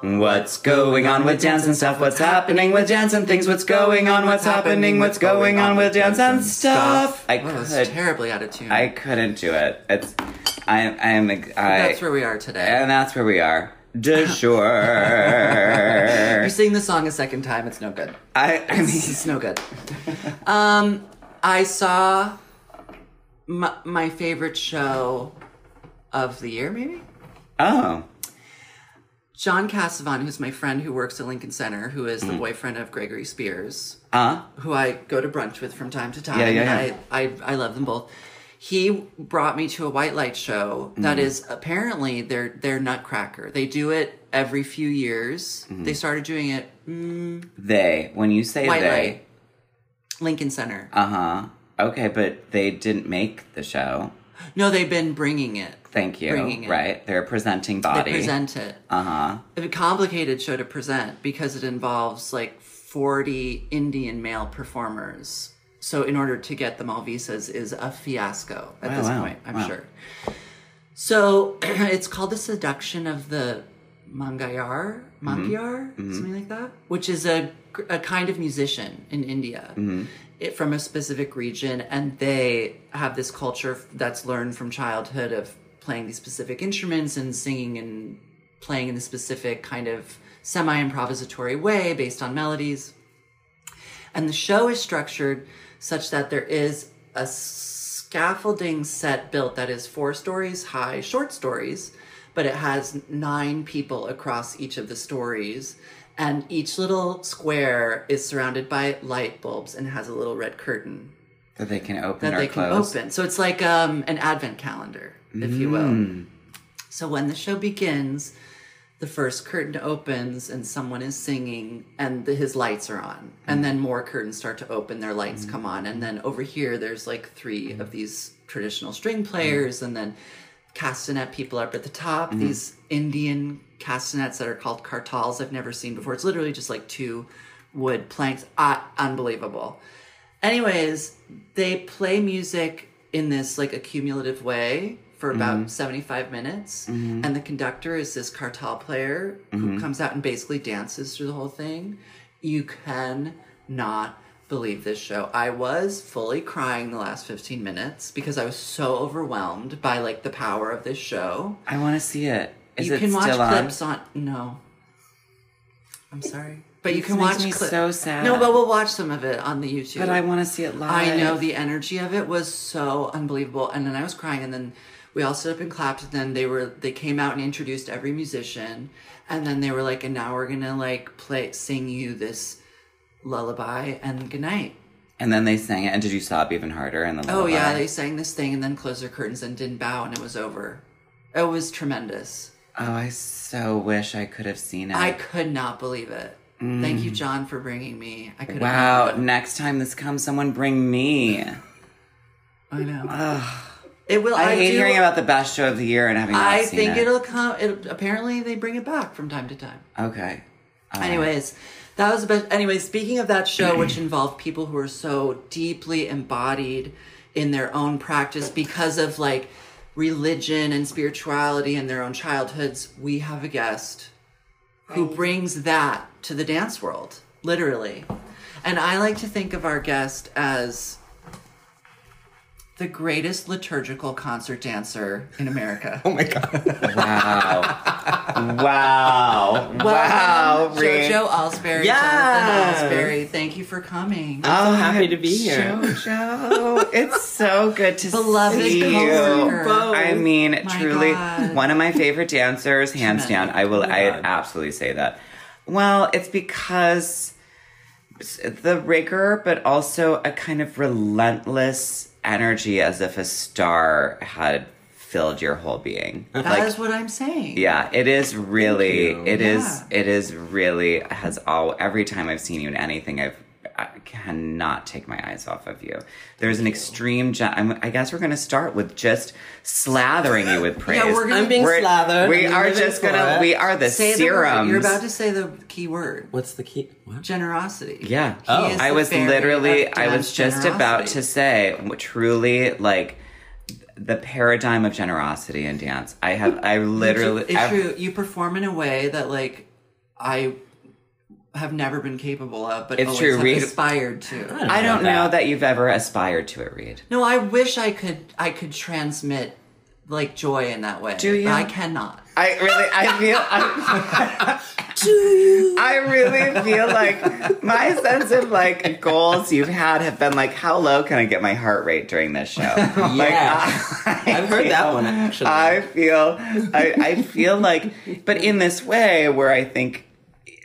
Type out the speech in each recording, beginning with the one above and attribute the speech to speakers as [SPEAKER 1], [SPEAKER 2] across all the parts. [SPEAKER 1] What's going on with Jansen stuff? What's happening with Jansen things? What's going on? What's happening? What's going on with Jansen stuff? I
[SPEAKER 2] I wow, that's
[SPEAKER 1] could,
[SPEAKER 2] terribly out of tune.
[SPEAKER 1] I couldn't do it. It's, I am, I am, ex- I,
[SPEAKER 2] that's where we are today.
[SPEAKER 1] and that's where we are. De sure.
[SPEAKER 2] You sing the song a second time, it's no good.
[SPEAKER 1] I, I mean,
[SPEAKER 2] It's no good. um, I saw my, my favorite show of the year, maybe?
[SPEAKER 1] oh,
[SPEAKER 2] John Cassavan, who's my friend who works at Lincoln Center, who is
[SPEAKER 1] Hmm.
[SPEAKER 2] the boyfriend of Gregory Spears,
[SPEAKER 1] huh?
[SPEAKER 2] who I go to brunch with from time to time.
[SPEAKER 1] Uh-huh. Yeah, yeah,
[SPEAKER 2] and
[SPEAKER 1] yeah.
[SPEAKER 2] I, I, I love them both. He brought me to a white light show that
[SPEAKER 1] Hmm.
[SPEAKER 2] is apparently their their Nutcracker. They do it every few years.
[SPEAKER 1] Hmm.
[SPEAKER 2] They started doing it mm,
[SPEAKER 1] They. When you say
[SPEAKER 2] white
[SPEAKER 1] they,
[SPEAKER 2] light, Lincoln Center.
[SPEAKER 1] uh huh. Okay, but they didn't make the show.
[SPEAKER 2] no, they've been bringing it.
[SPEAKER 1] Thank you.
[SPEAKER 2] Bringing it.
[SPEAKER 1] Right? They're a presenting body.
[SPEAKER 2] They present it.
[SPEAKER 1] uh huh.
[SPEAKER 2] a complicated show to present because it involves like 40 Indian male performers. So, in order to get them all visas is a fiasco at
[SPEAKER 1] Wow,
[SPEAKER 2] this
[SPEAKER 1] wow,
[SPEAKER 2] point, I'm
[SPEAKER 1] wow.
[SPEAKER 2] sure. So, it's called The Seduction of the Mangayar, Mangayar, something like that, which is a, a kind of musician in India it, from a specific region. And they have this culture that's learned from childhood of playing these specific instruments and singing and playing in a specific kind of semi improvisatory way based on melodies. And the show is structured such that there is a scaffolding set built that is four stories high, short stories, but it has nine people across each of the stories. And each little square is surrounded by light bulbs and has a little red curtain
[SPEAKER 1] That they can open
[SPEAKER 2] that
[SPEAKER 1] or
[SPEAKER 2] they can
[SPEAKER 1] close.
[SPEAKER 2] open. So it's like um, an advent calendar, if you will. So when the show begins, the first curtain opens and someone is singing and the, his lights are on. And then more curtains start to open, their lights come on. And then over here, there's like three of these traditional string players and then castanet people up at the top, these Indian castanets that are called kartals I've never seen before. It's literally just like two wood planks. Ah, unbelievable. Anyways, they play music in this like accumulative way for about
[SPEAKER 1] Mm-hmm.
[SPEAKER 2] 75 minutes. And the conductor is this cartel player
[SPEAKER 1] Mm-hmm.
[SPEAKER 2] who comes out and basically dances through the whole thing. You can not believe this show. I was fully crying the last 15 minutes because I was so overwhelmed by like the power of this show.
[SPEAKER 1] I want to see it. Is
[SPEAKER 2] you
[SPEAKER 1] it
[SPEAKER 2] can watch
[SPEAKER 1] still on?
[SPEAKER 2] clips on no. I'm sorry. But you
[SPEAKER 1] This
[SPEAKER 2] can
[SPEAKER 1] makes
[SPEAKER 2] watch
[SPEAKER 1] me
[SPEAKER 2] clips.
[SPEAKER 1] so sad.
[SPEAKER 2] No, but we'll watch some of it on the YouTube.
[SPEAKER 1] But I want to see it live.
[SPEAKER 2] I know the energy of it was so unbelievable, and then I was crying, and then we all stood up and clapped, and then they were they came out and introduced every musician, and then they were like, and now we're gonna like play sing you this lullaby and good night.
[SPEAKER 1] And then they sang it. And did you sob even harder? And the
[SPEAKER 2] Oh yeah,
[SPEAKER 1] lullaby?
[SPEAKER 2] they sang this thing and then closed their curtains and didn't bow, and it was over. It was tremendous.
[SPEAKER 1] Oh, I so wish I could have seen it.
[SPEAKER 2] I could not believe it. Thank you, John, for bringing me. I could.
[SPEAKER 1] Mm. Wow. Next time this comes, someone bring me.
[SPEAKER 2] I know. It will.
[SPEAKER 1] I,
[SPEAKER 2] I,
[SPEAKER 1] hate
[SPEAKER 2] do-
[SPEAKER 1] hearing about the best show of the year and having not
[SPEAKER 2] I
[SPEAKER 1] seen
[SPEAKER 2] think
[SPEAKER 1] it.
[SPEAKER 2] it'll come. It, apparently, they bring it back from time to time.
[SPEAKER 1] Okay. All right.
[SPEAKER 2] Anyways, that was about. Anyway, speaking of that show, which involved people who are so deeply embodied in their own practice because of like religion and spirituality and their own childhoods, we have a guest who brings that to the dance world, literally. And I like to think of our guest as the greatest liturgical concert dancer in America.
[SPEAKER 3] Oh my god.
[SPEAKER 1] Wow. wow. Wow.
[SPEAKER 2] Welcome,
[SPEAKER 1] Reed.
[SPEAKER 2] Jojo Alsberry.
[SPEAKER 1] Yes.
[SPEAKER 2] Jonathan Alsberry, thank you for coming.
[SPEAKER 1] Oh,
[SPEAKER 3] happy to be here.
[SPEAKER 1] Jojo, it's so good to
[SPEAKER 2] Beloved
[SPEAKER 1] see
[SPEAKER 2] coworker.
[SPEAKER 1] you. I mean,
[SPEAKER 2] My
[SPEAKER 1] truly,
[SPEAKER 2] God.
[SPEAKER 1] one of my favorite dancers, hands down. I will, I
[SPEAKER 3] Oh God.
[SPEAKER 1] absolutely say that. Well, it's because the rigor, but also a kind of relentless energy, as if a star had filled your whole being.
[SPEAKER 2] That is what I'm saying.
[SPEAKER 1] Yeah, it is really.
[SPEAKER 3] you.
[SPEAKER 1] It is.
[SPEAKER 2] Yeah.
[SPEAKER 1] It is really has all. Every time I've seen you in anything, I've I cannot take my eyes off of you. There's an extreme. Gen- I'm, I guess we're gonna start with just slathering you with praise.
[SPEAKER 2] we're gonna- I'm
[SPEAKER 3] being slathered.
[SPEAKER 1] We
[SPEAKER 3] I'm
[SPEAKER 1] are
[SPEAKER 3] living
[SPEAKER 1] just
[SPEAKER 3] for
[SPEAKER 1] gonna.
[SPEAKER 3] it.
[SPEAKER 1] We are the
[SPEAKER 2] Say the word.
[SPEAKER 1] serums.
[SPEAKER 2] You're about to say the key word.
[SPEAKER 3] What's the key? What?
[SPEAKER 2] Generosity.
[SPEAKER 1] Yeah.
[SPEAKER 2] Oh. is
[SPEAKER 1] I
[SPEAKER 2] the
[SPEAKER 1] was
[SPEAKER 2] fairy
[SPEAKER 1] literally,
[SPEAKER 2] of
[SPEAKER 1] I
[SPEAKER 2] dance
[SPEAKER 1] was just about
[SPEAKER 2] generosity.
[SPEAKER 1] to say, w- truly, like the paradigm of generosity in dance. I have, I literally,
[SPEAKER 2] It's true. You perform in a way that like I have never been capable of, but
[SPEAKER 1] It's
[SPEAKER 2] always
[SPEAKER 1] true,
[SPEAKER 2] have
[SPEAKER 1] Reed.
[SPEAKER 2] aspired to.
[SPEAKER 1] I don't
[SPEAKER 3] that.
[SPEAKER 1] know that you've ever aspired to it, Reed.
[SPEAKER 2] No, I wish I could. I could transmit like joy in that way.
[SPEAKER 1] Do you?
[SPEAKER 2] But I cannot.
[SPEAKER 1] I really, I feel, I, I really feel like my sense of like goals you've had have been like, how low can I get my heart rate during this show? Yeah.
[SPEAKER 3] Yeah. I've heard that one actually.
[SPEAKER 1] I feel, I, I feel like, but in this way where I think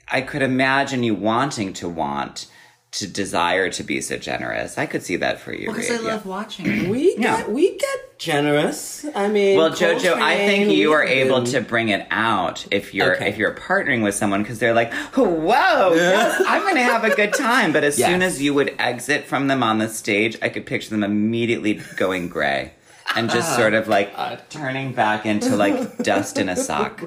[SPEAKER 1] I could imagine you wanting to want to desire to be so generous. I could see that for you.
[SPEAKER 2] Because
[SPEAKER 1] Reed,
[SPEAKER 2] I
[SPEAKER 1] yeah.
[SPEAKER 2] love watching. it.
[SPEAKER 3] we
[SPEAKER 1] Yeah.
[SPEAKER 3] get we get generous. I mean,
[SPEAKER 1] Well, Jojo, I think
[SPEAKER 3] Coltrane,
[SPEAKER 1] you are
[SPEAKER 3] Weezer.
[SPEAKER 1] able to bring it out if you're
[SPEAKER 3] Okay.
[SPEAKER 1] if you're partnering with someone because they're like, "Whoa, yes, I'm going to have a good time." But as soon
[SPEAKER 3] Yes.
[SPEAKER 1] as you would exit from them on the stage, I could picture them immediately going gray and just sort of like turning back into like dust in a sock.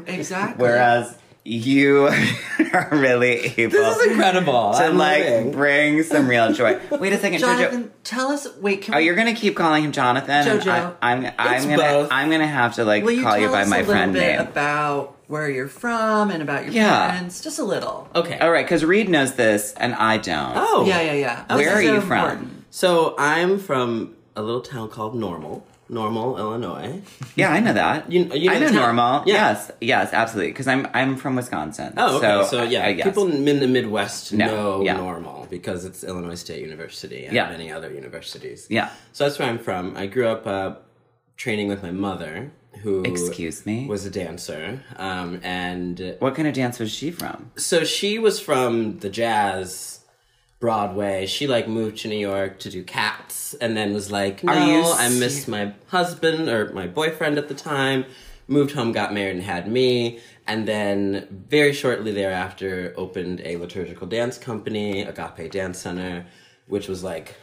[SPEAKER 2] Exactly.
[SPEAKER 1] Whereas you are really able
[SPEAKER 3] This is incredible.
[SPEAKER 1] to
[SPEAKER 3] I'm
[SPEAKER 1] like
[SPEAKER 3] loving.
[SPEAKER 1] bring some real joy. Wait a second, Jojo.
[SPEAKER 2] Jonathan, tell us. Wait, can
[SPEAKER 1] Oh,
[SPEAKER 2] we,
[SPEAKER 1] you're gonna keep calling him Jonathan. and
[SPEAKER 2] Jojo.
[SPEAKER 1] I, am I'm
[SPEAKER 3] It's
[SPEAKER 1] gonna
[SPEAKER 3] both.
[SPEAKER 1] I'm gonna have to like
[SPEAKER 2] will you
[SPEAKER 1] call
[SPEAKER 2] tell
[SPEAKER 1] you by
[SPEAKER 2] us
[SPEAKER 1] my
[SPEAKER 2] a little
[SPEAKER 1] friend
[SPEAKER 2] bit
[SPEAKER 1] name.
[SPEAKER 2] about where you're from and about your
[SPEAKER 1] Yeah.
[SPEAKER 2] parents? Just a little.
[SPEAKER 3] okay.
[SPEAKER 1] All right, because Reed knows this and I don't.
[SPEAKER 3] Oh,
[SPEAKER 2] Yeah, yeah, yeah.
[SPEAKER 1] Where
[SPEAKER 2] This
[SPEAKER 1] are
[SPEAKER 2] is so
[SPEAKER 1] you from?
[SPEAKER 2] important.
[SPEAKER 3] So I'm from a little town called Normal, Normal, Illinois.
[SPEAKER 1] yeah, I know that.
[SPEAKER 3] You- you
[SPEAKER 1] I know
[SPEAKER 3] know the town.
[SPEAKER 1] normal.
[SPEAKER 3] Yeah.
[SPEAKER 1] Yes, yes, absolutely. Because I'm I'm from Wisconsin.
[SPEAKER 3] Oh, okay. So,
[SPEAKER 1] I-
[SPEAKER 3] yeah,
[SPEAKER 1] I- yes.
[SPEAKER 3] people in the Midwest
[SPEAKER 1] No,
[SPEAKER 3] know
[SPEAKER 1] yeah.
[SPEAKER 3] Normal because it's Illinois State University and
[SPEAKER 1] Yeah.
[SPEAKER 3] many other universities.
[SPEAKER 1] Yeah.
[SPEAKER 3] So that's where I'm from. I grew up uh, training with my mother, who
[SPEAKER 1] Excuse me.
[SPEAKER 3] was a dancer, um, and
[SPEAKER 1] what kind of dance was she from?
[SPEAKER 3] so she was from the jazz Broadway. She like moved to New York to do Cats, and then was like, "No,
[SPEAKER 1] Are you
[SPEAKER 3] I missed my husband or my boyfriend at the time." Moved home, got married, and had me. And then very shortly thereafter, opened a liturgical dance company, Agape Dance Center, which was like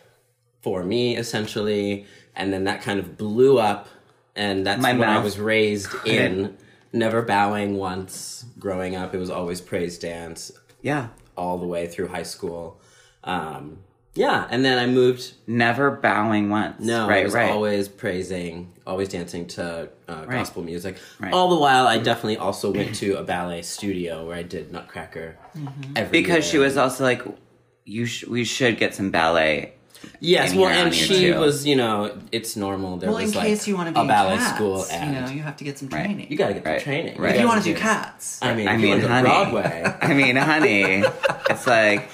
[SPEAKER 3] for me essentially. And then that kind of blew up, and that's
[SPEAKER 1] My
[SPEAKER 3] when I
[SPEAKER 1] mouth
[SPEAKER 3] was raised
[SPEAKER 1] couldn't-
[SPEAKER 3] in. Never bowing once. Growing up, it was always praise dance
[SPEAKER 1] Yeah.
[SPEAKER 3] all the way through high school. Um, yeah, and then I moved.
[SPEAKER 1] Never bowing once.
[SPEAKER 3] No, I
[SPEAKER 1] right,
[SPEAKER 3] was
[SPEAKER 1] right.
[SPEAKER 3] always praising, always dancing to uh, gospel music.
[SPEAKER 1] Right.
[SPEAKER 3] All the while, I definitely also went to a ballet studio where I did Nutcracker
[SPEAKER 2] Mm-hmm.
[SPEAKER 3] every
[SPEAKER 1] because
[SPEAKER 3] year.
[SPEAKER 1] she was also like, you sh- we should get some ballet.
[SPEAKER 3] yes,
[SPEAKER 1] in
[SPEAKER 3] well,
[SPEAKER 1] here on
[SPEAKER 3] and
[SPEAKER 1] you
[SPEAKER 3] she
[SPEAKER 1] too.
[SPEAKER 3] was you know it's normal. There
[SPEAKER 2] Well, in
[SPEAKER 3] was like
[SPEAKER 2] case you want to be
[SPEAKER 3] a ballet
[SPEAKER 2] in cats,
[SPEAKER 3] school, and
[SPEAKER 2] you know, you have to get some training.
[SPEAKER 3] you got to get
[SPEAKER 1] Right,
[SPEAKER 3] the training.
[SPEAKER 1] right.
[SPEAKER 2] if you
[SPEAKER 3] gotta
[SPEAKER 2] want to do cats,
[SPEAKER 3] I mean,
[SPEAKER 1] I
[SPEAKER 3] if you
[SPEAKER 1] mean,
[SPEAKER 3] want to go to
[SPEAKER 1] honey.
[SPEAKER 3] Broadway.
[SPEAKER 1] I mean, honey, it's like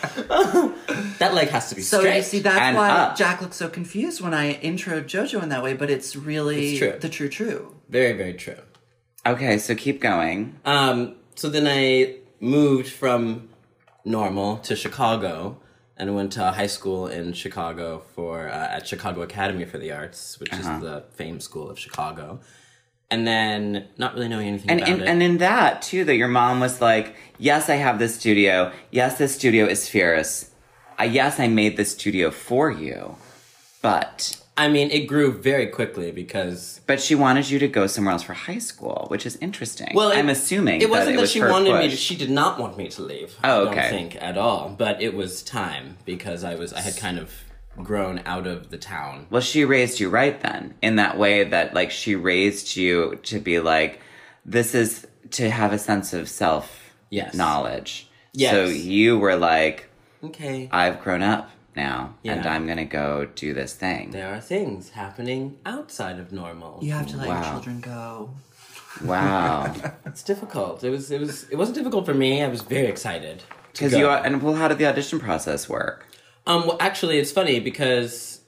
[SPEAKER 3] that leg has to be
[SPEAKER 2] So
[SPEAKER 3] straight.
[SPEAKER 2] you see, that's
[SPEAKER 1] and
[SPEAKER 2] why
[SPEAKER 1] up.
[SPEAKER 2] Jack looks so confused when I intro JoJo in that way, but it's really
[SPEAKER 3] It's true.
[SPEAKER 2] the true true.
[SPEAKER 3] very very true.
[SPEAKER 1] okay. So keep going.
[SPEAKER 3] Um, so then I moved from normal to Chicago and went to high school in Chicago for uh, at Chicago Academy for the Arts, which is the famed school of Chicago. And then not really knowing anything
[SPEAKER 1] And
[SPEAKER 3] about
[SPEAKER 1] in,
[SPEAKER 3] it.
[SPEAKER 1] and in that too, that your mom was like, "Yes, I have this studio. Yes, this studio is fierce. Uh, yes, I made this studio for you, but
[SPEAKER 3] I mean, it grew very quickly because
[SPEAKER 1] but she wanted you to go somewhere else for high school, which is interesting.
[SPEAKER 3] well, it-
[SPEAKER 1] I'm assuming
[SPEAKER 3] it wasn't that,
[SPEAKER 1] it was
[SPEAKER 3] she
[SPEAKER 1] her
[SPEAKER 3] wanted me.
[SPEAKER 1] push.
[SPEAKER 3] to She did not want me to leave.
[SPEAKER 1] Oh,
[SPEAKER 3] I
[SPEAKER 1] okay.
[SPEAKER 3] don't think at all. But it was time because I was I had kind of grown out of the town.
[SPEAKER 1] Well, she raised you right then in that way that like she raised you to be like, this is to have a sense of self
[SPEAKER 3] Yes.
[SPEAKER 1] knowledge.
[SPEAKER 3] Yes.
[SPEAKER 1] So you were like,
[SPEAKER 3] Okay,
[SPEAKER 1] I've grown up now, and
[SPEAKER 3] Yeah.
[SPEAKER 1] I'm gonna go do this thing.
[SPEAKER 3] there are things happening outside of normal.
[SPEAKER 2] You have to let your
[SPEAKER 1] Wow.
[SPEAKER 2] children go.
[SPEAKER 1] Wow.
[SPEAKER 3] It's difficult. It was. It was. It wasn't difficult for me. I was very excited to
[SPEAKER 1] Because
[SPEAKER 3] go.
[SPEAKER 1] you are, and well, how did the audition process work?
[SPEAKER 3] um. Well, actually, it's funny because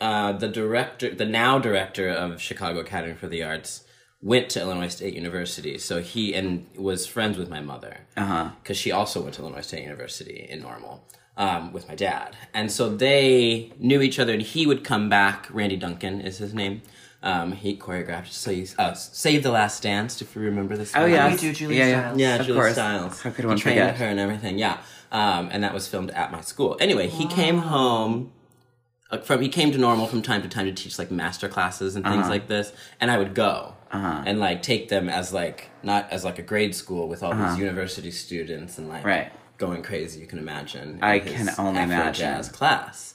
[SPEAKER 3] uh, the director, the now director of Chicago Academy for the Arts, went to Illinois State University. So he and was friends with my mother because
[SPEAKER 1] Uh-huh.
[SPEAKER 3] she also went to Illinois State University in Normal um, with my dad. And so they knew each other, and he would come back. Randy Duncan is his name. Um, he choreographed so you, oh, Save the Last Dance, if you remember this.
[SPEAKER 1] Oh
[SPEAKER 3] one.
[SPEAKER 1] yeah,
[SPEAKER 2] we do Julia
[SPEAKER 1] yeah,
[SPEAKER 2] Stiles.
[SPEAKER 1] Yeah,
[SPEAKER 3] Yeah,
[SPEAKER 1] Of
[SPEAKER 3] Julie
[SPEAKER 1] course.
[SPEAKER 3] Stiles.
[SPEAKER 1] How could
[SPEAKER 3] He
[SPEAKER 1] one
[SPEAKER 3] trained
[SPEAKER 1] forget?
[SPEAKER 3] her and everything? Yeah, um, and that was filmed at my school. Anyway, he came home uh, from he came to normal from time to time to teach like master classes and things
[SPEAKER 1] Uh-huh.
[SPEAKER 3] like this, and I would go and like take them as like not as like a grade school with all these university students and like
[SPEAKER 1] Uh-huh. Right.
[SPEAKER 3] going crazy. You can imagine.
[SPEAKER 1] I
[SPEAKER 3] in his
[SPEAKER 1] can only
[SPEAKER 3] Afro
[SPEAKER 1] imagine.
[SPEAKER 3] jazz class,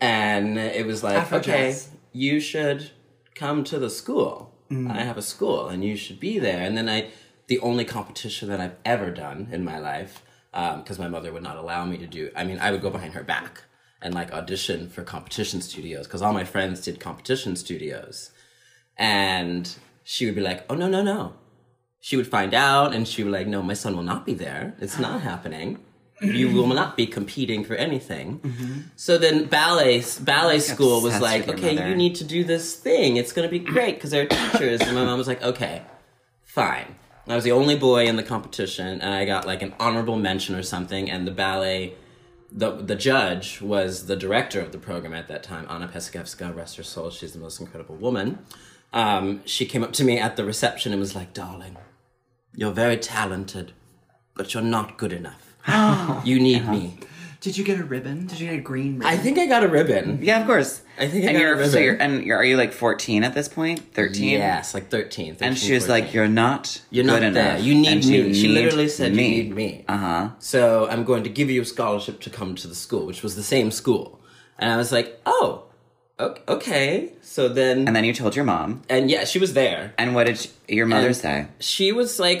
[SPEAKER 3] and it was like
[SPEAKER 2] Afro
[SPEAKER 3] okay,
[SPEAKER 2] jazz. Mm.
[SPEAKER 3] you should come to the school. I have a school, and you should be there. And then I the only competition that I've ever done in my life because my mother would not allow me to do. I mean, I would go behind her back and like audition for competition studios because all my friends did competition studios, and she would be like, "Oh no, no, no." She would find out, and she would like, "No, my son will not be there. It's not happening." You will not be competing for anything.
[SPEAKER 1] Mm-hmm.
[SPEAKER 3] So then, ballet ballet school was
[SPEAKER 1] obsessed
[SPEAKER 3] like,
[SPEAKER 1] with your
[SPEAKER 3] okay,
[SPEAKER 1] mother.
[SPEAKER 3] you need to do this thing. It's going to be great because there are teachers. And my mom was like, okay, fine. I was the only boy in the competition, and I got like an honorable mention or something. And the ballet, the the judge was the director of the program at that time, Anna Pesikevska, rest her soul. She's the most incredible woman. Um, she came up to me at the reception and was like, "Darling, you're very talented, but you're not good enough. you need
[SPEAKER 1] Uh-huh.
[SPEAKER 3] me."
[SPEAKER 2] Did you get a ribbon? Did you get a green ribbon?
[SPEAKER 3] I think I got a ribbon.
[SPEAKER 1] Yeah, of course.
[SPEAKER 3] I think I
[SPEAKER 1] and
[SPEAKER 3] got
[SPEAKER 1] you're,
[SPEAKER 3] rid of
[SPEAKER 1] so
[SPEAKER 3] it.
[SPEAKER 1] you're and you're, are you like 14 at this point? 13?
[SPEAKER 3] Yes, like 13.
[SPEAKER 1] And she was like,
[SPEAKER 3] "You're
[SPEAKER 1] "You're not.
[SPEAKER 3] you're not
[SPEAKER 1] good
[SPEAKER 3] there.
[SPEAKER 1] enough,
[SPEAKER 3] You need
[SPEAKER 1] and you
[SPEAKER 3] me." she
[SPEAKER 1] need
[SPEAKER 3] literally said,
[SPEAKER 1] me. Uh-huh.
[SPEAKER 3] "You need me." Uh huh. So I'm going to give you a scholarship to come to the school, which was the same school. And I was like, "Oh, o- okay." So then,
[SPEAKER 1] And
[SPEAKER 3] and,
[SPEAKER 1] then you told your mom.
[SPEAKER 3] yeah, she was there.
[SPEAKER 1] And what did sh your mother
[SPEAKER 3] And-
[SPEAKER 1] say?
[SPEAKER 3] She was like,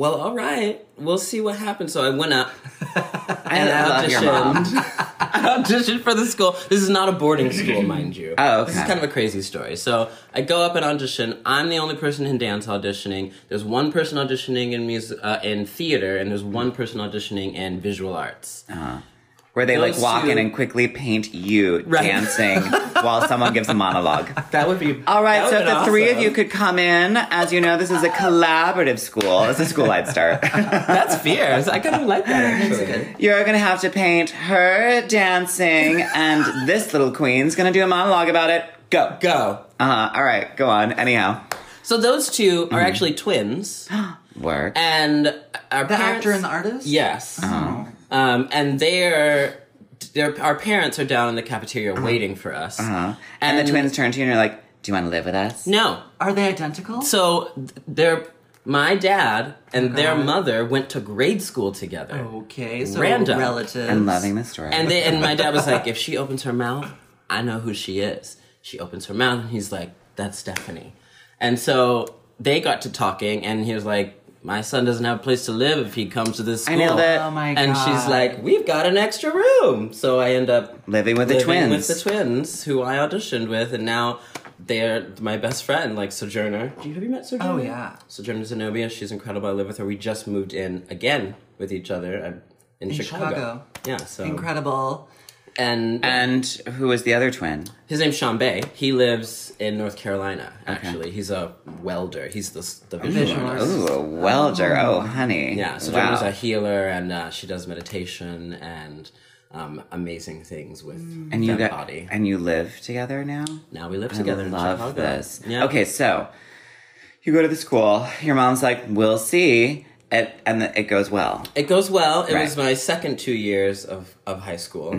[SPEAKER 3] "Well, all right, we'll see what happens." So I went up
[SPEAKER 1] I
[SPEAKER 3] and I
[SPEAKER 1] love your mom.
[SPEAKER 3] auditioned. I auditioned for the school. This is not a boarding school, mind you.
[SPEAKER 1] Oh, okay.
[SPEAKER 3] This is kind of a crazy story. So I go up and audition. I'm the only person in dance auditioning. There's one person auditioning in music, uh, in theater, and there's one person auditioning in visual arts.
[SPEAKER 1] Uh-huh. Where they like
[SPEAKER 3] Those
[SPEAKER 1] walk in
[SPEAKER 3] two-
[SPEAKER 1] and quickly paint you
[SPEAKER 3] Right.
[SPEAKER 1] dancing while someone gives a monologue.
[SPEAKER 3] That would be
[SPEAKER 1] All right,
[SPEAKER 3] that
[SPEAKER 1] so
[SPEAKER 3] would
[SPEAKER 1] if the
[SPEAKER 3] have been
[SPEAKER 1] three of
[SPEAKER 3] awesome.
[SPEAKER 1] you could come in, as you know, this is a collaborative school. It's a school I'd start.
[SPEAKER 3] That's fierce. I kind of like that. Actually.
[SPEAKER 1] You're gonna have to paint her dancing, and this little queen's gonna do a monologue about it. Go.
[SPEAKER 3] Go.
[SPEAKER 1] Uh, all right, go on. Anyhow,
[SPEAKER 3] So those two are actually twins,
[SPEAKER 1] work.
[SPEAKER 3] and our
[SPEAKER 2] the actor and the artist?
[SPEAKER 3] Yes.
[SPEAKER 2] Uh-huh.
[SPEAKER 3] Um, and they're, they're our parents are down in the cafeteria waiting for us.
[SPEAKER 1] Uh-huh. And, the twins turn to you and you're like, "Do you want to live with us?"
[SPEAKER 3] No.
[SPEAKER 2] Are they identical?
[SPEAKER 3] So th- they're my dad and their mother went to grade school together.
[SPEAKER 2] Oh. okay, so
[SPEAKER 3] Random.
[SPEAKER 2] relatives.
[SPEAKER 1] I'm loving this story.
[SPEAKER 3] And they and my dad was like, if she opens her mouth, I know who she is. She opens her mouth and he's like, that's Stephanie. And so they got to talking and he was like, my son doesn't have a place to live if he comes to this school.
[SPEAKER 1] nailed it.
[SPEAKER 2] Oh my god.
[SPEAKER 3] and she's like, "We've got an extra room," so I end up
[SPEAKER 1] Living with the twins.
[SPEAKER 3] with the twins who I auditioned with, and now they're my best friend, like Sojourner. Do you have you met Sojourner?
[SPEAKER 2] Oh, yeah.
[SPEAKER 3] Sojourner Zenobia. She's incredible. I live with her. We just moved in again with each other um, in, Chicago.
[SPEAKER 2] Chicago.
[SPEAKER 3] Yeah, so
[SPEAKER 2] incredible.
[SPEAKER 3] and,
[SPEAKER 1] and who was the other twin?
[SPEAKER 3] his name's Sean Bay. He lives in North Carolina. Actually, he's a welder. He's the the visual,
[SPEAKER 2] visual
[SPEAKER 3] artist.
[SPEAKER 2] artist.
[SPEAKER 1] Ooh, a welder. Oh, honey.
[SPEAKER 3] Yeah, so
[SPEAKER 1] wow.
[SPEAKER 3] Jonah's a healer, and uh, she does meditation and um, amazing things with
[SPEAKER 1] and you got,
[SPEAKER 3] that body.
[SPEAKER 1] and you live together now.
[SPEAKER 3] now we live
[SPEAKER 1] I
[SPEAKER 3] together. in
[SPEAKER 1] love
[SPEAKER 3] Chicago.
[SPEAKER 1] this.
[SPEAKER 3] Yeah.
[SPEAKER 1] Okay, so you go to the school. Your mom's like, "We'll see," it, and it goes well.
[SPEAKER 3] It goes well. It was
[SPEAKER 1] Right. Mm-hmm.
[SPEAKER 3] my second two years of, of high school.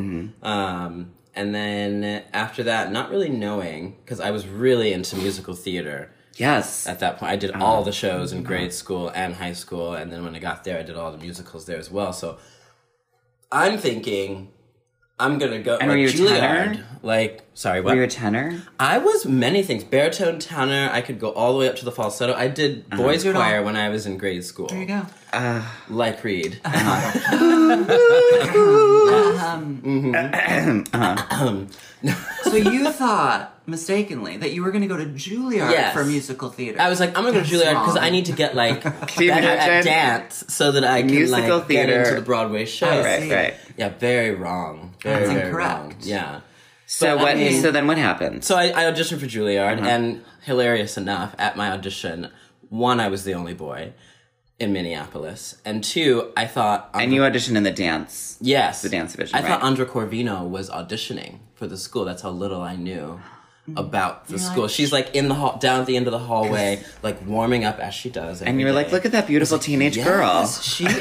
[SPEAKER 3] Um, and then after that, not really knowing, because I was really into musical theater
[SPEAKER 1] Yes.
[SPEAKER 3] at that point. I
[SPEAKER 1] Uh-huh.
[SPEAKER 3] did all the shows in grade school and high school. And then when I got there, I did all the musicals there as well. So I'm thinking I'm going to go.
[SPEAKER 1] And were
[SPEAKER 3] like,
[SPEAKER 1] you a
[SPEAKER 3] Juilliard,
[SPEAKER 1] tenor?
[SPEAKER 3] Like, sorry, what?
[SPEAKER 1] Were you a tenor?
[SPEAKER 3] I was many things. Baritone, tenor. I could go all the way up to the falsetto. I did
[SPEAKER 1] Uh-huh.
[SPEAKER 3] boys
[SPEAKER 2] all.
[SPEAKER 3] choir when I was in grade school.
[SPEAKER 2] There you go.
[SPEAKER 3] Like Reed.
[SPEAKER 1] Uh-huh. Mm-hmm.
[SPEAKER 2] Um,
[SPEAKER 1] Uh-huh.
[SPEAKER 2] So you thought mistakenly that you were going to go to Juilliard
[SPEAKER 3] Yes.
[SPEAKER 2] for musical theater.
[SPEAKER 3] I was like, I'm gonna go to Juilliard because
[SPEAKER 2] wrong.
[SPEAKER 3] I need to get like
[SPEAKER 1] you
[SPEAKER 3] better
[SPEAKER 1] imagine?
[SPEAKER 3] at dance so that I can
[SPEAKER 1] Musical
[SPEAKER 3] like get into
[SPEAKER 1] theater.
[SPEAKER 3] the Broadway show.
[SPEAKER 1] Right,
[SPEAKER 2] see.
[SPEAKER 1] right.
[SPEAKER 3] Yeah, very wrong. Very,
[SPEAKER 2] That's
[SPEAKER 3] very
[SPEAKER 2] incorrect.
[SPEAKER 3] wrong. Yeah.
[SPEAKER 1] So
[SPEAKER 3] But, I
[SPEAKER 1] what?
[SPEAKER 3] mean-
[SPEAKER 1] so then what happened?
[SPEAKER 3] So I, I auditioned for Juilliard,
[SPEAKER 1] Uh-huh.
[SPEAKER 3] and hilarious enough, at my audition, one, I was the only boy in Minneapolis, and two, I thought,
[SPEAKER 1] and you auditioned in the dance.
[SPEAKER 3] yes, the
[SPEAKER 1] dance division,
[SPEAKER 3] I thought
[SPEAKER 1] right.
[SPEAKER 3] Andra Corvino was auditioning for the school. That's how little I knew
[SPEAKER 1] Mm.
[SPEAKER 3] about the
[SPEAKER 2] You're
[SPEAKER 3] school.
[SPEAKER 2] like-
[SPEAKER 3] She's like in the hall, down at the end of the hallway, like warming up as she does.
[SPEAKER 1] And you were like, "Look at that beautiful teenage girl."
[SPEAKER 3] She is.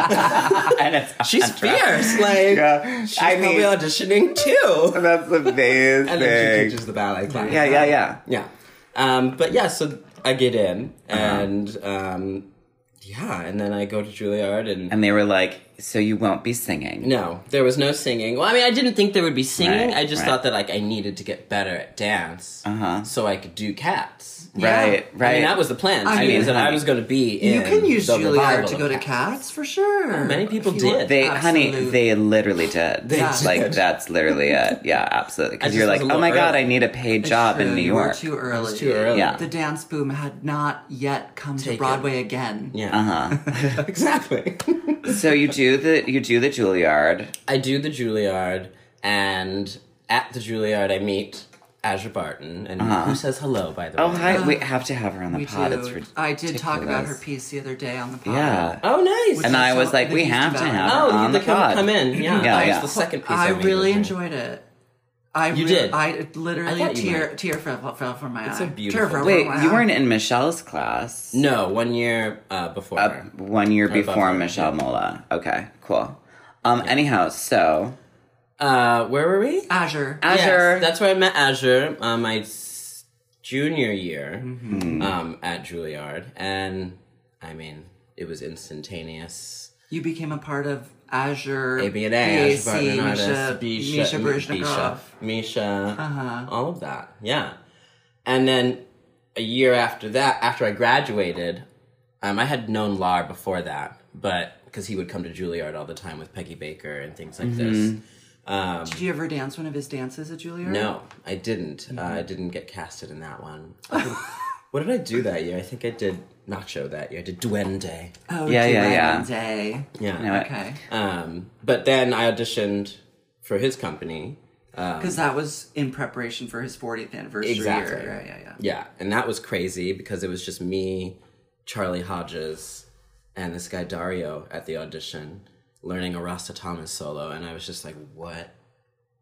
[SPEAKER 1] And it's
[SPEAKER 3] She's fierce. Like
[SPEAKER 1] Yeah.
[SPEAKER 3] she's
[SPEAKER 1] I
[SPEAKER 3] probably
[SPEAKER 1] mean-
[SPEAKER 3] auditioning too.
[SPEAKER 1] That's amazing.
[SPEAKER 3] And then she teaches the ballet class.
[SPEAKER 1] yeah, yeah, yeah.
[SPEAKER 3] Yeah. Um, but yeah, so I get in and um, yeah, and then I go to Juilliard and,
[SPEAKER 1] And they were like, so you won't be singing.
[SPEAKER 3] No, there was no singing. Well, I mean, I didn't think there would be singing.
[SPEAKER 1] Right,
[SPEAKER 3] I just
[SPEAKER 1] right.
[SPEAKER 3] thought that like I needed to get better at dance,
[SPEAKER 1] Uh-huh.
[SPEAKER 3] so I could do cats.
[SPEAKER 2] Yeah.
[SPEAKER 1] Right, right.
[SPEAKER 3] I mean, that was the plan.
[SPEAKER 2] I
[SPEAKER 3] I mean,
[SPEAKER 2] mean,
[SPEAKER 3] is that I was going to be. In
[SPEAKER 2] you can use
[SPEAKER 3] the
[SPEAKER 2] Juilliard
[SPEAKER 3] revival
[SPEAKER 2] to
[SPEAKER 3] of
[SPEAKER 2] go to
[SPEAKER 3] cats.
[SPEAKER 2] Cats for sure.
[SPEAKER 3] Many people
[SPEAKER 2] If you
[SPEAKER 3] did.
[SPEAKER 2] want-
[SPEAKER 1] They, honey,
[SPEAKER 2] Absolute-
[SPEAKER 1] they literally did.
[SPEAKER 2] Yeah.
[SPEAKER 1] Like
[SPEAKER 3] did.
[SPEAKER 1] that's literally it. Yeah, absolutely.
[SPEAKER 3] I
[SPEAKER 1] Because
[SPEAKER 3] just
[SPEAKER 1] you're like,
[SPEAKER 3] was a
[SPEAKER 1] oh
[SPEAKER 3] little
[SPEAKER 1] my god,
[SPEAKER 3] early.
[SPEAKER 1] I need a paid
[SPEAKER 2] It's
[SPEAKER 1] job
[SPEAKER 2] true,
[SPEAKER 1] in New
[SPEAKER 2] you were
[SPEAKER 1] York.
[SPEAKER 2] Too early.
[SPEAKER 3] too early.
[SPEAKER 1] Yeah.
[SPEAKER 2] The dance boom had not yet come
[SPEAKER 3] Taken.
[SPEAKER 2] to Broadway again.
[SPEAKER 3] Yeah,
[SPEAKER 1] Uh huh.
[SPEAKER 3] exactly.
[SPEAKER 1] so you do the you do the Juilliard.
[SPEAKER 3] I do the Juilliard, and at the Juilliard, I meet Azra Barton, and
[SPEAKER 1] Uh-huh.
[SPEAKER 3] who says hello, by the
[SPEAKER 1] Oh
[SPEAKER 3] way.
[SPEAKER 1] hi, we have to have her on the
[SPEAKER 2] We
[SPEAKER 1] pod.
[SPEAKER 2] do.
[SPEAKER 1] It's ridiculous.
[SPEAKER 2] I did talk about her piece the other day on the pod.
[SPEAKER 1] Yeah.
[SPEAKER 3] Oh, nice.
[SPEAKER 1] and
[SPEAKER 2] is
[SPEAKER 1] I
[SPEAKER 2] so-
[SPEAKER 1] was like,
[SPEAKER 2] that
[SPEAKER 1] we
[SPEAKER 2] used to
[SPEAKER 1] have to
[SPEAKER 2] balance.
[SPEAKER 1] have her
[SPEAKER 3] oh,
[SPEAKER 1] on
[SPEAKER 3] the
[SPEAKER 1] the pod.
[SPEAKER 3] come in. Yeah,
[SPEAKER 1] Yeah,
[SPEAKER 3] that
[SPEAKER 1] yeah.
[SPEAKER 3] was the second piece.
[SPEAKER 2] I
[SPEAKER 3] made
[SPEAKER 2] really
[SPEAKER 3] with her.
[SPEAKER 2] enjoyed it. I
[SPEAKER 3] You
[SPEAKER 2] re-
[SPEAKER 3] did?
[SPEAKER 2] I
[SPEAKER 3] I
[SPEAKER 2] literally
[SPEAKER 3] thought you
[SPEAKER 2] tear
[SPEAKER 3] might.
[SPEAKER 2] tear fell, fell from my
[SPEAKER 3] It's
[SPEAKER 2] eye.
[SPEAKER 3] a beautiful-
[SPEAKER 2] Tear fell
[SPEAKER 1] Wait,
[SPEAKER 2] from
[SPEAKER 3] Oh,
[SPEAKER 2] my
[SPEAKER 1] you
[SPEAKER 2] eye.
[SPEAKER 1] weren't in Michelle's class?
[SPEAKER 3] No, one year uh, before.
[SPEAKER 1] Uh, one year before
[SPEAKER 3] her,
[SPEAKER 1] Michelle Mola. Okay, cool. Um. Anyhow, so
[SPEAKER 3] Uh, where were we?
[SPEAKER 2] Azure.
[SPEAKER 1] Azure.
[SPEAKER 3] Yes, that's where I met Azure uh, my s- junior year
[SPEAKER 1] Mm-hmm.
[SPEAKER 3] um, at Juilliard. And I mean, it was instantaneous.
[SPEAKER 2] you became a part of Azure.
[SPEAKER 3] A, B, and A, Azure
[SPEAKER 2] BAC,
[SPEAKER 3] Barton, and
[SPEAKER 2] Misha,
[SPEAKER 3] artist,
[SPEAKER 2] Misha Uh-huh. Brezhnikov.
[SPEAKER 3] Misha, Misha, all of that. Yeah. And then a year after that, after I graduated, um, I had known Lar before that, but because he would come to Juilliard all the time with Peggy Baker and things like
[SPEAKER 2] Mm-hmm.
[SPEAKER 3] this. Um,
[SPEAKER 2] Did you ever dance one of his dances at Juilliard?
[SPEAKER 3] No, I didn't. Uh, I didn't get casted in that one. I think- what did I do that year? I think I did Nacho that year. I did Duende.
[SPEAKER 2] Oh,
[SPEAKER 1] Yeah, yeah, yeah.
[SPEAKER 2] Day.
[SPEAKER 3] Yeah.
[SPEAKER 1] No, I-
[SPEAKER 2] Okay.
[SPEAKER 3] Um, but then I auditioned for his company.
[SPEAKER 2] Because that was in preparation for his 40th anniversary.
[SPEAKER 3] Um, Exactly.
[SPEAKER 2] year. Yeah, yeah, yeah.
[SPEAKER 3] Yeah, and that was crazy because it was just me, Charlie Hodges, and this guy Dario at the audition learning a Rasta Thomas solo, and I was just like, what?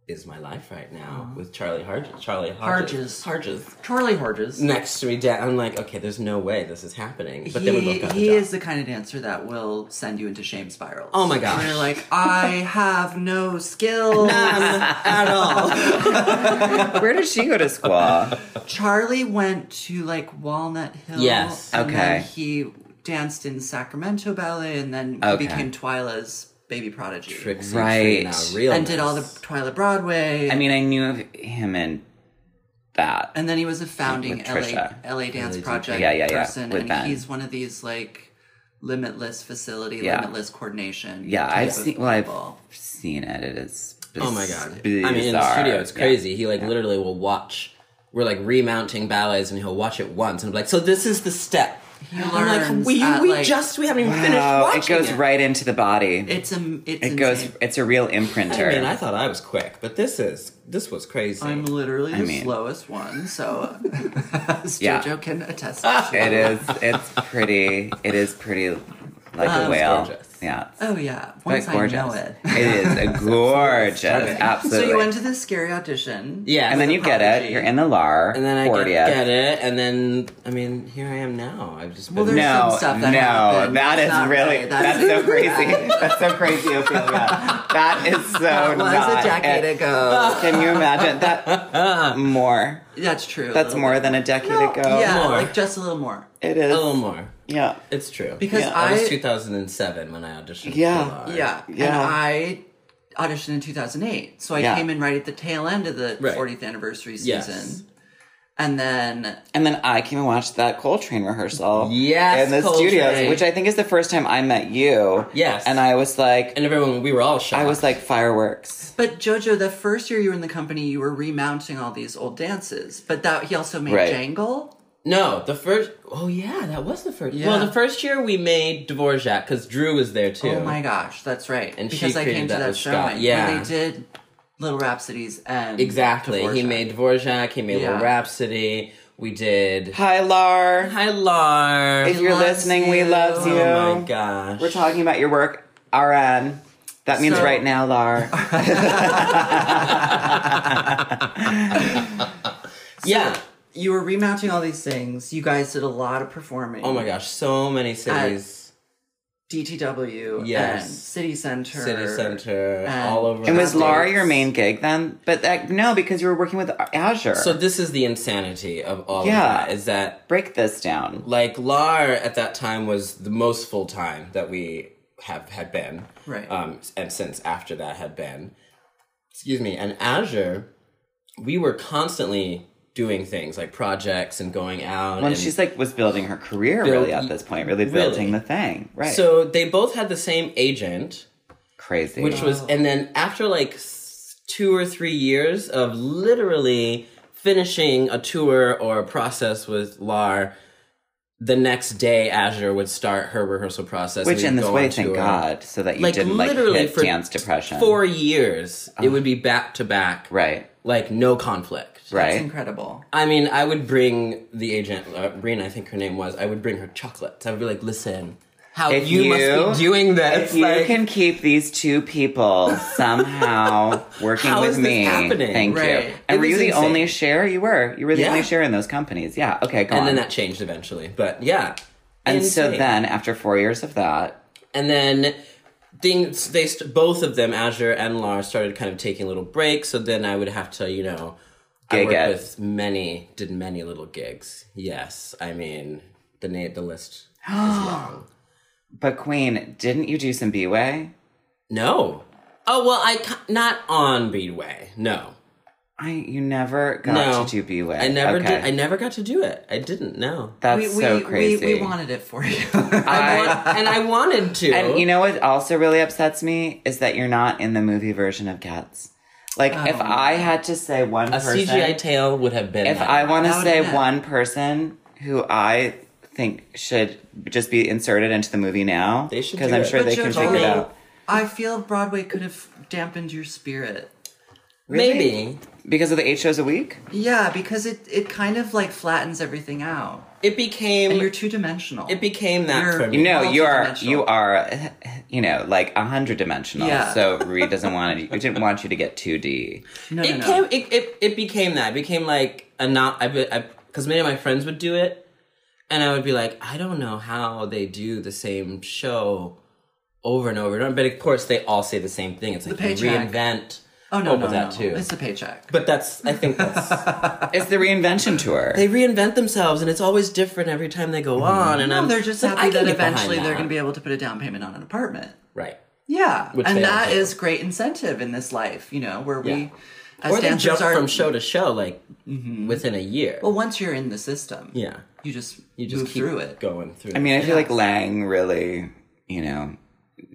[SPEAKER 3] Is my life right
[SPEAKER 2] Uh-huh.
[SPEAKER 3] now with Charlie Hodges? Charlie Hodges.
[SPEAKER 2] Harges.
[SPEAKER 3] Harges.
[SPEAKER 2] Charlie Hodges.
[SPEAKER 3] next to me down. I'm like, okay, there's no way this is happening. But
[SPEAKER 2] he,
[SPEAKER 3] then we both got the
[SPEAKER 2] he
[SPEAKER 3] job.
[SPEAKER 2] is the kind of dancer that will send you into shame spirals.
[SPEAKER 3] Oh my gosh.
[SPEAKER 2] And you're like, I have no skills.
[SPEAKER 3] at all.
[SPEAKER 1] where did she go to school?
[SPEAKER 2] Charlie went to like Walnut Hill.
[SPEAKER 3] Yes.
[SPEAKER 2] and then
[SPEAKER 1] Okay.
[SPEAKER 2] he danced in Sacramento Ballet and then he
[SPEAKER 1] Okay.
[SPEAKER 2] became Twyla's baby prodigy.
[SPEAKER 3] Trixie
[SPEAKER 1] Right.
[SPEAKER 3] Trina, real
[SPEAKER 2] And did all the Twyla Broadway.
[SPEAKER 1] I mean, I knew of him in that.
[SPEAKER 2] And then he was a founding
[SPEAKER 1] With
[SPEAKER 2] LA,
[SPEAKER 1] Trisha.
[SPEAKER 2] LA Dance Project
[SPEAKER 1] Yeah, yeah, yeah,
[SPEAKER 2] person,
[SPEAKER 1] with
[SPEAKER 2] and
[SPEAKER 1] Ben.
[SPEAKER 2] he's one of these like limitless facility,
[SPEAKER 1] Yeah.
[SPEAKER 2] limitless coordination.
[SPEAKER 1] Yeah,
[SPEAKER 2] type
[SPEAKER 1] I've
[SPEAKER 2] of
[SPEAKER 1] seen. Well, I've
[SPEAKER 2] people.
[SPEAKER 1] seen it. It is.
[SPEAKER 3] Oh my god!
[SPEAKER 1] bizarre.
[SPEAKER 3] I mean, in the studio, it's
[SPEAKER 1] Yeah.
[SPEAKER 3] crazy. He like literally will watch. We're like remounting ballets, and he'll watch it once, and be like, "So this is the step."
[SPEAKER 2] He
[SPEAKER 3] I'm like,
[SPEAKER 2] learns
[SPEAKER 3] "We,
[SPEAKER 2] at,
[SPEAKER 3] we
[SPEAKER 2] like-
[SPEAKER 3] just we haven't even finished
[SPEAKER 1] Wow, it
[SPEAKER 3] watching
[SPEAKER 1] goes right into the body. It,
[SPEAKER 2] It's a it's it
[SPEAKER 1] goes. It's a real imprinter.
[SPEAKER 3] I mean, I thought I was quick, but this is this was crazy.
[SPEAKER 2] I'm literally the
[SPEAKER 1] mean-
[SPEAKER 2] slowest one, so as
[SPEAKER 1] Yeah.
[SPEAKER 2] Jojo can attest. to.
[SPEAKER 1] it is. It's pretty. It is pretty, like a whale.
[SPEAKER 3] gorgeous.
[SPEAKER 1] Yeah. it's
[SPEAKER 2] Oh yeah,
[SPEAKER 1] quite
[SPEAKER 2] once
[SPEAKER 1] gorgeous.
[SPEAKER 2] I know it.
[SPEAKER 1] it is a gorgeous.
[SPEAKER 3] stunning.
[SPEAKER 1] Absolutely.
[SPEAKER 2] So you went to this scary audition.
[SPEAKER 3] yeah,
[SPEAKER 1] and then you get it. You're in the LAR.
[SPEAKER 3] and then I get,
[SPEAKER 1] 40th.
[SPEAKER 3] get it, and then I mean, here I am now. I've just
[SPEAKER 2] Well,
[SPEAKER 3] been
[SPEAKER 2] there's
[SPEAKER 1] No,
[SPEAKER 2] some stuff that
[SPEAKER 1] no,
[SPEAKER 2] happened.
[SPEAKER 1] that
[SPEAKER 2] It's
[SPEAKER 1] is
[SPEAKER 2] not
[SPEAKER 1] really
[SPEAKER 2] right.
[SPEAKER 1] that's,
[SPEAKER 2] That's-
[SPEAKER 1] so crazy. that's so crazy, Ophelia. That is so
[SPEAKER 2] That was
[SPEAKER 1] not
[SPEAKER 2] a decade
[SPEAKER 1] it.
[SPEAKER 2] ago.
[SPEAKER 1] Can you imagine that? More.
[SPEAKER 2] That's true. a
[SPEAKER 1] That's
[SPEAKER 2] little
[SPEAKER 1] more
[SPEAKER 2] bit.
[SPEAKER 1] than a decade ago.
[SPEAKER 2] Yeah, Oh.
[SPEAKER 3] More.
[SPEAKER 2] like just a little more.
[SPEAKER 1] It
[SPEAKER 3] a
[SPEAKER 1] is.
[SPEAKER 3] little more.
[SPEAKER 1] yeah.
[SPEAKER 3] It's true.
[SPEAKER 2] Because
[SPEAKER 1] Yeah.
[SPEAKER 3] That was
[SPEAKER 2] I
[SPEAKER 3] 2007 when I auditioned.
[SPEAKER 1] Yeah.
[SPEAKER 3] for Live.
[SPEAKER 2] Yeah.
[SPEAKER 1] Yeah.
[SPEAKER 2] And I auditioned in 2008. So I
[SPEAKER 1] Yeah.
[SPEAKER 2] came in right at the tail end of the
[SPEAKER 3] Right.
[SPEAKER 2] 40th anniversary season.
[SPEAKER 3] Yes.
[SPEAKER 2] And then
[SPEAKER 1] And then I came and watched that Coltrane rehearsal.
[SPEAKER 3] Yes,
[SPEAKER 1] In the
[SPEAKER 3] Coltrane.
[SPEAKER 1] studios, which I think is the first time I met you.
[SPEAKER 3] Yes.
[SPEAKER 1] And I was like,
[SPEAKER 3] And everyone, we were all shocked.
[SPEAKER 1] I was like fireworks.
[SPEAKER 2] but Jojo, the first year you were in the company, you were remounting all these old dances. But that he also made
[SPEAKER 1] Right.
[SPEAKER 2] Jangle.
[SPEAKER 3] no, the first. Oh yeah, that was the first.
[SPEAKER 2] Yeah.
[SPEAKER 3] Well, the first year we made Dvorak because Drew was there too.
[SPEAKER 2] Oh my gosh, that's right.
[SPEAKER 3] And she
[SPEAKER 2] because I
[SPEAKER 3] created
[SPEAKER 2] came to
[SPEAKER 3] that
[SPEAKER 2] that
[SPEAKER 3] with
[SPEAKER 2] show
[SPEAKER 3] Scott, yeah.
[SPEAKER 2] when they did Little Rhapsodies and
[SPEAKER 3] Exactly. He
[SPEAKER 2] Dvorak.
[SPEAKER 3] made Dvorak. He made Little
[SPEAKER 2] Yeah.
[SPEAKER 3] Rhapsody. We did.
[SPEAKER 1] Hi, Lar.
[SPEAKER 3] Hi, Lar.
[SPEAKER 1] If you're
[SPEAKER 2] loves
[SPEAKER 1] listening, we
[SPEAKER 2] you.
[SPEAKER 1] love you.
[SPEAKER 3] oh my gosh.
[SPEAKER 1] We're talking about your work, RN. That means
[SPEAKER 2] So-
[SPEAKER 1] right now, Lar.
[SPEAKER 3] Yeah.
[SPEAKER 2] You were remounting all these things. You guys did a lot of performing.
[SPEAKER 3] Oh my gosh. So many cities.
[SPEAKER 2] DTW,
[SPEAKER 3] Yes.
[SPEAKER 2] and City Center,
[SPEAKER 3] City center.
[SPEAKER 2] And-
[SPEAKER 3] all over.
[SPEAKER 1] And
[SPEAKER 3] the
[SPEAKER 1] was Lar
[SPEAKER 3] States.
[SPEAKER 1] your main gig then? But that, no, because you were working with Azure.
[SPEAKER 3] So this is the insanity of all
[SPEAKER 1] Yeah.
[SPEAKER 3] of that. Is that
[SPEAKER 1] break this down.
[SPEAKER 3] like Lar at that time was the most full time that we have had been,
[SPEAKER 2] Right.
[SPEAKER 3] Um, and since after that had been, excuse me, and Azure, we were constantly doing things like projects and going out.
[SPEAKER 1] When
[SPEAKER 3] and
[SPEAKER 1] she's like was building her career
[SPEAKER 3] Build-
[SPEAKER 1] really at this point, really,
[SPEAKER 3] really.
[SPEAKER 1] building the thing. Right. So
[SPEAKER 3] so they both had the same agent,
[SPEAKER 1] crazy.
[SPEAKER 3] which was, and then after like s- two or three years of literally finishing a tour or a process with Lar. The next day, Azure would start her rehearsal process.
[SPEAKER 1] which
[SPEAKER 3] we'd
[SPEAKER 1] in this
[SPEAKER 3] go
[SPEAKER 1] way,
[SPEAKER 3] on
[SPEAKER 1] thank
[SPEAKER 3] tour.
[SPEAKER 1] God, so that you
[SPEAKER 3] like
[SPEAKER 1] didn't like
[SPEAKER 3] literally
[SPEAKER 1] hit
[SPEAKER 3] for
[SPEAKER 1] dance depression.
[SPEAKER 3] Four years, it would be back to back,
[SPEAKER 1] Right.
[SPEAKER 3] Like no conflict.
[SPEAKER 2] It's
[SPEAKER 1] Right.
[SPEAKER 2] incredible.
[SPEAKER 3] I mean, I would bring the agent, uh, Rena, I think her name was. I would bring her chocolates. I would be like, "Listen, how
[SPEAKER 1] If
[SPEAKER 3] you,
[SPEAKER 1] you-
[SPEAKER 3] must be doing this?
[SPEAKER 1] If you
[SPEAKER 3] like,
[SPEAKER 1] can keep these two people somehow working
[SPEAKER 3] How
[SPEAKER 1] with
[SPEAKER 3] is this
[SPEAKER 1] me.
[SPEAKER 3] happening?
[SPEAKER 1] Thank
[SPEAKER 2] Right.
[SPEAKER 1] you. And were
[SPEAKER 3] It was
[SPEAKER 1] you the
[SPEAKER 3] insane.
[SPEAKER 1] only share? You were. You were the
[SPEAKER 3] Yeah.
[SPEAKER 1] only share in those companies. Yeah. Okay. Go
[SPEAKER 3] and
[SPEAKER 1] on.
[SPEAKER 3] then that changed eventually, but yeah.
[SPEAKER 1] and so
[SPEAKER 3] Insane.
[SPEAKER 1] then, after four years of that,
[SPEAKER 3] and then things they st- both of them, Azure and Lars, started kind of taking little breaks. So then I would have to, you know, I
[SPEAKER 1] Gig
[SPEAKER 3] worked
[SPEAKER 1] it.
[SPEAKER 3] with many, did many little gigs. Yes, I mean the na- the list is long.
[SPEAKER 1] but Queen, didn't you do some B way?
[SPEAKER 3] No. Oh well, I ca- not on Beadway. No,
[SPEAKER 1] I you never got
[SPEAKER 3] no.
[SPEAKER 1] to do B way.
[SPEAKER 3] I never
[SPEAKER 1] Uh, okay.
[SPEAKER 3] did. I never got to do it. I didn't. No.
[SPEAKER 1] That's
[SPEAKER 2] We, we,
[SPEAKER 1] so
[SPEAKER 2] we,
[SPEAKER 1] crazy.
[SPEAKER 2] we wanted it for you.
[SPEAKER 3] I want, and I wanted to.
[SPEAKER 1] And you know what also really upsets me is that you're not in the movie version of Cats. Like if I had to say one
[SPEAKER 3] Oh, a
[SPEAKER 1] person,
[SPEAKER 3] CGI tail would have been.
[SPEAKER 1] if
[SPEAKER 3] that.
[SPEAKER 1] I want to
[SPEAKER 2] That would've
[SPEAKER 1] say
[SPEAKER 2] been it.
[SPEAKER 1] one person who I think should just be inserted into the movie now,
[SPEAKER 3] They should
[SPEAKER 1] because
[SPEAKER 3] do
[SPEAKER 1] I'm
[SPEAKER 3] it.
[SPEAKER 1] sure
[SPEAKER 2] But
[SPEAKER 1] they
[SPEAKER 2] you're
[SPEAKER 1] can figure it
[SPEAKER 3] totally-
[SPEAKER 1] out.
[SPEAKER 2] I feel Broadway could have dampened your spirit.
[SPEAKER 3] maybe
[SPEAKER 1] Because of the eight shows a week,
[SPEAKER 2] Yeah, because it, it kind of like flattens everything out.
[SPEAKER 3] it
[SPEAKER 2] And you're
[SPEAKER 3] became
[SPEAKER 2] two dimensional.
[SPEAKER 3] it became that
[SPEAKER 2] You're-
[SPEAKER 3] for me.
[SPEAKER 1] you know you are
[SPEAKER 2] Multidimensional.
[SPEAKER 1] you are, you know, like hundred dimensional.
[SPEAKER 2] Yeah.
[SPEAKER 1] So Reed doesn't want it. didn't want you to get two D.
[SPEAKER 2] no, no,
[SPEAKER 3] it
[SPEAKER 2] no.
[SPEAKER 3] came it, it, it became that it became like a not i because many of my friends would do it and i would be like i don't know how they do the same show over and over and over but of course they all say the same thing it's like you
[SPEAKER 2] paycheck.
[SPEAKER 3] reinvent
[SPEAKER 2] oh no,
[SPEAKER 3] What
[SPEAKER 2] no,
[SPEAKER 3] was that
[SPEAKER 2] no.
[SPEAKER 3] too?
[SPEAKER 2] It's a paycheck.
[SPEAKER 3] but that's i think that's
[SPEAKER 1] It's the reinvention tour.
[SPEAKER 3] they reinvent themselves and it's always different every time they go on and
[SPEAKER 2] Mm-hmm. no,
[SPEAKER 3] i'm
[SPEAKER 2] they're just
[SPEAKER 3] um, like,
[SPEAKER 2] happy
[SPEAKER 3] I can
[SPEAKER 2] that
[SPEAKER 3] get behind
[SPEAKER 2] eventually they're
[SPEAKER 3] that.
[SPEAKER 2] going to be able to put a down payment on an apartment.
[SPEAKER 3] right
[SPEAKER 2] Yeah,
[SPEAKER 3] Which
[SPEAKER 2] and
[SPEAKER 3] they
[SPEAKER 2] that
[SPEAKER 3] don't do.
[SPEAKER 2] is great incentive in this life, you know, where
[SPEAKER 3] Yeah.
[SPEAKER 2] we as
[SPEAKER 3] or they
[SPEAKER 2] dancers
[SPEAKER 3] jump
[SPEAKER 2] are Mm-hmm.
[SPEAKER 3] from show to show like within a year
[SPEAKER 2] well once you're in the system,
[SPEAKER 3] yeah
[SPEAKER 2] you just
[SPEAKER 3] you just
[SPEAKER 2] move
[SPEAKER 3] keep
[SPEAKER 2] through it.
[SPEAKER 3] going through
[SPEAKER 1] I mean, I feel like Lang really, you know,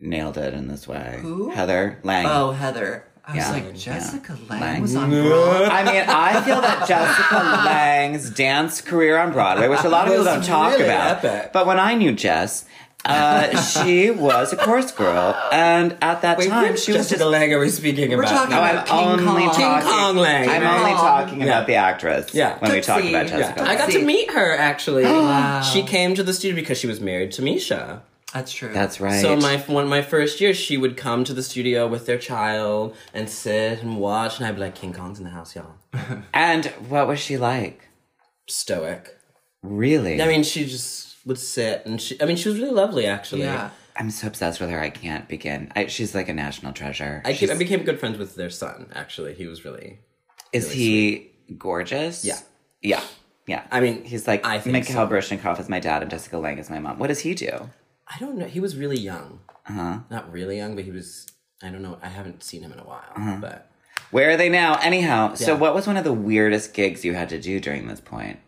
[SPEAKER 1] nailed it in this way.
[SPEAKER 2] Who?
[SPEAKER 1] Heather Lang.
[SPEAKER 2] Oh, Heather, I
[SPEAKER 1] Yeah.
[SPEAKER 2] was like Jessica Lang,
[SPEAKER 1] Lang.
[SPEAKER 2] was on Broadway.
[SPEAKER 1] I mean, I feel that Jessica Lang's dance career on Broadway, which a lot of people
[SPEAKER 3] Was
[SPEAKER 1] don't talk
[SPEAKER 3] really
[SPEAKER 1] about,
[SPEAKER 3] epic.
[SPEAKER 1] but when I knew Jess, uh, she was a chorus girl, and at that time she was just.
[SPEAKER 3] the leg are we speaking
[SPEAKER 2] We're talking
[SPEAKER 3] about now?
[SPEAKER 1] I'm
[SPEAKER 2] about King
[SPEAKER 1] only
[SPEAKER 2] Kong.
[SPEAKER 1] talking-
[SPEAKER 3] King Kong Lang.
[SPEAKER 1] I'm only talking about the actress
[SPEAKER 3] Yeah.
[SPEAKER 1] when we talk
[SPEAKER 2] Tootsie.
[SPEAKER 1] about
[SPEAKER 2] Yeah.
[SPEAKER 1] Jessica.
[SPEAKER 3] I
[SPEAKER 1] Lange.
[SPEAKER 3] got to meet her actually.
[SPEAKER 2] Wow.
[SPEAKER 3] She came to the studio because she was married to Misha.
[SPEAKER 2] That's true.
[SPEAKER 1] That's right.
[SPEAKER 3] So my one my first year, she would come to the studio with their child and sit and watch, and I'd be like, "King Kong's in the house, y'all."
[SPEAKER 1] and what was she like?
[SPEAKER 3] Stoic.
[SPEAKER 1] Really?
[SPEAKER 3] I mean, she just would sit, and she. I mean, she was really lovely, actually.
[SPEAKER 2] yeah.
[SPEAKER 1] I'm so obsessed with her. I can't begin. I, she's like a national treasure.
[SPEAKER 3] I, keep, I became good friends with their son. Actually, he was really.
[SPEAKER 1] Is he gorgeous?
[SPEAKER 3] Yeah.
[SPEAKER 1] Yeah. Yeah.
[SPEAKER 3] I mean,
[SPEAKER 1] he's like
[SPEAKER 3] I think
[SPEAKER 1] Mikhail Baryshnikov is my dad and Jessica Lange is my mom. What does he do?
[SPEAKER 3] I don't know. He was really young. Uh huh. Not really young, but he was. I don't know. I haven't seen him in a while, but
[SPEAKER 1] Where are they now? Anyhow, so
[SPEAKER 3] Yeah.
[SPEAKER 1] what was one of the weirdest gigs you had to do during this point?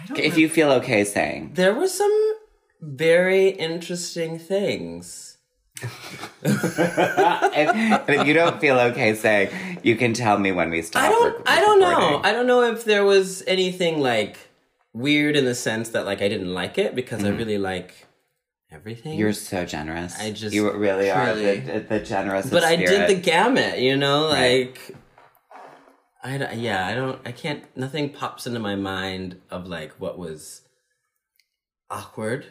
[SPEAKER 2] I don't
[SPEAKER 1] If you feel okay saying.
[SPEAKER 3] There were some very interesting things.
[SPEAKER 1] If, and if you don't feel okay saying, you can tell me when we stop.
[SPEAKER 3] I
[SPEAKER 1] rec-
[SPEAKER 3] don't I don't know.
[SPEAKER 1] recording.
[SPEAKER 3] I don't know if there was anything like weird in the sense that like I didn't like it because I really like everything.
[SPEAKER 1] Mm. You're so generous.
[SPEAKER 3] I just-
[SPEAKER 1] you really are
[SPEAKER 2] Truly.
[SPEAKER 1] the, the generous. of
[SPEAKER 3] but I
[SPEAKER 1] spirit.
[SPEAKER 3] did the gamut, you know,
[SPEAKER 1] Right.
[SPEAKER 3] like I d- yeah, I don't I can't nothing pops into my mind of like what was awkward.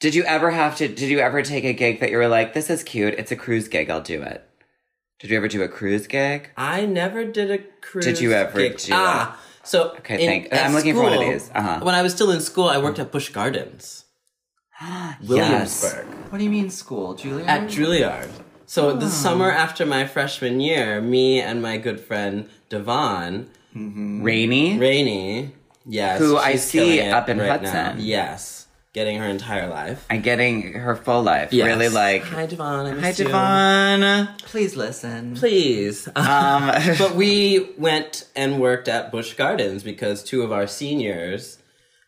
[SPEAKER 1] Did you ever have to? Did you ever take a gig that you were like, "This is cute. It's a cruise gig. I'll do it." Did you ever do a cruise gig?
[SPEAKER 3] I never did a cruise.
[SPEAKER 1] Did you ever
[SPEAKER 3] gig.
[SPEAKER 1] do
[SPEAKER 3] ah, so
[SPEAKER 1] Okay,
[SPEAKER 3] in-
[SPEAKER 1] thank-
[SPEAKER 3] at
[SPEAKER 1] I'm looking for one of
[SPEAKER 3] school,
[SPEAKER 1] these. Uh-huh.
[SPEAKER 3] When I was still in school, I worked at Busch Gardens,
[SPEAKER 1] Yes. Ah.
[SPEAKER 3] Williamsburg,
[SPEAKER 2] What do you mean school, Julia?
[SPEAKER 3] at Juilliard. So the summer after my freshman year, me and my good friend Devon
[SPEAKER 1] Rainy.
[SPEAKER 3] Rainey, yes,
[SPEAKER 1] Who I
[SPEAKER 3] she's
[SPEAKER 1] see
[SPEAKER 3] killing it
[SPEAKER 1] up in
[SPEAKER 3] right now.
[SPEAKER 1] Hudson.
[SPEAKER 3] yes, getting her entire life.
[SPEAKER 1] and getting her full life.
[SPEAKER 3] Yes.
[SPEAKER 1] Really like,
[SPEAKER 3] hi Devon, I
[SPEAKER 1] hi,
[SPEAKER 3] miss you.
[SPEAKER 1] Devon.
[SPEAKER 2] Please listen.
[SPEAKER 3] please.
[SPEAKER 1] Um,
[SPEAKER 3] but we went and worked at Bush Gardens because two of our seniors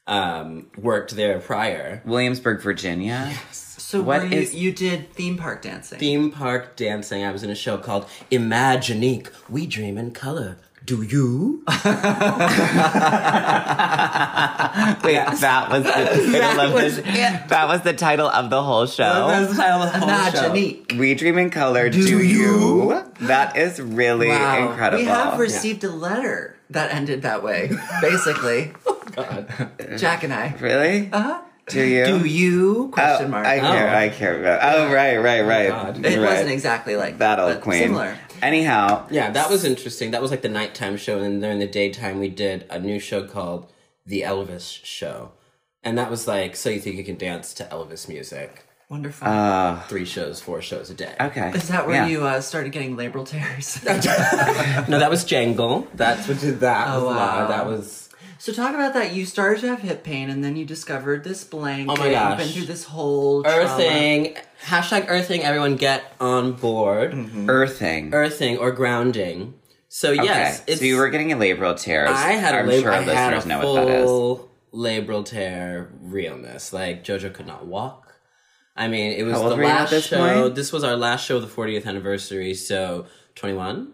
[SPEAKER 3] um, worked there prior.
[SPEAKER 1] Williamsburg, Virginia.
[SPEAKER 2] So
[SPEAKER 1] What
[SPEAKER 2] were you,
[SPEAKER 1] is-
[SPEAKER 2] you did theme park dancing?
[SPEAKER 3] Theme park dancing. I was in a show called Imaginique. We dream in color. Do you?
[SPEAKER 1] Wait, that was the title of the
[SPEAKER 2] was it.
[SPEAKER 1] That was the title of the whole show.
[SPEAKER 3] the title of the
[SPEAKER 2] Imagine.
[SPEAKER 1] we dream in color. Do, you? That is really
[SPEAKER 2] Wow.
[SPEAKER 1] incredible.
[SPEAKER 2] We have received a letter that ended that way, basically. Uh-uh. Jack and I.
[SPEAKER 1] really.
[SPEAKER 2] Uh-huh.
[SPEAKER 1] Do you?
[SPEAKER 2] Do you?
[SPEAKER 1] Oh,
[SPEAKER 2] Question mark.
[SPEAKER 1] I care.
[SPEAKER 3] Oh.
[SPEAKER 1] I care about. Oh, right, right, right.
[SPEAKER 3] God.
[SPEAKER 2] it
[SPEAKER 1] right.
[SPEAKER 2] wasn't exactly like
[SPEAKER 1] that old
[SPEAKER 2] but
[SPEAKER 1] queen.
[SPEAKER 2] Similar.
[SPEAKER 1] Anyhow,
[SPEAKER 3] Yeah, that was interesting. That was like the nighttime show, and then during the daytime, we did a new show called The Elvis Show. And that was like, so you think you can dance to Elvis music?
[SPEAKER 2] Wonderful.
[SPEAKER 1] uh,
[SPEAKER 3] Three shows, four shows a day.
[SPEAKER 1] okay.
[SPEAKER 2] Is that where
[SPEAKER 1] Yeah.
[SPEAKER 2] you uh, started getting labral tears?
[SPEAKER 3] No, that was Jangle. That's what did that.
[SPEAKER 2] Oh,
[SPEAKER 3] was Laura.
[SPEAKER 2] wow.
[SPEAKER 3] That was
[SPEAKER 2] so talk about that. You started to have hip pain, and then you discovered this blanket.
[SPEAKER 3] Oh my
[SPEAKER 2] You've
[SPEAKER 3] gosh.
[SPEAKER 2] been through this whole trauma.
[SPEAKER 3] earthing. Hashtag earthing. Everyone get on board.
[SPEAKER 1] earthing?
[SPEAKER 3] Earthing or grounding. So
[SPEAKER 1] Mm-hmm. okay.
[SPEAKER 3] yes, it's,
[SPEAKER 1] so you were getting a labral tears.
[SPEAKER 3] I had
[SPEAKER 1] I'm
[SPEAKER 3] a lab-
[SPEAKER 1] sure our
[SPEAKER 3] I had
[SPEAKER 1] listeners
[SPEAKER 3] a
[SPEAKER 1] know
[SPEAKER 3] full
[SPEAKER 1] what that is.
[SPEAKER 3] labral tear realness. Like JoJo could not walk. I mean, it was
[SPEAKER 1] How
[SPEAKER 3] the
[SPEAKER 1] old were you at
[SPEAKER 3] last
[SPEAKER 1] this
[SPEAKER 3] show.
[SPEAKER 1] point?
[SPEAKER 3] This was our last show of the 40th anniversary. So 21,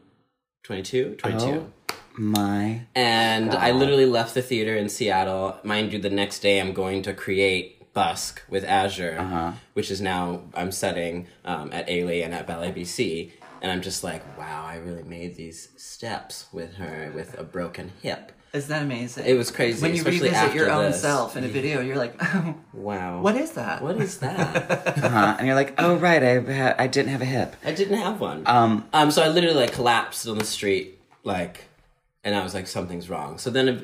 [SPEAKER 3] 22, 22.
[SPEAKER 1] Oh. My
[SPEAKER 3] And I literally left the theater in Seattle. Mind you, the next day I'm going to create Busk with Azure,
[SPEAKER 2] Uh-huh.
[SPEAKER 3] which is now I'm setting um, at Ailey and at Ballet BC. And I'm just like, wow, I really made these steps with her with a broken hip.
[SPEAKER 2] Isn't that amazing?
[SPEAKER 3] It was crazy.
[SPEAKER 2] when you
[SPEAKER 3] especially
[SPEAKER 2] revisit your
[SPEAKER 3] after
[SPEAKER 2] own
[SPEAKER 3] this.
[SPEAKER 2] self in a video, you're like,
[SPEAKER 3] Wow.
[SPEAKER 2] what is that?
[SPEAKER 3] What is that?
[SPEAKER 1] uh-huh. and you're like, oh right, I ha- I didn't have a hip.
[SPEAKER 3] I didn't have one.
[SPEAKER 1] Um,
[SPEAKER 3] Um, so I literally like collapsed on the street, like, and I was like, something's wrong. So then, uh,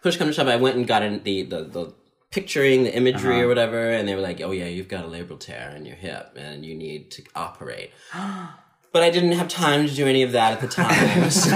[SPEAKER 3] push come to shove, I went and got in the the, the picturing, the imagery
[SPEAKER 1] Uh-huh.
[SPEAKER 3] or whatever, and they were like, oh yeah, you've got a labral tear in your hip, and you need to operate. But I didn't have time to do any of that at the time. So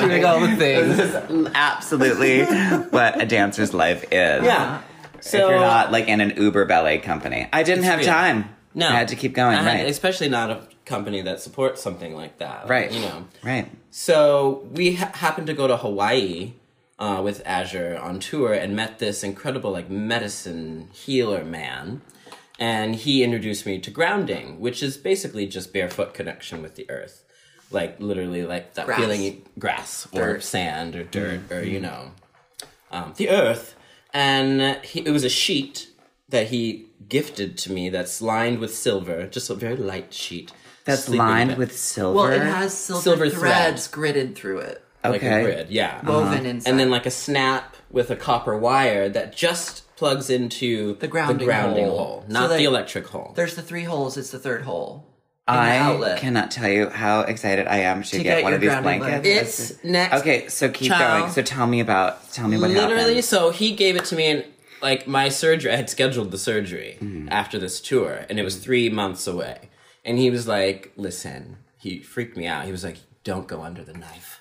[SPEAKER 3] doing all the things.
[SPEAKER 1] absolutely what a dancer's life is.
[SPEAKER 3] Yeah.
[SPEAKER 1] If
[SPEAKER 3] So
[SPEAKER 1] you're not like in an Uber ballet company, I didn't have
[SPEAKER 3] real.
[SPEAKER 1] time.
[SPEAKER 3] No,
[SPEAKER 1] I had to keep going.
[SPEAKER 3] I had-
[SPEAKER 1] right.
[SPEAKER 3] Especially not a company that supports something like that.
[SPEAKER 1] right.
[SPEAKER 3] You know.
[SPEAKER 1] Right.
[SPEAKER 3] So we ha- happened to go to Hawaii uh, with Azure on tour and met this incredible like medicine healer man, and he introduced me to grounding, which is basically just barefoot connection with the earth, like literally like that
[SPEAKER 2] Grass.
[SPEAKER 3] feeling you- grass or
[SPEAKER 2] Dirt.
[SPEAKER 3] sand or dirt or
[SPEAKER 1] Mm-hmm.
[SPEAKER 3] you know um, the earth, and he, it was a sheet that he gifted to me that's lined with silver, just a very light sheet.
[SPEAKER 1] That's
[SPEAKER 3] Sleeping
[SPEAKER 1] lined
[SPEAKER 3] bag,
[SPEAKER 1] with silver.
[SPEAKER 2] Well, it has silver,
[SPEAKER 3] Silver
[SPEAKER 2] threads gritted through it,
[SPEAKER 3] like
[SPEAKER 1] okay.
[SPEAKER 3] a grid, yeah.
[SPEAKER 2] woven inside.
[SPEAKER 3] and then like a snap with a copper wire that just plugs into the
[SPEAKER 2] grounding hole.
[SPEAKER 3] hole,
[SPEAKER 2] So
[SPEAKER 3] not
[SPEAKER 2] they-
[SPEAKER 3] the electric hole.
[SPEAKER 2] there's the three holes. It's the third hole. in the
[SPEAKER 1] I
[SPEAKER 2] outlet.
[SPEAKER 1] cannot tell you how excited I am to, get,
[SPEAKER 2] get
[SPEAKER 1] one
[SPEAKER 2] your
[SPEAKER 1] of these
[SPEAKER 2] grounding
[SPEAKER 1] blankets.
[SPEAKER 2] blanket.
[SPEAKER 3] it's next.
[SPEAKER 1] okay, so keep
[SPEAKER 3] Ciao.
[SPEAKER 1] going. So tell me about tell me what
[SPEAKER 3] literally.
[SPEAKER 1] happened.
[SPEAKER 3] So he gave it to me, and like my surgery, I had scheduled the surgery after this tour, and it was three months away. And he was like, "Listen," he freaked me out. He was like, "Don't go under the knife."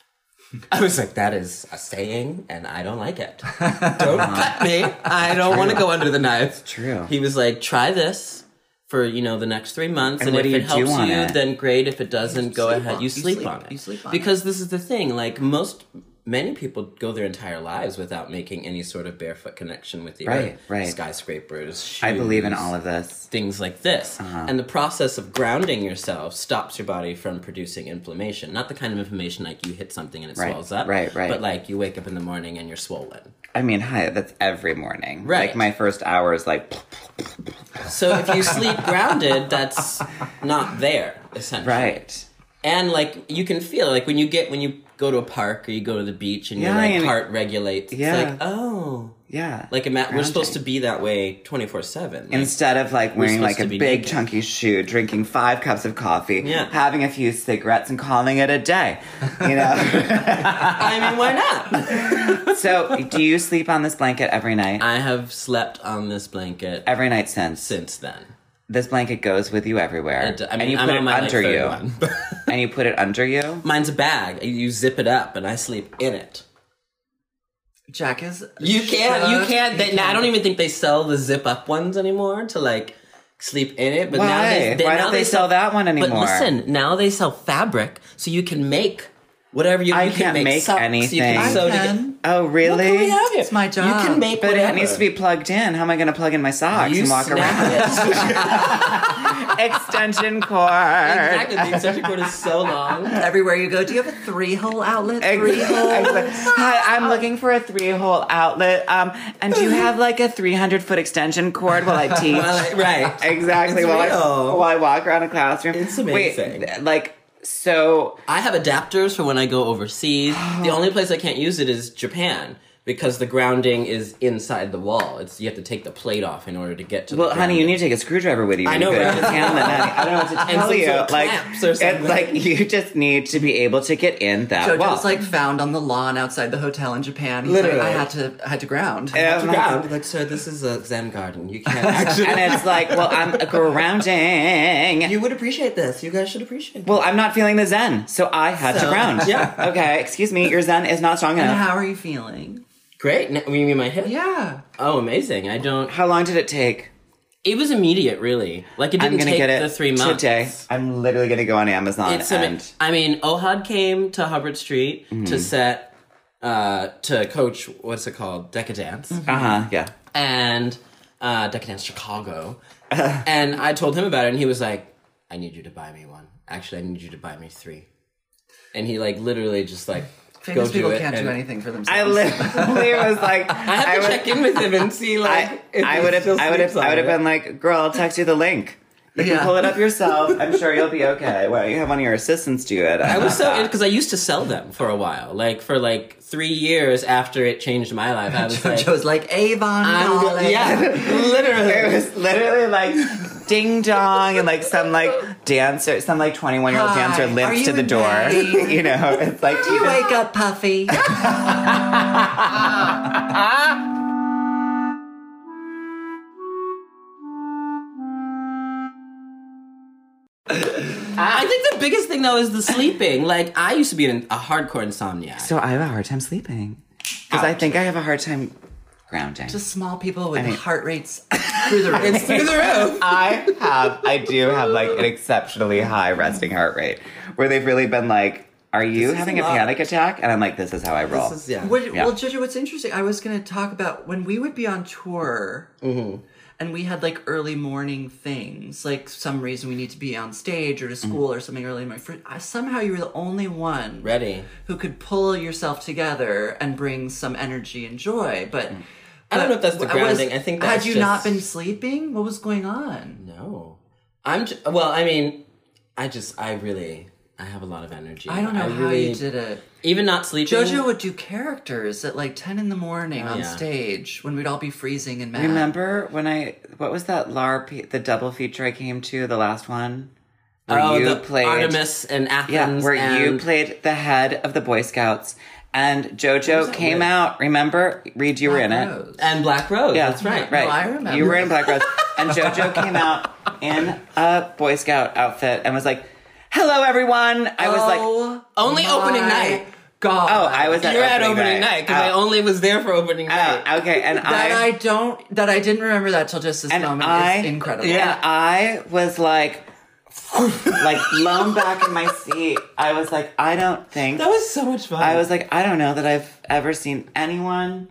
[SPEAKER 3] I was like, "That is a saying, and I don't like it. Don't cut me. I don't want to go under the knife."
[SPEAKER 1] true.
[SPEAKER 3] He was like, "Try this." For you know the next three months, and,
[SPEAKER 1] what
[SPEAKER 3] if
[SPEAKER 1] do you
[SPEAKER 3] it
[SPEAKER 1] do
[SPEAKER 3] helps
[SPEAKER 1] on
[SPEAKER 3] you,
[SPEAKER 1] it?
[SPEAKER 3] then great. If it doesn't, go
[SPEAKER 2] sleep
[SPEAKER 3] ahead.
[SPEAKER 2] on-
[SPEAKER 3] you
[SPEAKER 2] you
[SPEAKER 3] sleep,
[SPEAKER 2] sleep-
[SPEAKER 3] on it.
[SPEAKER 2] you sleep on it.
[SPEAKER 3] because because this is the thing like most many people go their entire lives without making any sort of barefoot connection with the
[SPEAKER 1] Right,
[SPEAKER 3] earth
[SPEAKER 1] right.
[SPEAKER 3] skyscrapers shoes,
[SPEAKER 1] I believe in all of Uh-huh. this.
[SPEAKER 3] things like this and the process of grounding yourself stops your body from producing inflammation not the kind of inflammation like you hit something and it
[SPEAKER 1] Right,
[SPEAKER 3] swells up
[SPEAKER 1] right, right.
[SPEAKER 3] but like you wake up in the morning and you're swollen
[SPEAKER 1] I mean, hi, that's every morning.
[SPEAKER 3] Right.
[SPEAKER 1] Like my first hour is like
[SPEAKER 3] so if you sleep grounded that's not there essentially
[SPEAKER 1] right.
[SPEAKER 3] and like you can feel like when you get when you go to a park or you go to the beach and
[SPEAKER 1] Yeah,
[SPEAKER 3] your like
[SPEAKER 1] and-
[SPEAKER 3] heart regulates
[SPEAKER 1] Yeah.
[SPEAKER 3] it's like oh
[SPEAKER 1] Yeah.
[SPEAKER 3] Like ima- we're
[SPEAKER 1] Grounding.
[SPEAKER 3] supposed to be that way twenty four seven.
[SPEAKER 1] Instead of like wearing
[SPEAKER 3] supposed
[SPEAKER 1] like a
[SPEAKER 3] to be
[SPEAKER 1] big
[SPEAKER 3] naked.
[SPEAKER 1] chunky shoe, drinking five cups of coffee,
[SPEAKER 3] Yeah.
[SPEAKER 1] having a few cigarettes and calling it a day. You know?
[SPEAKER 3] I mean, why not?
[SPEAKER 1] so do you sleep on this blanket every night?
[SPEAKER 3] I have slept on this blanket
[SPEAKER 1] every night since.
[SPEAKER 3] since then.
[SPEAKER 1] This blanket goes with you everywhere.
[SPEAKER 3] And, I
[SPEAKER 1] and
[SPEAKER 3] mean,
[SPEAKER 1] you
[SPEAKER 3] I'm
[SPEAKER 1] put
[SPEAKER 3] on
[SPEAKER 1] it
[SPEAKER 3] my like,
[SPEAKER 1] under
[SPEAKER 3] third
[SPEAKER 1] you.
[SPEAKER 3] one.
[SPEAKER 1] and you put it under you?
[SPEAKER 3] Mine's a bag. You zip it up, and I sleep in it.
[SPEAKER 2] Jack is.
[SPEAKER 3] You can't. You
[SPEAKER 2] shook.
[SPEAKER 3] can't.
[SPEAKER 2] He
[SPEAKER 3] They, now, I don't even think they sell the zip up ones anymore to like sleep in it. But now
[SPEAKER 1] Why?
[SPEAKER 3] they, they-
[SPEAKER 1] Why
[SPEAKER 3] now
[SPEAKER 1] don't they sell that one anymore?
[SPEAKER 3] But listen, now they sell fabric, so you can make whatever you.
[SPEAKER 1] I
[SPEAKER 3] you
[SPEAKER 1] can't
[SPEAKER 3] can make,
[SPEAKER 1] make
[SPEAKER 3] socks, You
[SPEAKER 1] anything.
[SPEAKER 3] can
[SPEAKER 1] I
[SPEAKER 3] sew
[SPEAKER 2] can.
[SPEAKER 3] together.
[SPEAKER 1] Oh,
[SPEAKER 3] Look who we
[SPEAKER 1] really?
[SPEAKER 3] have here.
[SPEAKER 2] It's my
[SPEAKER 3] You
[SPEAKER 2] job.
[SPEAKER 3] can make,
[SPEAKER 1] But
[SPEAKER 3] whatever.
[SPEAKER 1] it needs to be plugged in. How am I going to plug in my socks
[SPEAKER 3] You
[SPEAKER 1] and walk around?
[SPEAKER 3] snap it.
[SPEAKER 1] Extension cord.
[SPEAKER 3] exactly. The extension cord is so long.
[SPEAKER 2] Everywhere you go, do you have a three hole outlet? Three hole.
[SPEAKER 1] Exactly. Hi, I'm looking for a three-hole outlet. Um, and do you have like a 300-foot extension cord while I teach?
[SPEAKER 3] Well, right.
[SPEAKER 1] exactly.
[SPEAKER 3] It's
[SPEAKER 1] While I,
[SPEAKER 3] real.
[SPEAKER 1] while I walk around a classroom.
[SPEAKER 3] It's amazing.
[SPEAKER 1] Wait, th- like so.
[SPEAKER 3] I have adapters for when I go overseas. the only place I can't use it is Japan because the grounding is inside the wall. It's you have to take the plate off in order to get to.
[SPEAKER 1] Well,
[SPEAKER 3] the
[SPEAKER 1] honey, you
[SPEAKER 3] grounding.
[SPEAKER 1] need to take a screwdriver with you. when
[SPEAKER 3] I know,
[SPEAKER 1] you go to
[SPEAKER 3] right?
[SPEAKER 1] Japan that night. I don't know what to
[SPEAKER 3] And
[SPEAKER 1] tell
[SPEAKER 3] some
[SPEAKER 1] you.
[SPEAKER 3] sort of
[SPEAKER 1] like,
[SPEAKER 3] clamps or
[SPEAKER 1] it's
[SPEAKER 3] something.
[SPEAKER 1] like you just need to be able to get in that
[SPEAKER 2] Jojo's
[SPEAKER 1] wall.
[SPEAKER 2] like found on the lawn outside the hotel in Japan. He's
[SPEAKER 3] Literally.
[SPEAKER 2] like, I had to, I had to ground.
[SPEAKER 1] Um,
[SPEAKER 3] ground. Like, sir, this is a Zen garden. You can't actually.
[SPEAKER 1] and it's like, well, I'm grounding.
[SPEAKER 3] you would appreciate this. You guys should appreciate.
[SPEAKER 1] well, I'm not feeling the zen, so I had to
[SPEAKER 3] So,
[SPEAKER 1] ground.
[SPEAKER 3] yeah.
[SPEAKER 1] Okay, excuse me, your zen is not strong
[SPEAKER 2] and
[SPEAKER 1] enough.
[SPEAKER 2] how are you feeling?
[SPEAKER 3] Great. N- You mean my hip?
[SPEAKER 2] Yeah.
[SPEAKER 3] Oh, amazing. I don't.
[SPEAKER 1] How long did it take?
[SPEAKER 3] It was immediate, really. Like it
[SPEAKER 1] I'm
[SPEAKER 3] didn't
[SPEAKER 1] gonna
[SPEAKER 3] take
[SPEAKER 1] get it
[SPEAKER 3] the three months.
[SPEAKER 1] today. I'm literally gonna go on Amazon
[SPEAKER 3] It's ama-
[SPEAKER 1] and
[SPEAKER 3] I mean, Ohad came to Hubbard Street to set uh, to coach. What's it called? Decadence.
[SPEAKER 1] uh huh,
[SPEAKER 3] Mm-hmm.
[SPEAKER 1] yeah.
[SPEAKER 3] and uh, Decadence Chicago. and I told him about it, and he was like, "I need you to buy me one. Actually, I need you to buy me three. And he like literally just like
[SPEAKER 2] Famous
[SPEAKER 3] go
[SPEAKER 2] people
[SPEAKER 3] do it.
[SPEAKER 2] can't
[SPEAKER 3] and
[SPEAKER 2] do anything for themselves.
[SPEAKER 1] I literally was like,
[SPEAKER 3] I have to
[SPEAKER 1] would-
[SPEAKER 3] check in with him and see like
[SPEAKER 1] I,
[SPEAKER 3] if
[SPEAKER 1] I
[SPEAKER 3] he
[SPEAKER 1] would have,
[SPEAKER 3] still
[SPEAKER 1] I would have,
[SPEAKER 3] sleeps on
[SPEAKER 1] I would have
[SPEAKER 3] it.
[SPEAKER 1] been like, girl, I'll text you the link. You
[SPEAKER 2] Yeah.
[SPEAKER 1] can pull it up yourself. I'm sure you'll be okay. Well, you have one of your assistants do it.
[SPEAKER 3] I was so because I used to sell them for a while, like for like three years after it changed my life. I was like,
[SPEAKER 2] Jojo's like Avon.
[SPEAKER 3] I'm go-
[SPEAKER 2] darling."
[SPEAKER 3] yeah, literally.
[SPEAKER 1] It was literally like ding dong and like some like dancer, some like 21 year old
[SPEAKER 2] Hi,
[SPEAKER 1] dancer
[SPEAKER 2] are
[SPEAKER 1] limps
[SPEAKER 2] you
[SPEAKER 1] to the
[SPEAKER 2] in
[SPEAKER 1] door.
[SPEAKER 2] pain?
[SPEAKER 1] you know, it's like,
[SPEAKER 2] Do you wake up, Puffy?
[SPEAKER 3] I think the biggest thing though is the sleeping. Like I used to be an, a hardcore insomniac.
[SPEAKER 1] so I have a hard time sleeping because I think I have a hard time grounding.
[SPEAKER 2] Just small people with
[SPEAKER 1] mean-
[SPEAKER 2] heart rates through the roof.
[SPEAKER 3] Through the roof.
[SPEAKER 1] I have, I do have like an exceptionally high resting heart rate where they've really been like, are you
[SPEAKER 3] is
[SPEAKER 1] having
[SPEAKER 3] a
[SPEAKER 1] a
[SPEAKER 3] lot.
[SPEAKER 1] panic attack? And I'm like, this is how I roll.
[SPEAKER 3] This is- yeah.
[SPEAKER 2] What,
[SPEAKER 1] Yeah.
[SPEAKER 2] Well, Jojo, what's interesting, I was going to talk about when we would be on tour
[SPEAKER 3] Mm-hmm.
[SPEAKER 2] and we had like early morning things, like some reason we need to be on stage or to
[SPEAKER 3] Mm-hmm.
[SPEAKER 2] school or something early in my fr- I, Somehow you were the only one
[SPEAKER 3] Ready.
[SPEAKER 2] who could pull yourself together and bring some energy and joy. But
[SPEAKER 3] Mm. I don't know if that's the
[SPEAKER 2] I was-
[SPEAKER 3] grounding. I think
[SPEAKER 2] had
[SPEAKER 3] that's
[SPEAKER 2] you not
[SPEAKER 3] just-
[SPEAKER 2] been sleeping, what was going on?
[SPEAKER 3] No. I'm j- well, I mean, I just I really I have a lot of energy.
[SPEAKER 2] I don't know how
[SPEAKER 3] really-
[SPEAKER 2] you did it.
[SPEAKER 3] Even not sleeping. oh,
[SPEAKER 2] Jojo would do characters at like 10 in the morning on
[SPEAKER 3] yeah.
[SPEAKER 2] stage when we'd all be freezing and mad.
[SPEAKER 1] Remember when I what was that LARP the double feature I came to the last one where
[SPEAKER 3] oh,
[SPEAKER 1] you
[SPEAKER 3] the
[SPEAKER 1] played
[SPEAKER 3] Artemis and
[SPEAKER 1] yeah
[SPEAKER 3] Athens
[SPEAKER 1] where you
[SPEAKER 3] and-
[SPEAKER 1] played the head of the Boy Scouts and JoJo came
[SPEAKER 3] with?
[SPEAKER 1] out remember Reed you were in it
[SPEAKER 2] Rose.
[SPEAKER 3] and Black Rose.
[SPEAKER 1] yeah
[SPEAKER 3] that's right.
[SPEAKER 1] right
[SPEAKER 2] No, I remember.
[SPEAKER 1] you were in Black Rose and JoJo came out in a Boy Scout outfit and was like hello everyone I was like
[SPEAKER 2] Oh
[SPEAKER 3] Only opening
[SPEAKER 2] my
[SPEAKER 3] night.
[SPEAKER 2] God.
[SPEAKER 1] oh I was at
[SPEAKER 3] You're at
[SPEAKER 1] opening
[SPEAKER 3] opening night because I
[SPEAKER 1] Oh,
[SPEAKER 3] only was there for opening night.
[SPEAKER 1] oh, okay and
[SPEAKER 2] that
[SPEAKER 1] I
[SPEAKER 2] I, don't that I didn't remember that till just this
[SPEAKER 1] and
[SPEAKER 2] moment
[SPEAKER 1] I
[SPEAKER 2] is incredible.
[SPEAKER 1] And I was like, like blown back in my seat. I was like, I don't think
[SPEAKER 3] that was so much fun.
[SPEAKER 1] I was like, I don't know that I've ever seen anyone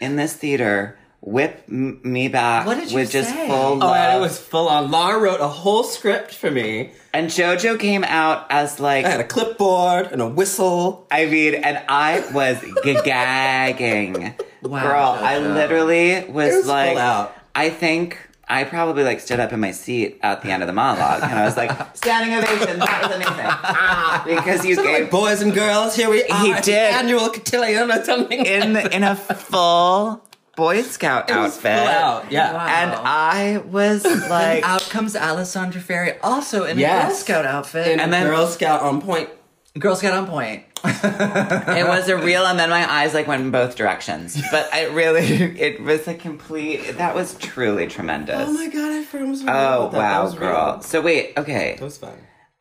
[SPEAKER 1] in this theater whip m- me back
[SPEAKER 2] What did you
[SPEAKER 1] with just
[SPEAKER 2] say?
[SPEAKER 1] full
[SPEAKER 3] Oh,
[SPEAKER 1] love.
[SPEAKER 3] and it was full on. Lara wrote a whole script for me.
[SPEAKER 1] and JoJo came out as like
[SPEAKER 3] I had a clipboard and a whistle.
[SPEAKER 1] I mean, and I was gagging.
[SPEAKER 2] Wow,
[SPEAKER 1] Girl, I
[SPEAKER 2] Jojo.
[SPEAKER 1] literally was,
[SPEAKER 3] It was
[SPEAKER 1] like,
[SPEAKER 3] full out.
[SPEAKER 1] I think I probably like stood up in my seat at the end of the monologue and I was like, standing ovation, that was amazing. Ah, because you
[SPEAKER 3] Something
[SPEAKER 1] gave
[SPEAKER 3] like boys and girls, here we are. at the
[SPEAKER 1] did.
[SPEAKER 3] annual cotillion or something.
[SPEAKER 1] in the, in a full Boy Scout
[SPEAKER 3] It was
[SPEAKER 1] outfit.
[SPEAKER 3] full out. Yeah.
[SPEAKER 2] Wow.
[SPEAKER 1] And I was
[SPEAKER 2] And
[SPEAKER 1] like,
[SPEAKER 2] out comes Alessandra Ferry also in a Girl
[SPEAKER 3] Yes.
[SPEAKER 2] Scout outfit.
[SPEAKER 3] and then Girl Scout on point.
[SPEAKER 2] Girl Scout on point.
[SPEAKER 1] it was a real, and then my eyes like went in both directions. But I really, it was a complete, that was truly tremendous.
[SPEAKER 3] Oh god, I firms.
[SPEAKER 1] Oh wow, girl. So wait, okay.
[SPEAKER 3] That was fun.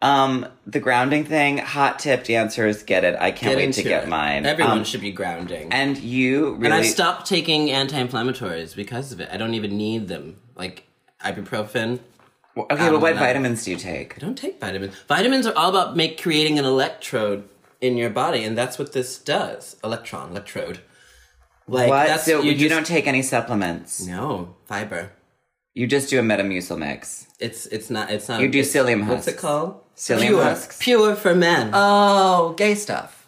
[SPEAKER 1] Um, the grounding thing, hot tip dancers, get it. I can't wait to
[SPEAKER 3] into
[SPEAKER 1] get
[SPEAKER 3] it.
[SPEAKER 1] mine.
[SPEAKER 3] Everyone
[SPEAKER 1] Um,
[SPEAKER 3] should be grounding.
[SPEAKER 1] and you really
[SPEAKER 3] And I stopped taking anti-inflammatories because of it. I don't even need them. Like ibuprofen.
[SPEAKER 1] Well, Okay, but what
[SPEAKER 3] know.
[SPEAKER 1] vitamins do you take?
[SPEAKER 3] I don't take vitamins. Vitamins are all about make creating an electrode in your body, and that's what this does. Electron, electrode. Like
[SPEAKER 1] what?
[SPEAKER 3] that's
[SPEAKER 1] So you,
[SPEAKER 3] just-
[SPEAKER 1] don't take any supplements.
[SPEAKER 3] No, fiber.
[SPEAKER 1] You just do a Metamucil mix.
[SPEAKER 3] It's it's not it's not
[SPEAKER 1] You do
[SPEAKER 3] it's-
[SPEAKER 1] psyllium
[SPEAKER 3] What's it
[SPEAKER 1] husks.
[SPEAKER 3] called?
[SPEAKER 1] Psyllium
[SPEAKER 3] pure,
[SPEAKER 1] husks.
[SPEAKER 3] Pure for men.
[SPEAKER 2] Oh, gay stuff.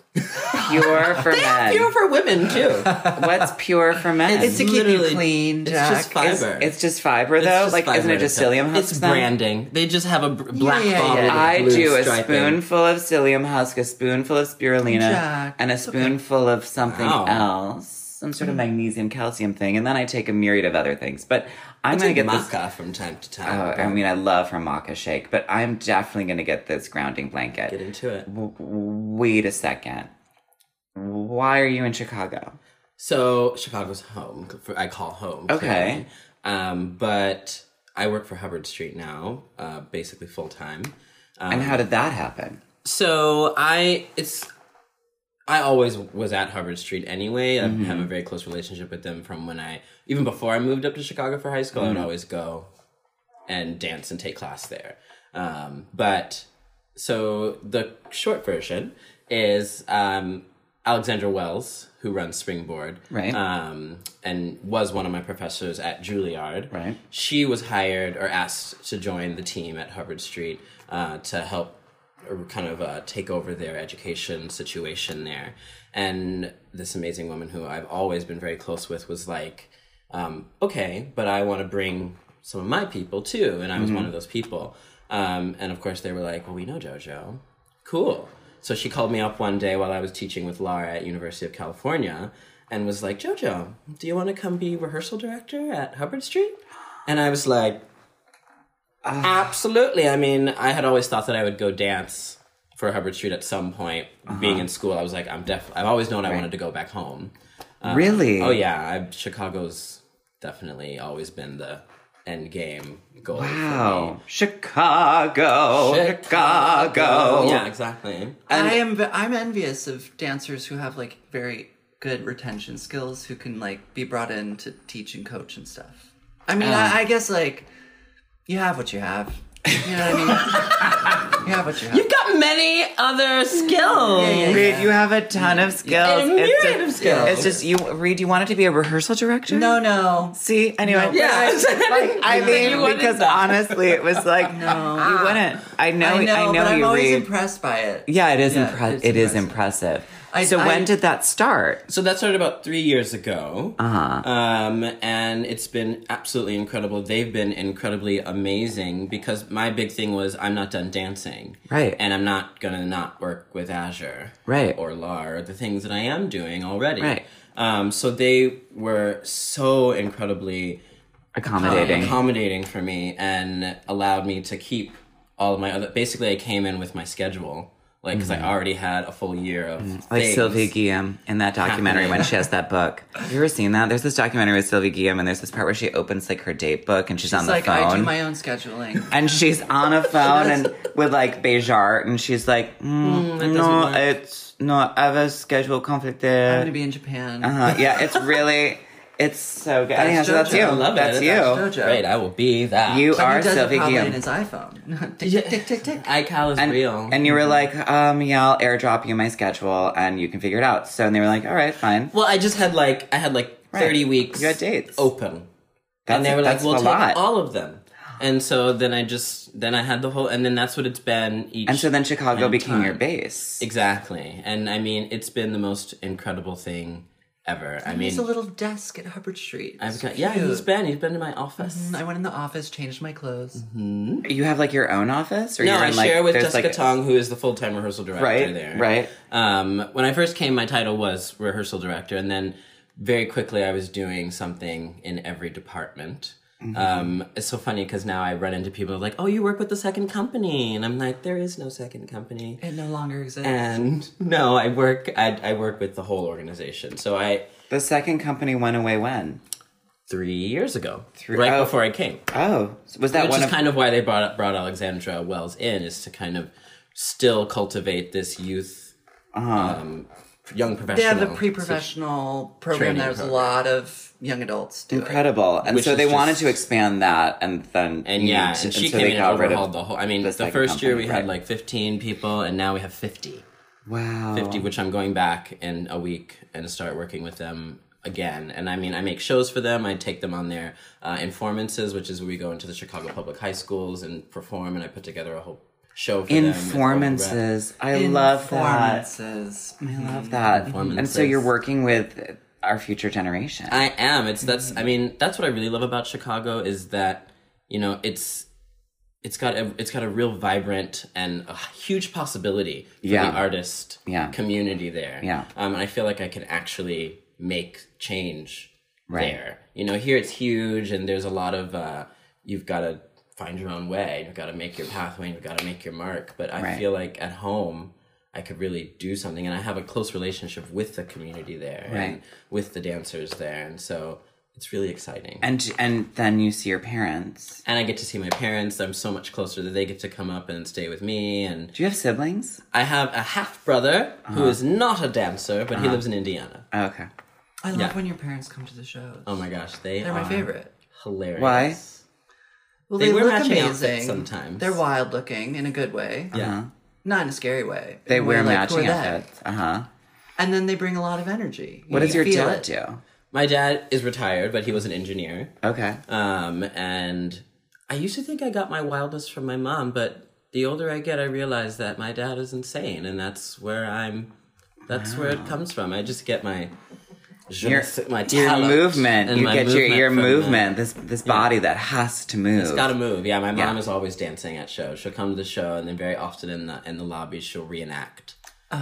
[SPEAKER 1] Pure for men.
[SPEAKER 3] pure for women too.
[SPEAKER 1] What's pure for men?
[SPEAKER 2] It's to keep you
[SPEAKER 3] Literally,
[SPEAKER 2] clean,
[SPEAKER 3] it's
[SPEAKER 2] Jack.
[SPEAKER 3] just fiber.
[SPEAKER 1] It's just fiber
[SPEAKER 3] It's
[SPEAKER 1] though.
[SPEAKER 3] just
[SPEAKER 1] like, isn't
[SPEAKER 3] fiber
[SPEAKER 1] it just
[SPEAKER 3] itself.
[SPEAKER 1] psyllium husks?
[SPEAKER 3] It's
[SPEAKER 1] then?
[SPEAKER 3] branding. They just have a br- black
[SPEAKER 2] Yeah, yeah,
[SPEAKER 3] bottle.
[SPEAKER 2] yeah.
[SPEAKER 3] with
[SPEAKER 1] I
[SPEAKER 3] blue
[SPEAKER 1] do a
[SPEAKER 3] striping.
[SPEAKER 1] spoonful of psyllium husk, a spoonful of spirulina,
[SPEAKER 2] Jack,
[SPEAKER 1] and a
[SPEAKER 2] it's okay.
[SPEAKER 1] spoonful of something
[SPEAKER 3] Wow. Mm.
[SPEAKER 1] else, some sort of magnesium calcium thing, and then I take a myriad of other things. But I'm
[SPEAKER 3] I
[SPEAKER 1] gonna
[SPEAKER 3] get
[SPEAKER 1] get this.
[SPEAKER 3] maca from time to
[SPEAKER 1] Oh,
[SPEAKER 3] time.
[SPEAKER 1] I mean, I love her maca shake, but I'm definitely gonna get this grounding blanket.
[SPEAKER 3] get into it.
[SPEAKER 1] W- Wait a second. Why are you in Chicago?
[SPEAKER 3] So Chicago's home. For, I call home.
[SPEAKER 1] Okay.
[SPEAKER 3] clearly. Um, but I work for Hubbard Street now, uh, basically full time.
[SPEAKER 1] and
[SPEAKER 3] Um,
[SPEAKER 1] how did that happen?
[SPEAKER 3] So I it's I always was at Hubbard Street anyway.
[SPEAKER 1] Mm-hmm.
[SPEAKER 3] I have a very close relationship with them from when I even before I moved up to Chicago for high school.
[SPEAKER 1] Mm-hmm.
[SPEAKER 3] I would always go and dance and take class there. Um, but so the short version is um, Alexandra Wells, who runs Springboard,
[SPEAKER 1] Right.
[SPEAKER 3] Um, and was one of my professors at Juilliard.
[SPEAKER 1] Right.
[SPEAKER 3] She was hired or asked to join the team at Hubbard Street uh, to help or kind of uh, take over their education situation there. And this amazing woman who I've always been very close with was like, um, okay, but I want to bring some of my people too. And I was one of those people. Um, and of course, they were like, well, we know JoJo. Cool. So she called me up one day while I was teaching with Laura at University of California and was like, JoJo, do you want to come be rehearsal director at Hubbard Street? And I was like, Ah. Absolutely. I mean, I had always thought that I would go dance for Hubbard Street at some point. Being in school, I was like, I'm def. I've always known I wanted to go back home.
[SPEAKER 1] really?
[SPEAKER 3] Oh yeah, I, Chicago's definitely always been the end game goal. for me.
[SPEAKER 1] Wow. Chicago. Chicago.
[SPEAKER 3] Yeah, exactly.
[SPEAKER 2] I am. I'm envious of dancers who have like very good retention skills who can like be brought in to teach and coach and stuff. I mean,
[SPEAKER 3] Um,
[SPEAKER 2] I, I guess like you have what you have. You know what I mean? you have what you have.
[SPEAKER 3] You've got many other skills.
[SPEAKER 1] Reed, you have a ton of skills.
[SPEAKER 3] Mm, A myriad
[SPEAKER 1] just,
[SPEAKER 3] of skills.
[SPEAKER 1] It's just you, Reed. You wanted to be a rehearsal director?
[SPEAKER 2] No, no.
[SPEAKER 1] See, anyway.
[SPEAKER 3] Yeah.
[SPEAKER 1] Like, I
[SPEAKER 3] you
[SPEAKER 1] mean,
[SPEAKER 3] wanted
[SPEAKER 1] because
[SPEAKER 3] that.
[SPEAKER 1] honestly, it was like no, you wouldn't. I know, Oh,
[SPEAKER 2] I
[SPEAKER 1] I
[SPEAKER 2] know,
[SPEAKER 1] know,
[SPEAKER 2] but I'm
[SPEAKER 1] you,
[SPEAKER 2] always
[SPEAKER 1] Reed.
[SPEAKER 2] impressed by it.
[SPEAKER 1] yeah, it is
[SPEAKER 2] Yeah,
[SPEAKER 1] impre-
[SPEAKER 2] it's
[SPEAKER 1] It is impressive. so
[SPEAKER 2] I-
[SPEAKER 1] when did that start?
[SPEAKER 3] So that started about three years ago. Uh-huh. Um, and it's been absolutely incredible. They've been incredibly amazing because my big thing was I'm not done dancing.
[SPEAKER 1] Right.
[SPEAKER 3] And I'm not going to not work with Azure.
[SPEAKER 1] Right.
[SPEAKER 3] Or LAR or the things that I am doing already.
[SPEAKER 1] Right.
[SPEAKER 3] Um, so they were so incredibly uh,
[SPEAKER 1] Accommodating.
[SPEAKER 2] Oh,
[SPEAKER 3] accommodating for me and allowed me to keep all of my other. Basically, I came in with my schedule. Like, because I already had a full year of
[SPEAKER 1] Mm-hmm. like
[SPEAKER 3] things.
[SPEAKER 1] Sylvia Guillaume in that documentary when she has that book. Have you ever seen that? There's this documentary with Sylvia Guillaume, and there's this part where she opens like her date book, and she's, on
[SPEAKER 2] It's
[SPEAKER 1] the
[SPEAKER 2] like
[SPEAKER 1] phone.
[SPEAKER 2] I do my own scheduling.
[SPEAKER 1] and she's on a phone and with like Bejart, and she's like,
[SPEAKER 2] Hmm,
[SPEAKER 1] mm, "No,
[SPEAKER 3] work."
[SPEAKER 1] it's not ever schedule conflict
[SPEAKER 2] I'm
[SPEAKER 1] there."
[SPEAKER 2] gonna be in Japan.
[SPEAKER 1] Uh, yeah, it's really, it's so good. Anyhow, so that's
[SPEAKER 2] JoJo.
[SPEAKER 1] you.
[SPEAKER 3] I love
[SPEAKER 1] that's
[SPEAKER 3] it.
[SPEAKER 1] you.
[SPEAKER 2] That's JoJo.
[SPEAKER 3] Great, I will be that.
[SPEAKER 1] You
[SPEAKER 2] But
[SPEAKER 1] are
[SPEAKER 2] he does it
[SPEAKER 1] Sylvie
[SPEAKER 2] probably
[SPEAKER 1] Guillaume.
[SPEAKER 2] in his iPhone. tick,
[SPEAKER 3] Yeah.
[SPEAKER 2] tick, tick, tick.
[SPEAKER 3] iCal is
[SPEAKER 1] And,
[SPEAKER 3] real. Mm-hmm.
[SPEAKER 1] and you were like, um, yeah, I'll airdrop you my schedule and you can figure it out. So, and they were like, all right, fine.
[SPEAKER 3] well, I just had like I had like thirty
[SPEAKER 1] Right.
[SPEAKER 3] weeks.
[SPEAKER 1] You had dates.
[SPEAKER 3] open,
[SPEAKER 1] That's,
[SPEAKER 3] and they were like,
[SPEAKER 1] that's
[SPEAKER 3] "We'll
[SPEAKER 1] a
[SPEAKER 3] take
[SPEAKER 1] lot.
[SPEAKER 3] all of them." And so then I just then I had the whole, and then that's what it's been each.
[SPEAKER 1] and so then Chicago
[SPEAKER 3] and
[SPEAKER 1] became your
[SPEAKER 3] time.
[SPEAKER 1] base.
[SPEAKER 3] Exactly, and I mean it's been the most incredible thing ever. I mean,
[SPEAKER 2] There's a little desk at Hubbard Street.
[SPEAKER 3] I've
[SPEAKER 2] It's
[SPEAKER 3] got yeah,
[SPEAKER 2] cute.
[SPEAKER 3] he's been he's been Mm-hmm. to my office.
[SPEAKER 1] Mm-hmm.
[SPEAKER 2] I went in the office, changed my clothes.
[SPEAKER 1] You have like your own office? Or
[SPEAKER 3] No,
[SPEAKER 1] you're
[SPEAKER 3] I
[SPEAKER 1] in, like,
[SPEAKER 3] share with
[SPEAKER 1] there's,
[SPEAKER 3] Jessica
[SPEAKER 1] like,
[SPEAKER 3] Tong, who is the full time rehearsal director
[SPEAKER 1] Right,
[SPEAKER 3] there.
[SPEAKER 1] right.
[SPEAKER 3] Um, when I first came, my title was rehearsal director, and then very quickly I was doing something in every department.
[SPEAKER 1] Mm-hmm.
[SPEAKER 3] Um, it's so funny because now I run into people like, "Oh, you work with the second company," and I'm like, "There is no second company."
[SPEAKER 2] It no longer exists.
[SPEAKER 3] And no, I work. I, I work with the whole organization. So I
[SPEAKER 1] The second company went away when?
[SPEAKER 3] three years ago,
[SPEAKER 1] Three-
[SPEAKER 3] right
[SPEAKER 1] oh.
[SPEAKER 3] before I came.
[SPEAKER 1] Oh, was that
[SPEAKER 3] Which
[SPEAKER 1] one
[SPEAKER 3] is
[SPEAKER 1] of
[SPEAKER 3] kind of why they brought brought Alexandra Wells in is to kind of still cultivate this youth,
[SPEAKER 1] Uh-huh.
[SPEAKER 3] um, young
[SPEAKER 2] They
[SPEAKER 3] professional.
[SPEAKER 2] have a pre-professional program.
[SPEAKER 3] Training
[SPEAKER 2] There's a
[SPEAKER 3] program.
[SPEAKER 2] lot of young adults doing.
[SPEAKER 1] incredible? And
[SPEAKER 3] Which
[SPEAKER 1] so
[SPEAKER 3] is
[SPEAKER 1] they wanted
[SPEAKER 3] just-
[SPEAKER 1] to expand that, and then
[SPEAKER 3] and yeah,
[SPEAKER 1] and
[SPEAKER 3] and she
[SPEAKER 1] so
[SPEAKER 3] came
[SPEAKER 1] they
[SPEAKER 3] in and
[SPEAKER 1] got rid of
[SPEAKER 3] overhauled the whole. I mean,
[SPEAKER 1] the
[SPEAKER 3] the,
[SPEAKER 1] second
[SPEAKER 3] first year we
[SPEAKER 1] company,
[SPEAKER 3] had
[SPEAKER 1] right.
[SPEAKER 3] like fifteen people, and now we have fifty.
[SPEAKER 1] wow
[SPEAKER 3] 50 which i'm going back in a week and start working with them again and i mean i make shows for them i take them on their uh, informances which is where we go into the chicago public high schools and perform and i put together a whole show for them with all the rep-
[SPEAKER 1] informances. I love that.
[SPEAKER 2] Performances.
[SPEAKER 1] I love that. And so
[SPEAKER 3] Mm-hmm. Informances.
[SPEAKER 1] you're working with our future generation.
[SPEAKER 3] i am it's that's i mean that's what i really love about chicago is that you know it's it's got a, it's got a real vibrant and a huge possibility for
[SPEAKER 1] Yeah.
[SPEAKER 3] the artist
[SPEAKER 1] Yeah.
[SPEAKER 3] community there.
[SPEAKER 1] Yeah.
[SPEAKER 3] Um, and I feel like I can actually make change
[SPEAKER 1] Right.
[SPEAKER 3] there. You know, here it's huge and there's a lot of uh, you've got to find your own way. You've got to make your pathway. You've got to make your mark. But I
[SPEAKER 1] Right.
[SPEAKER 3] feel like at home. I could really do something, and I have a close relationship with the community there,
[SPEAKER 1] Right.
[SPEAKER 3] and with the dancers there, and so it's really exciting
[SPEAKER 1] and and then you see your parents.
[SPEAKER 3] and I get to see my parents. I'm so much closer that they get to come up and stay with me. And
[SPEAKER 1] Do you have siblings?
[SPEAKER 3] I have a half brother
[SPEAKER 1] Uh-huh.
[SPEAKER 3] who is not a dancer, but he lives in Indiana.
[SPEAKER 1] Oh, okay.
[SPEAKER 2] I love
[SPEAKER 3] Yeah.
[SPEAKER 2] when your parents come to the shows.
[SPEAKER 3] Oh my gosh, they
[SPEAKER 2] They're my
[SPEAKER 3] are
[SPEAKER 2] favorite.
[SPEAKER 3] hilarious.
[SPEAKER 1] Why?
[SPEAKER 2] Well,
[SPEAKER 3] They
[SPEAKER 2] they,
[SPEAKER 3] wear
[SPEAKER 2] look
[SPEAKER 3] matching outfits
[SPEAKER 2] amazing.
[SPEAKER 3] sometimes.
[SPEAKER 2] They're wild looking in a good way,
[SPEAKER 3] Yeah,
[SPEAKER 1] Uh-huh.
[SPEAKER 2] not in a scary way.
[SPEAKER 1] They
[SPEAKER 2] In a way
[SPEAKER 1] wear
[SPEAKER 2] like, who are
[SPEAKER 1] matching
[SPEAKER 2] they?
[SPEAKER 1] outfits. Uh huh.
[SPEAKER 2] and then they bring a lot of energy.
[SPEAKER 1] What does
[SPEAKER 2] You
[SPEAKER 1] your
[SPEAKER 2] feel
[SPEAKER 1] dad
[SPEAKER 2] it.
[SPEAKER 1] do?
[SPEAKER 3] my dad is retired, but he was an engineer.
[SPEAKER 1] Okay.
[SPEAKER 3] Um, and I used to think I got my wildest from my mom, but the older I get, I realize that my dad is insane, and that's where I'm. That's where it comes from. I just get my.
[SPEAKER 1] Your,
[SPEAKER 3] my
[SPEAKER 1] your
[SPEAKER 3] talent
[SPEAKER 1] movement.
[SPEAKER 3] and
[SPEAKER 1] You
[SPEAKER 3] my
[SPEAKER 1] get your your
[SPEAKER 3] from that.
[SPEAKER 1] movement. This this body that has to move.
[SPEAKER 3] It's got to move. Yeah, my mom
[SPEAKER 1] Yeah.
[SPEAKER 3] is always dancing at shows. She'll come to the show, and then very often in the in the lobby, she'll reenact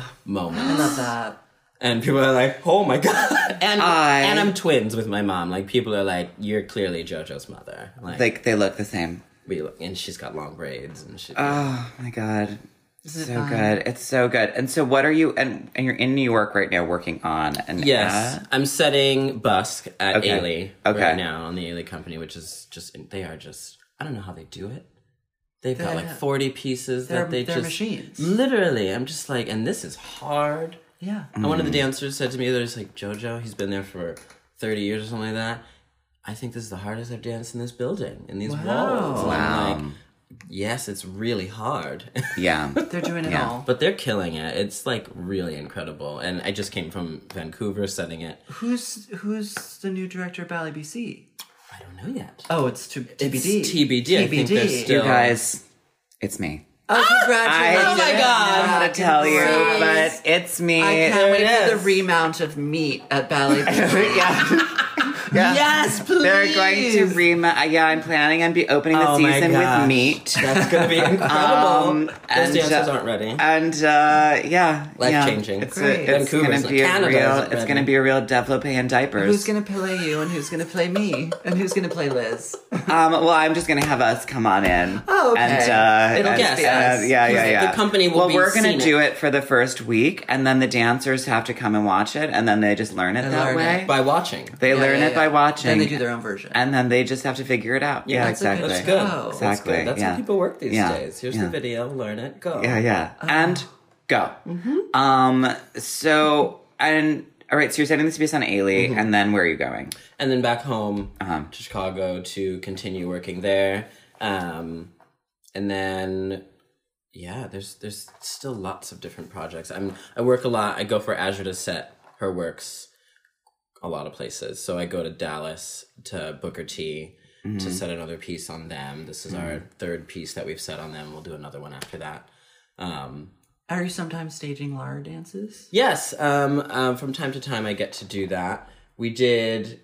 [SPEAKER 2] I
[SPEAKER 3] moments.
[SPEAKER 2] love that.
[SPEAKER 3] And people are like, "Oh my god!" And
[SPEAKER 1] I-
[SPEAKER 3] and I'm twins with my mom. Like people are like, "You're clearly JoJo's mother." Like,
[SPEAKER 1] like they look the same.
[SPEAKER 3] we look, and she's got long braids and she.
[SPEAKER 1] Oh my god.
[SPEAKER 2] it
[SPEAKER 1] So
[SPEAKER 2] fun?
[SPEAKER 1] good. It's so good. And so what are you and and you're in New York right now working on and
[SPEAKER 3] Yes, I'm setting Busk at
[SPEAKER 1] Okay.
[SPEAKER 3] Ailey
[SPEAKER 1] Okay.
[SPEAKER 3] right now on the Ailey company, which is just they are just I don't know how they do it. They've got like
[SPEAKER 2] They're-
[SPEAKER 3] 40 pieces
[SPEAKER 2] they're-
[SPEAKER 3] that they
[SPEAKER 2] they're
[SPEAKER 3] just
[SPEAKER 2] machines.
[SPEAKER 3] Literally, I'm just like, and this is hard.
[SPEAKER 2] Yeah.
[SPEAKER 3] And one of the
[SPEAKER 1] Hmm.
[SPEAKER 3] dancers said to me, "There's like JoJo. He's been there for 30 years or something like that. I think this is the hardest I've danced in this building in these walls." And I'm like, yes, it's really hard.
[SPEAKER 1] yeah.
[SPEAKER 2] They're doing it
[SPEAKER 1] Yeah.
[SPEAKER 2] all.
[SPEAKER 3] But they're killing it. It's like really incredible. And I just came from Vancouver setting it.
[SPEAKER 2] Who's who's the new director of Bally BC?
[SPEAKER 3] I don't know yet.
[SPEAKER 2] Oh, it's to
[SPEAKER 3] It's
[SPEAKER 2] TBD.
[SPEAKER 3] TBD. I think they're
[SPEAKER 2] TBD.
[SPEAKER 3] still-
[SPEAKER 1] You guys, it's me.
[SPEAKER 2] Oh, congratulations!
[SPEAKER 1] I
[SPEAKER 3] my
[SPEAKER 1] didn't
[SPEAKER 3] God.
[SPEAKER 1] know how to tell you, but it's me.
[SPEAKER 2] I
[SPEAKER 1] There
[SPEAKER 2] can't wait
[SPEAKER 1] it
[SPEAKER 2] for
[SPEAKER 1] is.
[SPEAKER 2] the remount of meat at Bally. BC.
[SPEAKER 1] yeah. yeah.
[SPEAKER 2] yes, please.
[SPEAKER 1] They're going to remount. Yeah, I'm planning on be opening the
[SPEAKER 3] Oh my
[SPEAKER 1] season with
[SPEAKER 3] gosh.
[SPEAKER 1] meat.
[SPEAKER 3] That's gonna be incredible.
[SPEAKER 1] Um,
[SPEAKER 3] Those
[SPEAKER 1] and,
[SPEAKER 3] dancers
[SPEAKER 1] uh,
[SPEAKER 3] aren't ready.
[SPEAKER 1] And uh, yeah, yeah.
[SPEAKER 3] Life-changing.
[SPEAKER 1] It's,
[SPEAKER 2] Great.
[SPEAKER 1] a, it's gonna
[SPEAKER 3] Vancouver's
[SPEAKER 1] be
[SPEAKER 3] like-
[SPEAKER 1] a
[SPEAKER 3] Canada
[SPEAKER 1] real.
[SPEAKER 3] isn't
[SPEAKER 1] It's
[SPEAKER 3] ready.
[SPEAKER 1] gonna be a real devlope and diapers.
[SPEAKER 2] Who's gonna play you and who's gonna play me and who's gonna play Liz?
[SPEAKER 1] Um, well, I'm just gonna have us come on in.
[SPEAKER 2] Oh, okay.
[SPEAKER 1] And, uh,
[SPEAKER 3] It'll
[SPEAKER 1] and-
[SPEAKER 3] just be
[SPEAKER 1] and-
[SPEAKER 3] us.
[SPEAKER 1] yeah, yeah,
[SPEAKER 3] The
[SPEAKER 1] yeah.
[SPEAKER 3] company will
[SPEAKER 1] Well,
[SPEAKER 3] be
[SPEAKER 1] we're gonna
[SPEAKER 3] scenic.
[SPEAKER 1] do it for the first week, and then the dancers have to come and watch it, and then they just learn it that
[SPEAKER 2] learn
[SPEAKER 1] way.
[SPEAKER 2] it.
[SPEAKER 3] By watching.
[SPEAKER 1] They
[SPEAKER 2] Yeah,
[SPEAKER 1] learn
[SPEAKER 2] yeah,
[SPEAKER 1] it by
[SPEAKER 2] yeah.
[SPEAKER 1] watching,
[SPEAKER 2] Then they do their own version.
[SPEAKER 1] and then they just have to figure it out. Yeah,
[SPEAKER 2] that's a good-
[SPEAKER 1] exactly.
[SPEAKER 3] That's good.
[SPEAKER 2] Oh.
[SPEAKER 3] That's
[SPEAKER 1] Exactly,
[SPEAKER 3] good. That's
[SPEAKER 1] yeah.
[SPEAKER 3] how people work these
[SPEAKER 1] Yeah.
[SPEAKER 3] days. Here's
[SPEAKER 1] Yeah.
[SPEAKER 3] the video. Learn it. Go.
[SPEAKER 1] Yeah, yeah.
[SPEAKER 3] Uh-huh.
[SPEAKER 1] and go.
[SPEAKER 3] Mm-hmm.
[SPEAKER 1] Um. So and all right. So you're setting this piece on Ailey,
[SPEAKER 3] Mm-hmm.
[SPEAKER 1] and then where are you going?
[SPEAKER 3] And then back home to Chicago to continue working there. Um, and then yeah, there's there's still lots of different projects. I'm I work a lot. I go for Azure to set her works a lot of places. So I go to Dallas to Booker T to set another piece on them. This is our third piece that we've set on them. We'll do another one after that. Um,
[SPEAKER 2] Are you sometimes staging Lara dances?
[SPEAKER 3] Yes, um, um, from time to time I get to do that. We did.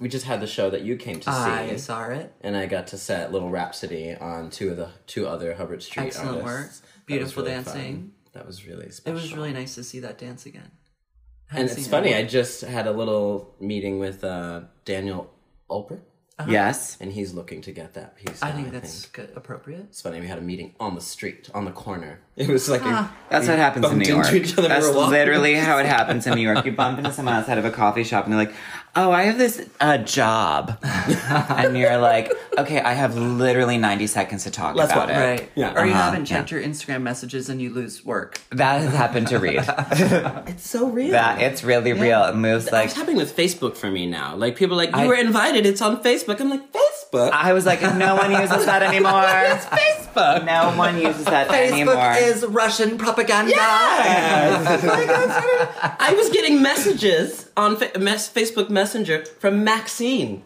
[SPEAKER 3] We just had the show that you came to
[SPEAKER 2] I
[SPEAKER 3] see,
[SPEAKER 2] saw it.
[SPEAKER 3] and I got to set Little Rhapsody on two of the two other Hubbard Street
[SPEAKER 2] Excellent work.
[SPEAKER 3] artists. That was
[SPEAKER 2] Beautiful
[SPEAKER 3] really
[SPEAKER 2] dancing.
[SPEAKER 3] fun. That was really
[SPEAKER 2] It
[SPEAKER 3] special.
[SPEAKER 2] was really nice to see that dance again.
[SPEAKER 3] and it's funny. I just had a little meeting with uh, Daniel Ulbrich.
[SPEAKER 1] Yes.
[SPEAKER 3] and he's looking to get that piece.
[SPEAKER 2] I
[SPEAKER 3] now,
[SPEAKER 2] think that's good, appropriate.
[SPEAKER 3] it's funny. We had a meeting on the street, on the corner. It was like a,
[SPEAKER 1] That's what happens in
[SPEAKER 3] bumped
[SPEAKER 1] New York.
[SPEAKER 3] into each other
[SPEAKER 1] That's
[SPEAKER 3] for a walk.
[SPEAKER 1] literally how it happens in New York. You bump into someone outside of a coffee shop and they're like, "Oh, I have this uh, job," and you're like, "Okay, I have literally 90 seconds to talk
[SPEAKER 3] Let's
[SPEAKER 1] about
[SPEAKER 3] walk.
[SPEAKER 1] it."
[SPEAKER 2] Right.
[SPEAKER 3] Yeah.
[SPEAKER 2] Or you
[SPEAKER 1] Uh-huh,
[SPEAKER 2] haven't checked your Instagram messages and you lose work.
[SPEAKER 1] That has happened to read.
[SPEAKER 2] It's so real.
[SPEAKER 1] that it's really real. It moves like
[SPEAKER 3] That's happening with Facebook for me now. Like people are like you
[SPEAKER 1] I-
[SPEAKER 3] were invited. It's on Facebook. I'm like Facebook.
[SPEAKER 1] I was like, "No one uses that anymore."
[SPEAKER 3] Facebook.
[SPEAKER 1] No one uses that anymore.
[SPEAKER 2] Facebook is Russian propaganda.
[SPEAKER 3] Yeah. Like, I started- I was getting messages on fa- mes- Facebook Messenger from Maxine.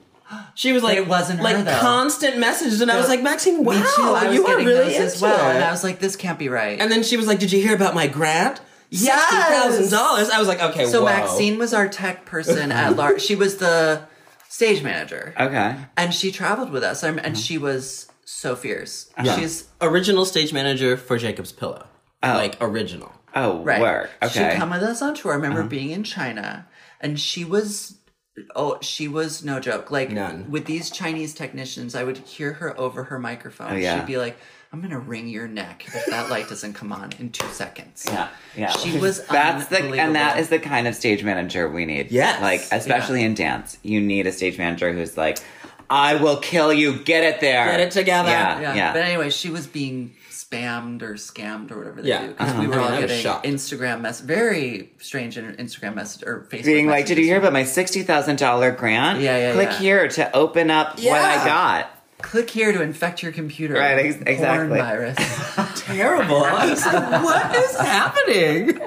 [SPEAKER 3] She was like,
[SPEAKER 2] it wasn't her,
[SPEAKER 3] like
[SPEAKER 2] though.
[SPEAKER 3] constant messages, and I was like, Maxine, wow,
[SPEAKER 2] Me too. I was
[SPEAKER 3] you are
[SPEAKER 2] getting
[SPEAKER 3] really
[SPEAKER 2] those
[SPEAKER 3] into
[SPEAKER 2] as well,
[SPEAKER 3] it.
[SPEAKER 2] and I was like, this can't be right.
[SPEAKER 3] And then she was like, "Did you hear about my grant? Sixty thousand dollars." I was like, "Okay,
[SPEAKER 2] so
[SPEAKER 3] whoa.
[SPEAKER 2] Maxine was our tech person at large. She was the stage manager,
[SPEAKER 1] okay.
[SPEAKER 2] and she traveled with us. Um,
[SPEAKER 3] Uh-huh.
[SPEAKER 2] And she was so fierce. She's
[SPEAKER 3] original stage manager for Jacob's Pillow, like original."
[SPEAKER 1] Oh,
[SPEAKER 2] right.
[SPEAKER 1] work. Okay.
[SPEAKER 2] She'd come with us on tour. I
[SPEAKER 3] Uh-huh.
[SPEAKER 2] remember being in China, and she was. Oh, she was no joke. Like
[SPEAKER 3] None.
[SPEAKER 2] with these Chinese technicians, I would hear her over her
[SPEAKER 3] Oh,
[SPEAKER 2] microphone.
[SPEAKER 1] yeah.
[SPEAKER 2] She'd be like, "I'm gonna wring your neck if that light doesn't come on in two seconds."
[SPEAKER 1] Yeah, yeah.
[SPEAKER 2] She was
[SPEAKER 1] That's the and that
[SPEAKER 2] unbelievable.
[SPEAKER 1] is the kind of stage manager we need.
[SPEAKER 3] Yes.
[SPEAKER 1] like especially in dance, you need a stage manager who's like, "I will kill you. Get it there.
[SPEAKER 3] Get it together."
[SPEAKER 1] Yeah,
[SPEAKER 2] yeah.
[SPEAKER 1] yeah.
[SPEAKER 2] But anyway, she was being spammed or scammed or whatever they
[SPEAKER 3] Yeah.
[SPEAKER 2] do because we
[SPEAKER 3] Uh-huh.
[SPEAKER 2] were
[SPEAKER 3] I
[SPEAKER 2] all
[SPEAKER 3] mean, I was
[SPEAKER 2] getting
[SPEAKER 3] shocked.
[SPEAKER 2] Instagram mess, very strange in- Instagram message or Facebook.
[SPEAKER 1] Being like, "Did you
[SPEAKER 2] messages.
[SPEAKER 1] hear about my sixty thousand dollar grant?
[SPEAKER 2] Yeah, yeah,
[SPEAKER 1] Click
[SPEAKER 2] yeah.
[SPEAKER 1] here to open up what I
[SPEAKER 3] Yeah.
[SPEAKER 1] got."
[SPEAKER 2] Click here to infect your computer.
[SPEAKER 1] Right, ex-
[SPEAKER 2] with Porn
[SPEAKER 1] exactly.
[SPEAKER 2] virus.
[SPEAKER 3] Terrible. I was like, "What is happening?"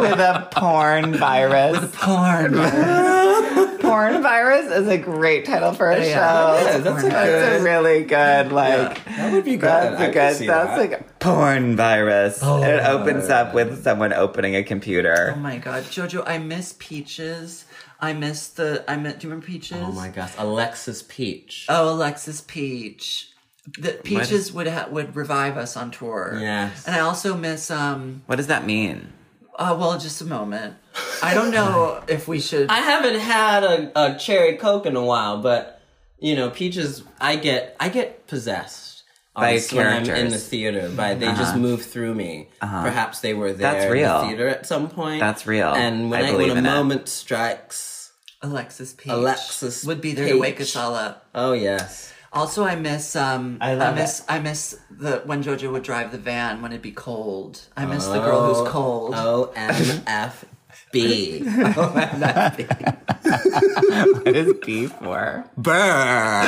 [SPEAKER 1] With a porn virus.
[SPEAKER 2] porn. virus.
[SPEAKER 1] porn virus is a great title for a
[SPEAKER 2] Yeah, yeah.
[SPEAKER 1] show.
[SPEAKER 2] That is, that's a
[SPEAKER 1] That's a really good like.
[SPEAKER 3] That would be good.
[SPEAKER 1] That's
[SPEAKER 3] I
[SPEAKER 1] a
[SPEAKER 3] could see
[SPEAKER 1] good. That's
[SPEAKER 3] that.
[SPEAKER 1] like porn virus. it opens up with someone opening a computer.
[SPEAKER 2] Oh my god, Jojo, I miss peaches. I miss the. I miss. Do you remember peaches?
[SPEAKER 3] Oh my gosh, Alexis Peach.
[SPEAKER 2] Oh, Alexis Peach. The peaches would ha- would revive us on tour.
[SPEAKER 3] Yes.
[SPEAKER 2] And I also miss um.
[SPEAKER 1] What does that mean?
[SPEAKER 2] Uh, well, just a moment. I don't know if we should.
[SPEAKER 3] I haven't had a, a cherry coke in a while, but you know, peaches. I get I get possessed
[SPEAKER 1] By
[SPEAKER 3] honestly, when I'm in
[SPEAKER 1] characters. Uh-huh.
[SPEAKER 3] the theater. By they just move through me. Perhaps they were there
[SPEAKER 1] That's
[SPEAKER 3] in
[SPEAKER 1] real.
[SPEAKER 3] the theater at some point.
[SPEAKER 1] That's real.
[SPEAKER 3] And when
[SPEAKER 1] I
[SPEAKER 3] I,
[SPEAKER 1] believe
[SPEAKER 3] when a
[SPEAKER 1] in it.
[SPEAKER 3] moment strikes,
[SPEAKER 2] Alexis Peach.
[SPEAKER 3] Alexis
[SPEAKER 2] would be there to wake us
[SPEAKER 3] Peach.
[SPEAKER 2] all up.
[SPEAKER 3] oh yes,
[SPEAKER 2] Also, I miss um, I,
[SPEAKER 1] love
[SPEAKER 2] miss I miss the when Jojo would drive the van when it'd be cold. I miss the girl who's cold.
[SPEAKER 3] O M F B.
[SPEAKER 1] What is B for?
[SPEAKER 3] Burr.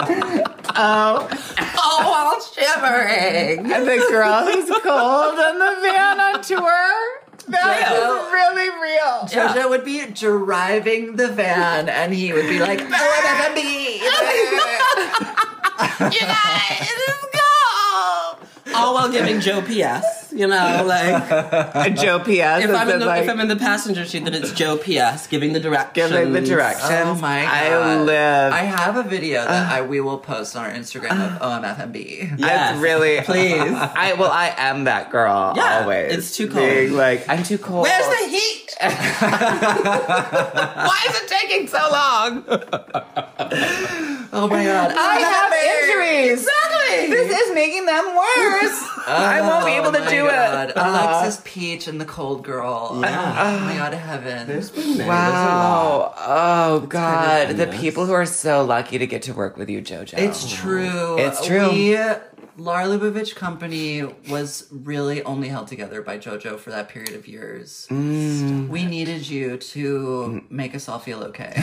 [SPEAKER 3] oh,
[SPEAKER 2] Oh, I'm shivering.
[SPEAKER 1] And the girl who's cold and the van on tour. That is
[SPEAKER 2] Jojo.
[SPEAKER 1] really real.
[SPEAKER 2] Jojo would be driving the van, and he would be like, "Oh, I'm a bee."
[SPEAKER 3] All while giving Joe P.S. You know, like
[SPEAKER 1] And Joe P.S.
[SPEAKER 3] if
[SPEAKER 1] is
[SPEAKER 3] I'm in the
[SPEAKER 1] like,
[SPEAKER 3] if I'm in the passenger seat, then it's Joe P.S. giving the directions.
[SPEAKER 1] giving the directions.
[SPEAKER 2] Oh my god!
[SPEAKER 1] I live.
[SPEAKER 2] I have a video that I we will post on our Instagram of OMFMB.
[SPEAKER 3] Yes,
[SPEAKER 1] It's really
[SPEAKER 3] please.
[SPEAKER 1] I well, I am that girl
[SPEAKER 3] Yeah,
[SPEAKER 1] always.
[SPEAKER 3] it's too cold.
[SPEAKER 1] Being like I'm too cold.
[SPEAKER 3] Where's the heat? Why is it taking so long?
[SPEAKER 2] Oh my god!
[SPEAKER 1] I have injuries.
[SPEAKER 3] Exactly.
[SPEAKER 1] This is making them worse. I won't be able to do it.
[SPEAKER 2] Oh Alexis Peach and the Cold Girl. Oh, my god, heaven.
[SPEAKER 3] Oh,
[SPEAKER 1] Wow. Oh, God.
[SPEAKER 3] of
[SPEAKER 1] The
[SPEAKER 3] nuts.
[SPEAKER 1] people who are so lucky to get to work with you, JoJo.
[SPEAKER 2] It's true.
[SPEAKER 1] Oh. It's true.
[SPEAKER 2] We, Lara Lubavitch Company was really only held together by JoJo for that period of years.
[SPEAKER 1] Mm.
[SPEAKER 2] We needed you to make us all feel okay.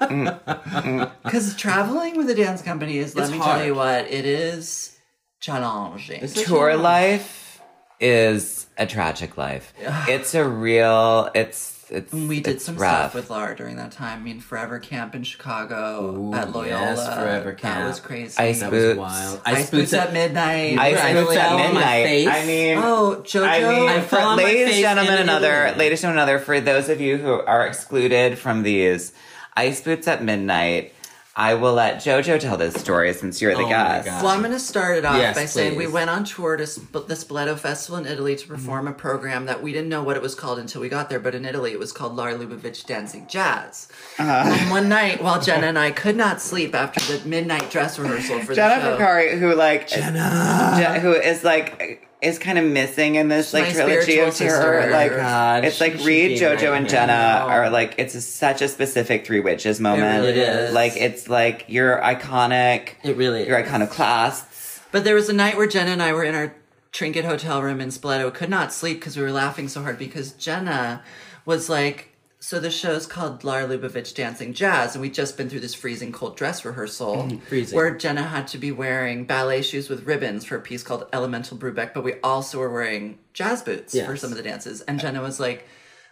[SPEAKER 1] Mm.
[SPEAKER 2] Because traveling with a dance company is, let
[SPEAKER 3] It's
[SPEAKER 2] me
[SPEAKER 3] hard.
[SPEAKER 2] tell you what, it is challenging.
[SPEAKER 1] Tour life is a tragic life. it's a real, it's, it's,
[SPEAKER 2] we did
[SPEAKER 1] it's
[SPEAKER 2] some
[SPEAKER 1] rough.
[SPEAKER 2] stuff with Lara during that time. I mean, Forever Camp in Chicago at Loyola.
[SPEAKER 3] yes, Forever
[SPEAKER 2] That
[SPEAKER 3] Camp.
[SPEAKER 2] was crazy.
[SPEAKER 1] Ice
[SPEAKER 3] That was
[SPEAKER 1] boots.
[SPEAKER 3] wild.
[SPEAKER 2] Ice Boots at midnight.
[SPEAKER 1] Ice
[SPEAKER 3] I
[SPEAKER 1] boots at
[SPEAKER 3] fell on my
[SPEAKER 1] midnight.
[SPEAKER 3] face.
[SPEAKER 1] I mean,
[SPEAKER 2] Oh, JoJo.
[SPEAKER 1] I mean,
[SPEAKER 3] I
[SPEAKER 1] for-
[SPEAKER 3] fell on my
[SPEAKER 1] ladies,
[SPEAKER 3] face
[SPEAKER 1] gentlemen,
[SPEAKER 3] in
[SPEAKER 1] another,
[SPEAKER 3] Italy.
[SPEAKER 1] ladies, and another, for those of you who are excluded from these, Ice Boots at Midnight I will let JoJo tell this story since you're the
[SPEAKER 4] Oh my
[SPEAKER 1] guest.
[SPEAKER 4] God.
[SPEAKER 2] Well, I'm going to start it off
[SPEAKER 4] Yes,
[SPEAKER 2] by saying we
[SPEAKER 4] please. Mm-hmm.
[SPEAKER 2] went on tour to Sp- the Spoleto Festival in Italy to perform a program that we didn't know what it was called until we got there, but in Italy it was called Lara Lubavitch Dancing Jazz.
[SPEAKER 4] Uh-huh.
[SPEAKER 2] And one night, while Jenna and I could not sleep after the midnight dress rehearsal for
[SPEAKER 1] Jenna
[SPEAKER 2] the show,
[SPEAKER 1] Vicari, who like Je- who is like is kind of missing in this like
[SPEAKER 2] my
[SPEAKER 1] trilogy of
[SPEAKER 2] spiritual
[SPEAKER 1] terror.
[SPEAKER 2] sister.
[SPEAKER 1] Like
[SPEAKER 4] Oh God,
[SPEAKER 1] it's
[SPEAKER 4] she
[SPEAKER 1] like
[SPEAKER 4] should
[SPEAKER 1] read
[SPEAKER 4] be
[SPEAKER 1] JoJo
[SPEAKER 4] right
[SPEAKER 1] and
[SPEAKER 4] here.
[SPEAKER 1] Jenna
[SPEAKER 2] No.
[SPEAKER 1] are like it's a, such a specific three witches moment.
[SPEAKER 4] really is.
[SPEAKER 1] Like it's like you're iconic.
[SPEAKER 4] It really
[SPEAKER 1] You're iconoclasts.
[SPEAKER 2] But there was a night where Jenna and I were in our Trinket hotel room in Spoleto, could not sleep because we were laughing so hard because Jenna was like, so the show's called Lara Lubavitch Dancing Jazz, and we'd just been through this freezing cold dress rehearsal
[SPEAKER 4] freezing.
[SPEAKER 2] where Jenna had to be wearing ballet shoes with ribbons for a piece called Elemental Brubeck, but we also were wearing jazz boots for
[SPEAKER 4] Yes.
[SPEAKER 2] some of the dances. And Jenna was like,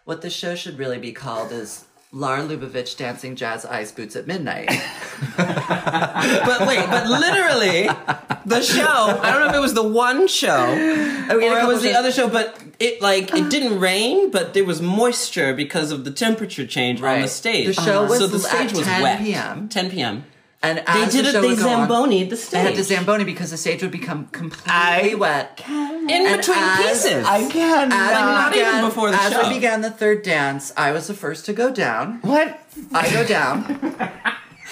[SPEAKER 2] what the show should really be called is Lara Lubavitch Dancing Jazz Ice Boots at Midnight.
[SPEAKER 3] But wait, but literally, the show. Oh, I don't know if it was the one show
[SPEAKER 2] Oh, we had a
[SPEAKER 3] or it
[SPEAKER 2] couple
[SPEAKER 3] was the
[SPEAKER 2] shows-
[SPEAKER 3] other show, but it like it didn't rain, but there was moisture because of the temperature change on the
[SPEAKER 2] Right.
[SPEAKER 3] stage.
[SPEAKER 2] The show was
[SPEAKER 3] so the
[SPEAKER 2] at
[SPEAKER 3] stage was
[SPEAKER 2] 10
[SPEAKER 3] wet.
[SPEAKER 2] p.m..
[SPEAKER 3] 10 p.m.
[SPEAKER 2] And
[SPEAKER 3] They
[SPEAKER 2] as
[SPEAKER 3] did
[SPEAKER 2] the
[SPEAKER 3] it.
[SPEAKER 2] show
[SPEAKER 3] They
[SPEAKER 2] would go on-
[SPEAKER 3] zambonied
[SPEAKER 2] They
[SPEAKER 3] the stage.
[SPEAKER 2] had to zamboni because the stage would become completely wet.
[SPEAKER 3] in
[SPEAKER 2] And
[SPEAKER 3] between
[SPEAKER 2] as-
[SPEAKER 3] pieces.
[SPEAKER 1] I can
[SPEAKER 3] not even before the
[SPEAKER 2] as
[SPEAKER 3] show.
[SPEAKER 2] we began the third dance, I was the first to go down.
[SPEAKER 1] What?
[SPEAKER 2] I go down.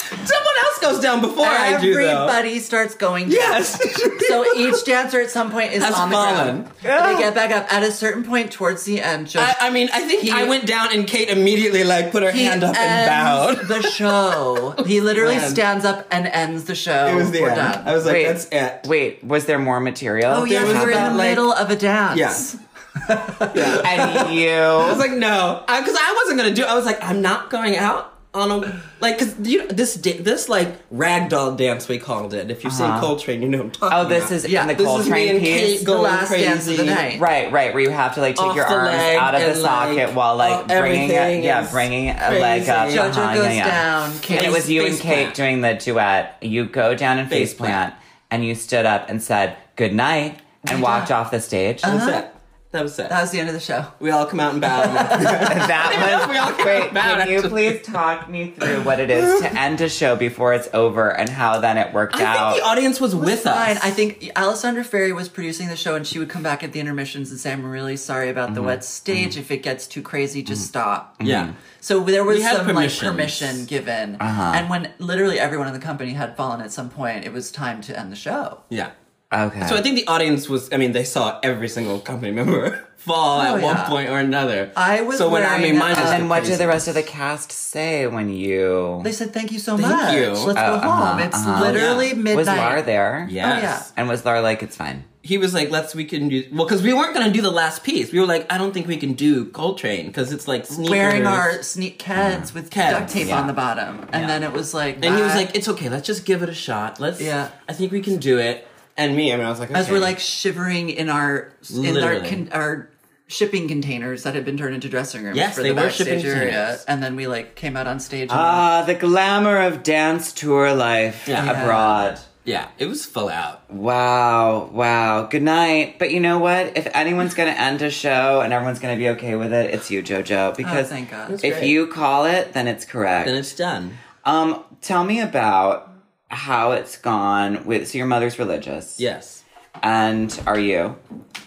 [SPEAKER 3] Someone else goes down before I do though.
[SPEAKER 2] Everybody starts going down.
[SPEAKER 3] Yes.
[SPEAKER 2] So each dancer at some point is
[SPEAKER 3] Has
[SPEAKER 2] on the
[SPEAKER 3] fallen.
[SPEAKER 2] ground. And They get back up. At a certain point towards the end, Joe
[SPEAKER 3] I, I mean, I think
[SPEAKER 2] He-
[SPEAKER 3] I went down, and Kate immediately like put her
[SPEAKER 2] He
[SPEAKER 3] hand up and
[SPEAKER 2] ends
[SPEAKER 3] bowed.
[SPEAKER 2] The show. He literally
[SPEAKER 3] Man.
[SPEAKER 2] stands up and ends the show.
[SPEAKER 3] It was the
[SPEAKER 2] We're
[SPEAKER 3] end.
[SPEAKER 2] done.
[SPEAKER 3] I was like,
[SPEAKER 1] Wait.
[SPEAKER 3] that's it.
[SPEAKER 1] Wait, was there more material?
[SPEAKER 2] oh yes,
[SPEAKER 3] was
[SPEAKER 2] we were in
[SPEAKER 3] about,
[SPEAKER 2] the
[SPEAKER 3] like-
[SPEAKER 2] middle of a dance.
[SPEAKER 3] Yes.
[SPEAKER 1] And you
[SPEAKER 3] I was like, no, because I, wasn't gonna do. it. I was like, I'm not going out on a like because you know, this da- this like ragdoll dance we called it. If you've
[SPEAKER 2] Uh-huh.
[SPEAKER 3] seen Coltrane, you know what I'm talking.
[SPEAKER 1] Oh, this
[SPEAKER 3] about.
[SPEAKER 1] is
[SPEAKER 2] Yeah,
[SPEAKER 1] in the
[SPEAKER 3] this is me
[SPEAKER 1] Coltrane
[SPEAKER 3] and
[SPEAKER 1] piece.
[SPEAKER 3] Kate going
[SPEAKER 2] last
[SPEAKER 3] crazy.
[SPEAKER 2] dance of the night.
[SPEAKER 1] Right, right, where you have to like take
[SPEAKER 3] Off
[SPEAKER 1] your
[SPEAKER 3] the
[SPEAKER 1] arms
[SPEAKER 3] leg
[SPEAKER 1] out of the
[SPEAKER 3] and, like,
[SPEAKER 1] socket while like
[SPEAKER 3] oh,
[SPEAKER 1] bringing it,
[SPEAKER 3] everything
[SPEAKER 1] yeah,
[SPEAKER 3] is
[SPEAKER 1] bringing a leg up.
[SPEAKER 3] crazy.
[SPEAKER 2] JoJo
[SPEAKER 1] uh-huh,
[SPEAKER 2] goes
[SPEAKER 1] yeah, yeah.
[SPEAKER 2] down. Kate
[SPEAKER 1] And it was you and
[SPEAKER 3] face
[SPEAKER 1] Kate
[SPEAKER 3] plant.
[SPEAKER 1] doing the duet. You go down and face
[SPEAKER 3] Face plant.
[SPEAKER 1] plant, and you stood up and said good night and walked off the stage.
[SPEAKER 3] That was it. That was it.
[SPEAKER 2] Uh-huh. That was the end of the show.
[SPEAKER 3] we all come out and bow.
[SPEAKER 1] That
[SPEAKER 3] we all
[SPEAKER 1] was
[SPEAKER 3] came
[SPEAKER 1] wait.
[SPEAKER 3] back
[SPEAKER 1] Can you
[SPEAKER 3] to-
[SPEAKER 1] please talk me through what it is to end a show before it's over and how then it worked
[SPEAKER 3] I
[SPEAKER 1] out?
[SPEAKER 3] think the audience was with
[SPEAKER 2] Fine.
[SPEAKER 3] us.
[SPEAKER 2] I think Alessandra Ferry was producing the show, and she would come back at the intermissions and say, "I'm really sorry about the wet stage. If it gets too crazy, just stop."
[SPEAKER 3] Mm-hmm. yeah.
[SPEAKER 2] So there was
[SPEAKER 3] We had
[SPEAKER 2] some like
[SPEAKER 3] permissions. Uh-huh.
[SPEAKER 2] permission given, and when literally everyone in the company had fallen at some point, it was time to end the show.
[SPEAKER 3] Yeah.
[SPEAKER 1] okay.
[SPEAKER 3] So I think the audience was. I mean, they saw every single company member fall
[SPEAKER 2] Oh,
[SPEAKER 3] at one
[SPEAKER 2] yeah.
[SPEAKER 3] point or another.
[SPEAKER 2] I was
[SPEAKER 3] So when I
[SPEAKER 2] wearing uh,
[SPEAKER 3] mean, mine
[SPEAKER 2] a-
[SPEAKER 3] was
[SPEAKER 1] and then what did the
[SPEAKER 3] crazy.
[SPEAKER 1] rest of the cast say when you?
[SPEAKER 2] They said, "Thank you so
[SPEAKER 3] Thank
[SPEAKER 2] much.
[SPEAKER 3] you.
[SPEAKER 2] Let's go
[SPEAKER 1] Oh, uh-huh,
[SPEAKER 2] home." It's
[SPEAKER 1] uh-huh.
[SPEAKER 2] literally
[SPEAKER 3] Yeah.
[SPEAKER 2] midnight.
[SPEAKER 1] was Lar there?
[SPEAKER 2] oh,
[SPEAKER 3] Yes.
[SPEAKER 1] And was Lar like, it's fine?
[SPEAKER 3] he was like, let's we can do well because we weren't gonna do the last piece. We were like, I don't think we can do Coltrane because it's like sneakers.
[SPEAKER 2] Wearing our sneak keds with
[SPEAKER 3] Keds,
[SPEAKER 2] duct tape
[SPEAKER 3] Uh-huh. yeah.
[SPEAKER 2] on the bottom, and then it was like,
[SPEAKER 3] and he was
[SPEAKER 2] that.
[SPEAKER 3] like, it's okay, let's just give it a shot. Let's
[SPEAKER 2] Yeah.
[SPEAKER 3] I think we can do it. And me, I mean, I was like,
[SPEAKER 2] as
[SPEAKER 3] okay.
[SPEAKER 2] we're like shivering in our in our
[SPEAKER 3] Literally.
[SPEAKER 2] con- our shipping containers that had been turned into dressing rooms
[SPEAKER 3] Yes,
[SPEAKER 2] for
[SPEAKER 3] they
[SPEAKER 2] the
[SPEAKER 3] were
[SPEAKER 2] backstage
[SPEAKER 3] shipping
[SPEAKER 2] area,
[SPEAKER 3] containers.
[SPEAKER 2] and then we like came out on stage. And
[SPEAKER 1] Ah, the glamour of dance tour life
[SPEAKER 3] Yeah.
[SPEAKER 1] abroad.
[SPEAKER 3] yeah, it was full out.
[SPEAKER 1] Wow, wow. Good night. But you know what? If anyone's going to end a show and everyone's going to be okay with it, it's you, JoJo. Because
[SPEAKER 2] thank God.
[SPEAKER 1] if
[SPEAKER 2] That's
[SPEAKER 3] great.
[SPEAKER 1] you call it, then it's correct.
[SPEAKER 3] Then it's done.
[SPEAKER 1] um, tell me about how it's gone with. So your mother's religious,
[SPEAKER 3] Yes,
[SPEAKER 1] and are you?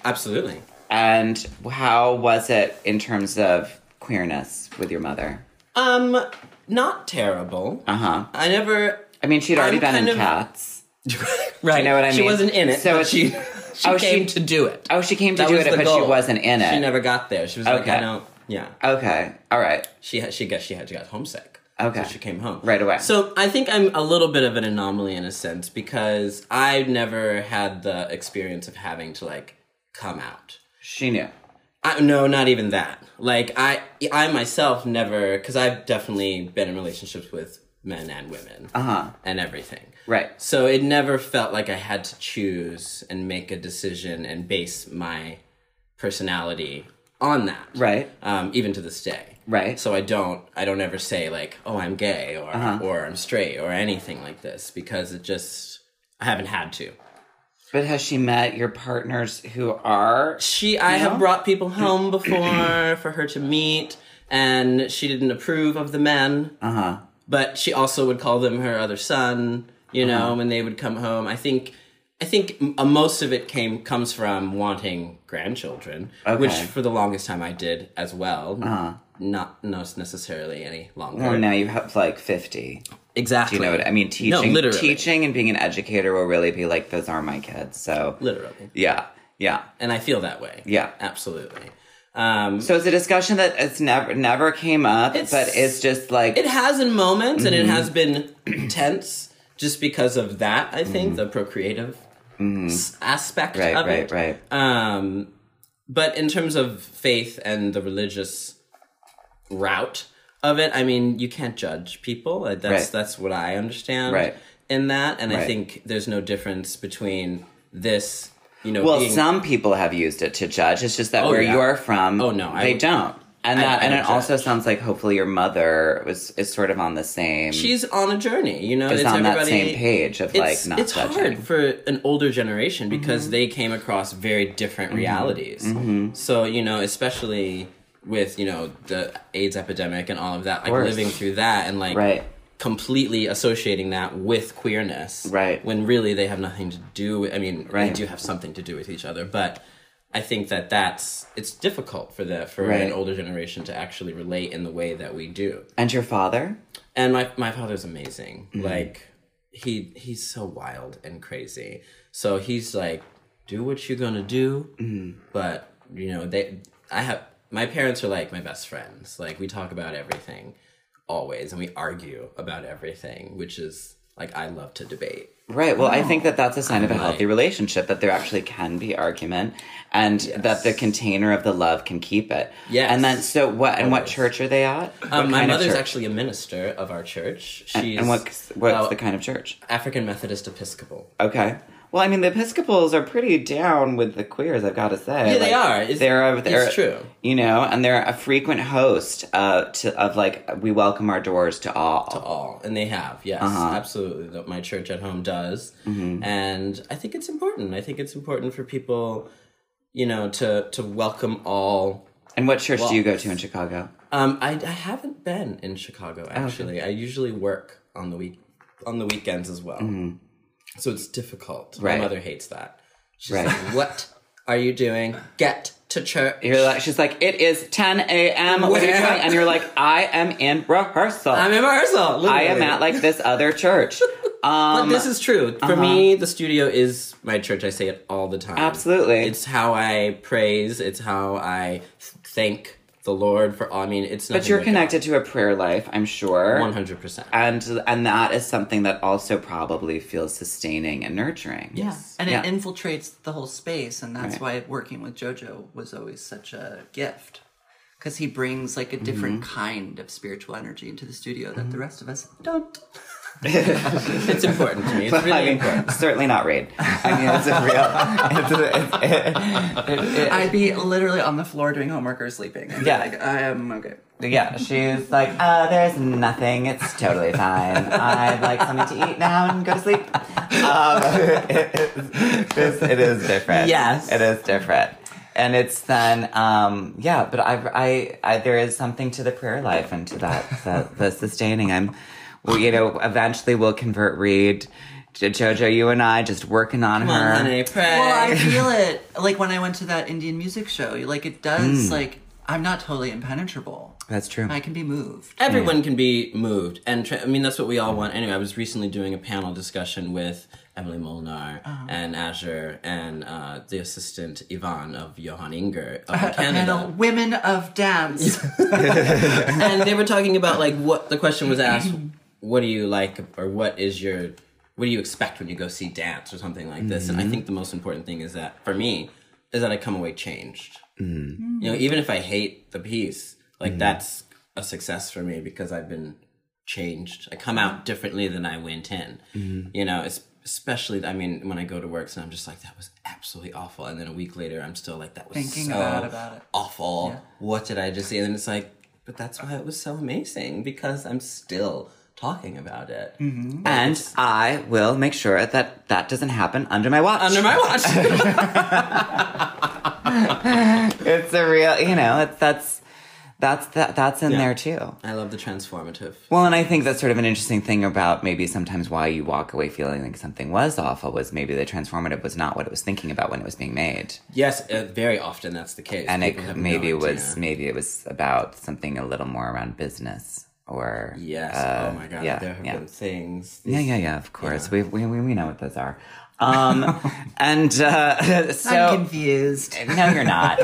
[SPEAKER 3] absolutely.
[SPEAKER 1] And how was it in terms of queerness with your mother?
[SPEAKER 3] Um, not terrible.
[SPEAKER 1] Uh huh.
[SPEAKER 3] I never.
[SPEAKER 1] I mean, she'd already
[SPEAKER 3] I'm
[SPEAKER 1] been in
[SPEAKER 3] kind of-
[SPEAKER 1] cats.
[SPEAKER 3] right.
[SPEAKER 1] You know what I
[SPEAKER 3] she
[SPEAKER 1] mean?
[SPEAKER 3] wasn't in it,
[SPEAKER 1] So
[SPEAKER 3] so
[SPEAKER 1] it's-
[SPEAKER 3] she she
[SPEAKER 1] Oh, she-
[SPEAKER 3] came to do it.
[SPEAKER 1] Oh, she came to
[SPEAKER 3] That
[SPEAKER 1] do
[SPEAKER 3] was
[SPEAKER 1] it,
[SPEAKER 3] the
[SPEAKER 1] but she
[SPEAKER 3] goal.
[SPEAKER 1] wasn't in it.
[SPEAKER 3] She never got there. She was like,
[SPEAKER 1] Okay.
[SPEAKER 3] I don't. Yeah.
[SPEAKER 1] Okay. All right.
[SPEAKER 3] She had she got she had she got homesick.
[SPEAKER 1] Okay.
[SPEAKER 3] So she came home
[SPEAKER 1] Right away.
[SPEAKER 3] So I think I'm a little bit of an anomaly in a sense because I never had the experience of having to like come out.
[SPEAKER 1] She knew.
[SPEAKER 3] I, no, not even that. Like I I myself never because I've definitely been in relationships with men and women
[SPEAKER 1] Uh-huh.
[SPEAKER 3] and everything.
[SPEAKER 1] Right.
[SPEAKER 3] So it never felt like I had to choose and make a decision and base my personality on that.
[SPEAKER 1] Right.
[SPEAKER 3] Um, even to this day.
[SPEAKER 1] Right.
[SPEAKER 3] So I don't I don't ever say like, oh I'm gay or
[SPEAKER 1] Uh-huh.
[SPEAKER 3] or I'm straight or anything like this because it just I haven't had to.
[SPEAKER 1] But has she met your partners who are?
[SPEAKER 3] She I
[SPEAKER 1] No?
[SPEAKER 3] have brought people home before for her to meet and she didn't approve of the men.
[SPEAKER 1] Uh huh.
[SPEAKER 3] But she also would call them her other son. You
[SPEAKER 1] Uh-huh.
[SPEAKER 3] know, when they would come home, I think. I think m- uh, most of it came comes from wanting grandchildren, which
[SPEAKER 1] Okay.
[SPEAKER 3] for the longest time I did as well. Not not necessarily any longer.
[SPEAKER 1] Well, Oh, now you have like 50.
[SPEAKER 3] Exactly.
[SPEAKER 1] You know what I mean? Teaching,
[SPEAKER 3] literally.
[SPEAKER 1] teaching and being an educator will really be like, those are my kids. So,
[SPEAKER 3] Literally.
[SPEAKER 1] yeah, yeah.
[SPEAKER 3] And I feel that way.
[SPEAKER 1] Yeah.
[SPEAKER 3] Absolutely. Um,
[SPEAKER 1] So it's a discussion that it's never never came up,
[SPEAKER 3] It's-
[SPEAKER 1] but it's just like
[SPEAKER 3] it has in moments and it
[SPEAKER 1] Mm-hmm.
[SPEAKER 3] has been tense just because of that, I think, the procreative s- aspect
[SPEAKER 1] Mm-hmm. right,
[SPEAKER 3] of
[SPEAKER 1] right,
[SPEAKER 3] it.
[SPEAKER 1] right.
[SPEAKER 3] Um, but in terms of faith and the religious route of it, I mean, you can't judge people. Uh, That's
[SPEAKER 1] Right.
[SPEAKER 3] that's what I understand
[SPEAKER 1] Right.
[SPEAKER 3] in that, and I
[SPEAKER 1] Right.
[SPEAKER 3] think there's no difference between this, you know,
[SPEAKER 1] Well,
[SPEAKER 3] being-
[SPEAKER 1] some people have used it to judge. It's just that
[SPEAKER 3] Oh,
[SPEAKER 1] where
[SPEAKER 3] yeah.
[SPEAKER 1] you're from,
[SPEAKER 3] Oh, no, I
[SPEAKER 1] they
[SPEAKER 3] would-
[SPEAKER 1] don't. And
[SPEAKER 3] I-
[SPEAKER 1] that,
[SPEAKER 3] I
[SPEAKER 1] and it
[SPEAKER 3] don't
[SPEAKER 1] also
[SPEAKER 3] judge.
[SPEAKER 1] sounds like hopefully your mother was is sort of on the same.
[SPEAKER 3] she's on a journey. You know,
[SPEAKER 1] is on that
[SPEAKER 3] everybody-
[SPEAKER 1] same page of like not
[SPEAKER 3] it's
[SPEAKER 1] judging.
[SPEAKER 3] hard for an older generation because they came across very different realities
[SPEAKER 1] Mm-hmm.
[SPEAKER 3] so you know especially with you know the aids epidemic and all of that like
[SPEAKER 1] course.
[SPEAKER 3] living through that and like
[SPEAKER 1] Right.
[SPEAKER 3] completely associating that with queerness
[SPEAKER 1] Right.
[SPEAKER 3] when really they have nothing to do with, i mean
[SPEAKER 1] Right.
[SPEAKER 3] they do have something to do with each other but i think that that's it's difficult for the for
[SPEAKER 1] Right.
[SPEAKER 3] an older generation to actually relate in the way that we do
[SPEAKER 1] And your father?
[SPEAKER 3] and my my father's amazing.
[SPEAKER 1] Mm-hmm.
[SPEAKER 3] Like he he's so wild and crazy. So he's like, do what you're gonna do,
[SPEAKER 1] Mm-hmm.
[SPEAKER 3] but you know they. I have my parents are like my best friends. Like we talk about everything always, and we argue about everything, which is like I love to debate.
[SPEAKER 1] Right. Well, I think that that's a sign of a
[SPEAKER 3] Right.
[SPEAKER 1] healthy relationship that there actually can be argument, and that the container of the love can keep it.
[SPEAKER 3] Yes.
[SPEAKER 1] And then, so what? And what
[SPEAKER 3] Always.
[SPEAKER 1] church are they at? What
[SPEAKER 3] Um, my
[SPEAKER 1] kind of
[SPEAKER 3] mother's
[SPEAKER 1] church?
[SPEAKER 3] actually a minister of our church. She's
[SPEAKER 1] And what's what's
[SPEAKER 3] uh,
[SPEAKER 1] the kind of church?
[SPEAKER 3] African Methodist Episcopal.
[SPEAKER 1] Okay. Well, I mean, the Episcopals are pretty down with the queers. I've got to say.
[SPEAKER 3] Yeah, they are. It's-
[SPEAKER 1] they're, a- they're
[SPEAKER 3] it's true.
[SPEAKER 1] You know, and they're a frequent host uh, to, of like we welcome our doors to all.
[SPEAKER 3] all and they have yes
[SPEAKER 1] Uh-huh.
[SPEAKER 3] absolutely that my church at home does
[SPEAKER 1] Mm-hmm.
[SPEAKER 3] and i think it's important i think it's important for people you know to to welcome all
[SPEAKER 1] And what church do you go
[SPEAKER 3] Walks.
[SPEAKER 1] to in Chicago?
[SPEAKER 3] um i, I haven't been in chicago actually i usually work on the week on the weekends as well so it's difficult
[SPEAKER 1] Mm-hmm. Right.
[SPEAKER 3] my mother hates that she's
[SPEAKER 1] Right.
[SPEAKER 3] like what are you doing get to church
[SPEAKER 1] You're like, she's like, it is 10 a.m. What are you doing?
[SPEAKER 3] Where?
[SPEAKER 1] And you're like, I am in rehearsal.
[SPEAKER 3] i'm in rehearsal
[SPEAKER 1] I am
[SPEAKER 3] literally.
[SPEAKER 1] at like this other church. Um, uh-huh.
[SPEAKER 3] But this is true. For me, the studio is my church. I say it all the time.
[SPEAKER 1] Absolutely.
[SPEAKER 3] It's how I praise, it's how I thank the Lord for all. I mean, it's not.
[SPEAKER 1] but you're connected to a prayer life, I'm sure.
[SPEAKER 3] 100%.
[SPEAKER 1] And and that is something that also probably feels sustaining and nurturing.
[SPEAKER 2] Yeah, and
[SPEAKER 1] Yeah.
[SPEAKER 2] it infiltrates the whole space, and that's
[SPEAKER 1] Right.
[SPEAKER 2] why working with JoJo was always such a gift because he brings like
[SPEAKER 3] Mm-hmm.
[SPEAKER 2] a different kind of spiritual energy into the studio that the rest of us don't.
[SPEAKER 3] It's important to me. It's
[SPEAKER 1] I
[SPEAKER 3] really
[SPEAKER 1] mean,
[SPEAKER 3] important.
[SPEAKER 1] certainly not raid. I mean, it's a real. It's a, it, it,
[SPEAKER 2] I'd be literally on the floor doing homework or sleeping. I'd be
[SPEAKER 1] Yeah.
[SPEAKER 2] like I am okay.
[SPEAKER 1] it, yeah, she's like, uh, there's nothing. It's totally fine. I'd like something to eat now and go to sleep. Um, it, is, it is different.
[SPEAKER 3] Yes.
[SPEAKER 1] it is different. And it's then, um, yeah. But I, I, I, there is something to the prayer life and to that, the, the sustaining. I'm, well, you know, eventually we'll convert Reed. Jo- Jojo, you and I just working on
[SPEAKER 3] Come
[SPEAKER 1] her.
[SPEAKER 3] on, honey, pray.
[SPEAKER 2] Well, I feel it. Like when I went to that Indian music show, like it does. Like I'm not totally impenetrable.
[SPEAKER 1] That's true.
[SPEAKER 2] I can be moved.
[SPEAKER 3] Everyone can be moved, and tra- I mean that's what we all want. Anyway, I was recently doing a panel discussion with Emily Molnar
[SPEAKER 1] Uh-huh.
[SPEAKER 3] and Azure and uh, the assistant Yvonne of Johan Inger of Canada.
[SPEAKER 2] Panel women of dance.
[SPEAKER 3] and they were talking about like what the question was asked what do you like or what is your what do you expect when you go see dance or something like this and i think the most important thing is that for me is that i come away changed you know even if i hate the piece like
[SPEAKER 1] Mm.
[SPEAKER 3] that's a success for me because i've been changed i come out differently than i went in
[SPEAKER 1] Mm-hmm.
[SPEAKER 3] you know it's especially i mean when i go to works and i'm just like that was absolutely awful and then a week later i'm still like that was
[SPEAKER 2] Thinking
[SPEAKER 3] so
[SPEAKER 2] about- about it.
[SPEAKER 3] awful. What did I just see? And it's like, but that's why it was so amazing because I'm still talking about it
[SPEAKER 1] And I will make sure that that doesn't happen under my watch.
[SPEAKER 3] under my watch.
[SPEAKER 1] it's a real, you know, it's, that's That's that. That's in there too.
[SPEAKER 3] I love the transformative.
[SPEAKER 1] Well, and I think that's sort of an interesting thing about maybe sometimes why you walk away feeling like something was awful was maybe the transformative was not what it was thinking about when it was being made,
[SPEAKER 3] Yes, uh, very often that's the case.
[SPEAKER 1] and it
[SPEAKER 3] People
[SPEAKER 1] c-
[SPEAKER 3] have no
[SPEAKER 1] maybe it
[SPEAKER 3] idea.
[SPEAKER 1] was maybe it was about something a little more around business or
[SPEAKER 3] Yes.
[SPEAKER 1] uh,
[SPEAKER 3] oh my God.
[SPEAKER 1] yeah,
[SPEAKER 3] there have
[SPEAKER 1] yeah.
[SPEAKER 3] been things.
[SPEAKER 1] yeah, yeah, yeah. Of course, We, we we we know what those are. Um, and uh, so
[SPEAKER 2] I'm confused.
[SPEAKER 1] No, you're not.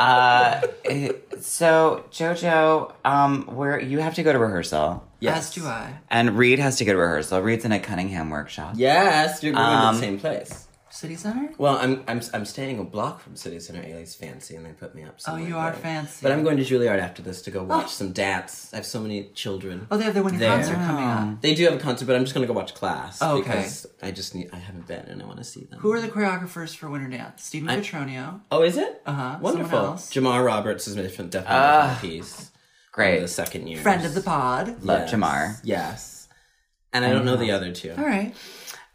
[SPEAKER 1] uh, it- so Jojo, um, where you have to go to rehearsal,
[SPEAKER 3] Yes.
[SPEAKER 2] As do I.
[SPEAKER 1] and Reed has to go to rehearsal. Reed's in a Cunningham workshop.
[SPEAKER 3] Yes, you're going
[SPEAKER 2] Um,
[SPEAKER 3] to the same place.
[SPEAKER 2] City Center?
[SPEAKER 3] Well, I'm I'm I'm staying a block from City Center. Ali's fancy, and they put me up. Somewhere
[SPEAKER 2] Oh, you are
[SPEAKER 3] there.
[SPEAKER 2] fancy.
[SPEAKER 3] But I'm going to Juilliard after this to go watch some dance. I have so many children.
[SPEAKER 2] Oh, they have their winter
[SPEAKER 3] There. Oh.
[SPEAKER 2] concert coming up.
[SPEAKER 3] They do have a concert, but I'm just going to go watch class
[SPEAKER 2] Oh, okay.
[SPEAKER 3] because I just need. I haven't been, and I want to see them.
[SPEAKER 2] Who are the choreographers for Winter Dance? Stephen Petronio.
[SPEAKER 3] Oh, is it? Uh
[SPEAKER 2] Uh-huh,
[SPEAKER 3] Wonderful.
[SPEAKER 2] someone else. Ah,
[SPEAKER 3] Jamar Roberts is definitely uh, piece.
[SPEAKER 1] Great.
[SPEAKER 3] The second year.
[SPEAKER 2] Friend of the pod.
[SPEAKER 1] Love Jamar.
[SPEAKER 3] Yes. And I don't know the other two.
[SPEAKER 2] All right.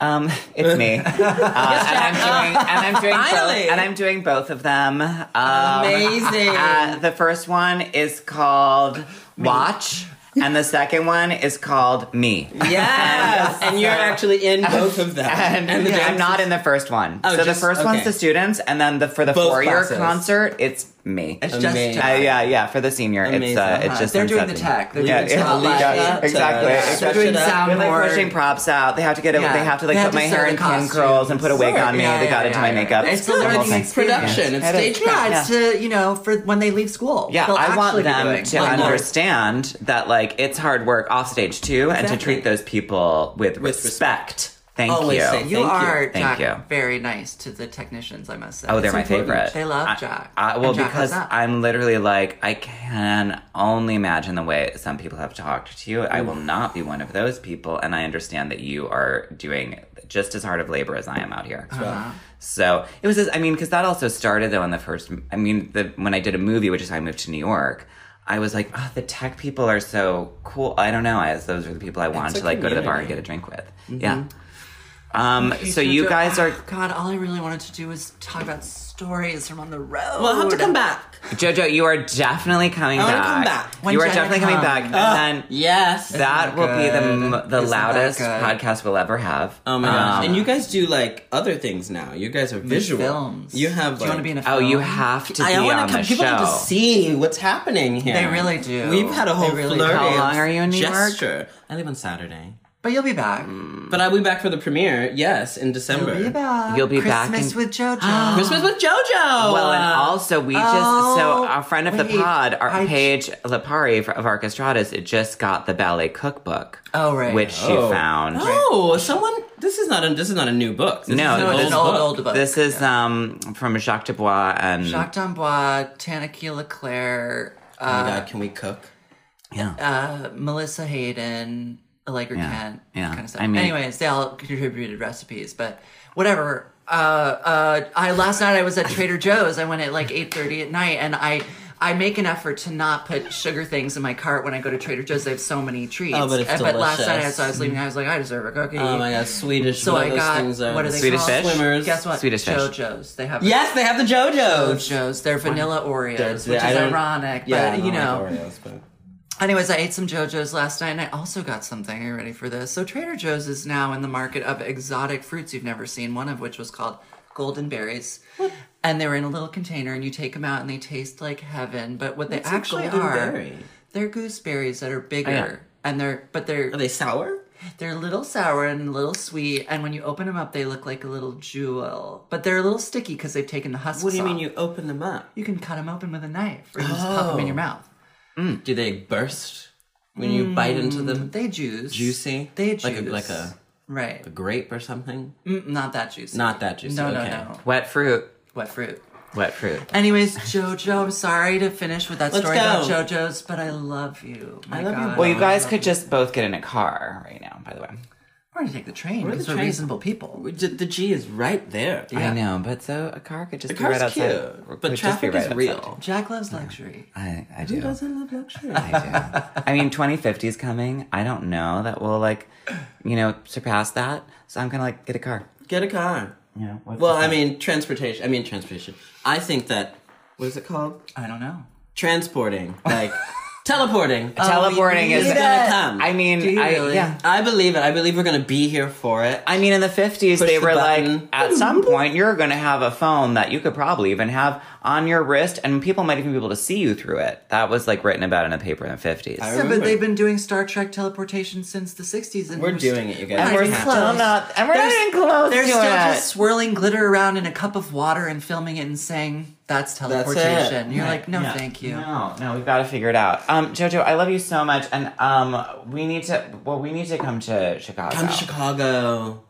[SPEAKER 1] Um, it's me, uh, and I'm doing and I'm doing
[SPEAKER 3] Finally.
[SPEAKER 1] both, and I'm doing both of them. Um,
[SPEAKER 3] Amazing.
[SPEAKER 1] uh, the first one is called Watch, and the second one is called Me.
[SPEAKER 3] Yes. and you're actually in both Uh-huh. of them.
[SPEAKER 1] And,
[SPEAKER 3] the
[SPEAKER 1] I'm
[SPEAKER 3] dance
[SPEAKER 1] not
[SPEAKER 3] is-
[SPEAKER 1] in the first one. so
[SPEAKER 3] just-
[SPEAKER 1] the first one's
[SPEAKER 3] okay.
[SPEAKER 1] the students, and then the for the
[SPEAKER 3] Both
[SPEAKER 1] four year
[SPEAKER 3] classes.
[SPEAKER 1] concert, it's me.
[SPEAKER 2] It's
[SPEAKER 3] Amazing.
[SPEAKER 2] just
[SPEAKER 1] Uh, yeah, yeah. For the senior, it's
[SPEAKER 3] Amazing.
[SPEAKER 1] uh, it's
[SPEAKER 2] Uh,
[SPEAKER 1] just
[SPEAKER 2] they're
[SPEAKER 1] them
[SPEAKER 2] doing the
[SPEAKER 1] setting.
[SPEAKER 2] tech. They're
[SPEAKER 1] Yeah,
[SPEAKER 2] doing
[SPEAKER 1] yeah,
[SPEAKER 2] spotlight.
[SPEAKER 1] yeah, exactly.
[SPEAKER 3] Stretch
[SPEAKER 1] exactly.
[SPEAKER 2] doing
[SPEAKER 3] it up.
[SPEAKER 2] sound
[SPEAKER 1] They're like
[SPEAKER 2] work.
[SPEAKER 1] pushing props out. They have to get. A,
[SPEAKER 2] Yeah.
[SPEAKER 1] They have to like
[SPEAKER 2] They have
[SPEAKER 1] put
[SPEAKER 2] to
[SPEAKER 1] my
[SPEAKER 2] sew
[SPEAKER 1] hair
[SPEAKER 2] the
[SPEAKER 1] in pin
[SPEAKER 2] costumes.
[SPEAKER 1] curls and put a wig
[SPEAKER 3] Sure.
[SPEAKER 1] on me.
[SPEAKER 2] Yeah,
[SPEAKER 1] they got
[SPEAKER 2] yeah,
[SPEAKER 1] into
[SPEAKER 2] yeah,
[SPEAKER 1] my
[SPEAKER 2] yeah.
[SPEAKER 1] makeup.
[SPEAKER 2] It's the learning
[SPEAKER 1] Awesome.
[SPEAKER 2] experience.
[SPEAKER 3] Production. It's
[SPEAKER 1] It is.
[SPEAKER 3] stage
[SPEAKER 2] Yeah,
[SPEAKER 3] practice.
[SPEAKER 2] it's to you know for when they leave school.
[SPEAKER 1] Yeah,
[SPEAKER 2] They'll
[SPEAKER 1] I want
[SPEAKER 2] actually be
[SPEAKER 1] them
[SPEAKER 2] doing
[SPEAKER 1] to
[SPEAKER 2] one more.
[SPEAKER 1] understand that like it's hard work off stage too, and to
[SPEAKER 3] Exactly.
[SPEAKER 1] treat those people with,
[SPEAKER 3] With
[SPEAKER 1] respect. Thank
[SPEAKER 3] Always
[SPEAKER 1] you.
[SPEAKER 3] say
[SPEAKER 2] You
[SPEAKER 3] Thank you.
[SPEAKER 2] are
[SPEAKER 1] Thank
[SPEAKER 2] Jack,
[SPEAKER 1] you.
[SPEAKER 2] very nice to the technicians. I must say.
[SPEAKER 1] Oh, they're my
[SPEAKER 3] important.
[SPEAKER 1] favorite.
[SPEAKER 2] They love
[SPEAKER 1] I-
[SPEAKER 2] Jack.
[SPEAKER 1] I, well,
[SPEAKER 2] And Jack
[SPEAKER 1] because
[SPEAKER 2] was up.
[SPEAKER 1] I'm literally like, I can only imagine the way some people have talked to you. I will not be one of those people, and I understand that you are doing just as hard of labor as I am out here.
[SPEAKER 2] Uh-huh.
[SPEAKER 1] So it was, just, I mean, because that also started though in the first. I mean, the, when I did a movie, which is how I moved to New York. I was like, oh, the tech people are so cool. I don't know. I, those are the people I wanted
[SPEAKER 3] a
[SPEAKER 1] to like go to the bar and get a
[SPEAKER 3] community.
[SPEAKER 1] drink with. Yeah. Um, so you guys are
[SPEAKER 2] God, all I really wanted to do was talk about stories from on the road.
[SPEAKER 3] Well, I'll have to come back.
[SPEAKER 1] Jojo, you are definitely coming
[SPEAKER 3] wanna
[SPEAKER 1] back.
[SPEAKER 3] come back.
[SPEAKER 2] When
[SPEAKER 1] you are
[SPEAKER 2] Jenna
[SPEAKER 1] definitely coming back,
[SPEAKER 2] comes.
[SPEAKER 1] and then
[SPEAKER 3] Yes.
[SPEAKER 1] that will be the m- the
[SPEAKER 2] Isn't that
[SPEAKER 1] loudest
[SPEAKER 2] good?
[SPEAKER 1] podcast we'll ever have.
[SPEAKER 3] Oh my gosh.
[SPEAKER 1] Um,
[SPEAKER 3] and you guys do like other things now. You guys are visual.
[SPEAKER 2] films.
[SPEAKER 3] You have
[SPEAKER 2] Do you
[SPEAKER 3] like,
[SPEAKER 2] want to be in a
[SPEAKER 1] oh,
[SPEAKER 2] film?
[SPEAKER 1] you have to be
[SPEAKER 3] I
[SPEAKER 1] on
[SPEAKER 3] want
[SPEAKER 1] the
[SPEAKER 3] to come. People
[SPEAKER 1] show.
[SPEAKER 3] have to see what's happening here.
[SPEAKER 2] They really do.
[SPEAKER 3] We've had a
[SPEAKER 2] They
[SPEAKER 3] whole
[SPEAKER 2] really
[SPEAKER 3] flurry
[SPEAKER 2] do.
[SPEAKER 1] How
[SPEAKER 3] of
[SPEAKER 1] long are you in New York?
[SPEAKER 3] gesture. I leave on Saturday,
[SPEAKER 2] But you'll be back.
[SPEAKER 1] Mm.
[SPEAKER 3] but I'll be back for the premiere. Yes, in December.
[SPEAKER 2] You'll be back.
[SPEAKER 1] You'll be back
[SPEAKER 2] Christmas
[SPEAKER 1] in-
[SPEAKER 2] with JoJo.
[SPEAKER 3] Christmas with JoJo.
[SPEAKER 1] Well, and also we just so
[SPEAKER 2] Oh,
[SPEAKER 1] our friend of the
[SPEAKER 2] wait,
[SPEAKER 1] pod, our
[SPEAKER 2] I-
[SPEAKER 1] Paige Lapari of Orchestratus, it just got the ballet cookbook,
[SPEAKER 2] Oh, right.
[SPEAKER 1] which she
[SPEAKER 3] Oh.
[SPEAKER 1] found.
[SPEAKER 3] Oh, someone. This is not a. This is not a new book. This
[SPEAKER 1] No,
[SPEAKER 3] is
[SPEAKER 2] no,
[SPEAKER 3] an
[SPEAKER 2] it's an old, old book.
[SPEAKER 1] This is um from Jacques Dubois and
[SPEAKER 2] Jacques D'Ambois, Tanaki LeClaire,
[SPEAKER 3] Oh my
[SPEAKER 2] uh,
[SPEAKER 3] God, can we cook?
[SPEAKER 1] yeah.
[SPEAKER 2] uh, Melissa Hayden, Allegra
[SPEAKER 1] Yeah,
[SPEAKER 2] Kent,
[SPEAKER 1] yeah.
[SPEAKER 2] kind of stuff.
[SPEAKER 1] I mean-
[SPEAKER 2] Anyways, they all contributed recipes, but whatever. Uh, uh, I last night I was at Trader Joe's. I went at like eight thirty at night, and I. I make an effort to not put sugar things in my cart when I go to Trader Joe's. They have so many treats.
[SPEAKER 3] Oh, but it's
[SPEAKER 2] Uh, but last
[SPEAKER 3] delicious.
[SPEAKER 2] night, as I was leaving, I was like, I deserve a cookie.
[SPEAKER 3] Oh my God, Swedish.
[SPEAKER 2] So
[SPEAKER 3] what
[SPEAKER 2] I
[SPEAKER 3] those
[SPEAKER 2] got
[SPEAKER 3] things uh, are.
[SPEAKER 2] what are they
[SPEAKER 1] Swedish
[SPEAKER 2] called?
[SPEAKER 1] fish?
[SPEAKER 3] Swimmers.
[SPEAKER 2] Guess what?
[SPEAKER 1] Swedish fish.
[SPEAKER 2] JoJo's. They have
[SPEAKER 3] Yes, they have the JoJo's.
[SPEAKER 2] JoJo's. They're vanilla Oreos,
[SPEAKER 3] They're-
[SPEAKER 2] which
[SPEAKER 3] I
[SPEAKER 2] is
[SPEAKER 3] don't-
[SPEAKER 2] ironic.
[SPEAKER 3] Yeah, I
[SPEAKER 2] but
[SPEAKER 3] don't
[SPEAKER 2] you
[SPEAKER 3] like
[SPEAKER 2] know,
[SPEAKER 3] Oreos, but-
[SPEAKER 2] Anyways, I ate some JoJo's last night and I also got something. Are you ready for this? So, Trader Joe's is now in the market of exotic fruits you've never seen, one of which was called golden berries. And they're in a little container and you take them out and they taste like heaven. But what
[SPEAKER 3] What's a
[SPEAKER 2] they actually
[SPEAKER 3] golden
[SPEAKER 2] are,
[SPEAKER 3] berry?
[SPEAKER 2] they're gooseberries that are bigger. And they're, but they're
[SPEAKER 3] Are they sour?
[SPEAKER 2] they're a little sour and a little sweet, and when you open them up, they look like a little jewel. But they're a little sticky because they've taken the husks.
[SPEAKER 3] What do you mean
[SPEAKER 2] off.
[SPEAKER 3] you open them up?
[SPEAKER 2] You can cut them open with a knife, or you just pop them
[SPEAKER 3] Oh.
[SPEAKER 2] in your mouth.
[SPEAKER 3] Do they burst when you bite into them?
[SPEAKER 2] They juice.
[SPEAKER 3] Juicy?
[SPEAKER 2] Mm. They juice.
[SPEAKER 3] Like a- like a-
[SPEAKER 2] right.
[SPEAKER 3] Grape or something?
[SPEAKER 2] Mm, not that juicy.
[SPEAKER 3] Not that juicy,
[SPEAKER 2] No,
[SPEAKER 3] okay.
[SPEAKER 2] no, no.
[SPEAKER 1] wet fruit,
[SPEAKER 2] Wet fruit.
[SPEAKER 1] wet fruit.
[SPEAKER 2] Anyways, JoJo, I'm sorry to finish with that
[SPEAKER 3] Let's
[SPEAKER 2] story
[SPEAKER 3] go.
[SPEAKER 2] about JoJo's, but I love you. My
[SPEAKER 3] love you
[SPEAKER 2] God.
[SPEAKER 1] Well, you guys could just both get in a car right now. By the way.
[SPEAKER 2] We're gonna take the train
[SPEAKER 3] the
[SPEAKER 2] because we're
[SPEAKER 3] train?
[SPEAKER 2] reasonable people.
[SPEAKER 3] The the G is right there.
[SPEAKER 1] I know, but so a car could just
[SPEAKER 3] The
[SPEAKER 1] be right
[SPEAKER 3] car's
[SPEAKER 1] outside.
[SPEAKER 3] cute,
[SPEAKER 1] could
[SPEAKER 3] but
[SPEAKER 1] just be
[SPEAKER 3] traffic
[SPEAKER 1] right
[SPEAKER 3] is
[SPEAKER 1] outside.
[SPEAKER 3] real.
[SPEAKER 2] Jack loves luxury.
[SPEAKER 1] I, I do.
[SPEAKER 3] Doesn't love luxury.
[SPEAKER 1] I do. I mean, 2050 is coming. I don't know that we'll like, you know, surpass that. So I'm gonna like get a car.
[SPEAKER 3] Get a car.
[SPEAKER 1] You know. what's
[SPEAKER 3] Well,
[SPEAKER 1] the
[SPEAKER 3] I
[SPEAKER 1] point?
[SPEAKER 3] mean transportation. I mean transportation. I think that what is it called?
[SPEAKER 2] I don't know.
[SPEAKER 3] transporting, like teleporting.
[SPEAKER 1] Um, Teleporting
[SPEAKER 2] we
[SPEAKER 1] is
[SPEAKER 2] need
[SPEAKER 3] it's gonna come.
[SPEAKER 1] I mean,
[SPEAKER 2] Do you
[SPEAKER 1] I,
[SPEAKER 2] really?
[SPEAKER 1] yeah.
[SPEAKER 3] I believe it. I believe we're gonna be here for it.
[SPEAKER 1] I mean, in the 50s,
[SPEAKER 3] Push
[SPEAKER 1] they
[SPEAKER 3] the
[SPEAKER 1] were like,
[SPEAKER 3] button.
[SPEAKER 1] at some point, you're going to have a phone that you could probably even have on your wrist, and people might even be able to see you through it. That was like written about in a paper in the 50s.
[SPEAKER 3] I
[SPEAKER 2] Yeah, but
[SPEAKER 3] remember.
[SPEAKER 2] they've been doing Star Trek teleportation since the 60s. And
[SPEAKER 3] We're doing it, you guys.
[SPEAKER 1] and
[SPEAKER 2] Not
[SPEAKER 1] we're
[SPEAKER 2] even
[SPEAKER 1] still
[SPEAKER 2] close.
[SPEAKER 1] not, and we're not
[SPEAKER 2] There's-
[SPEAKER 1] even close
[SPEAKER 2] They're
[SPEAKER 1] to
[SPEAKER 2] still
[SPEAKER 1] it.
[SPEAKER 2] just swirling glitter around in a cup of water and filming it and saying, that's teleportation. You're like, no,
[SPEAKER 1] Yeah.
[SPEAKER 2] thank you.
[SPEAKER 1] No, no, we've got to figure it out. Um, Jojo, I love you so much, and um, we need to. Well, we need to come to Chicago.
[SPEAKER 3] Come to Chicago.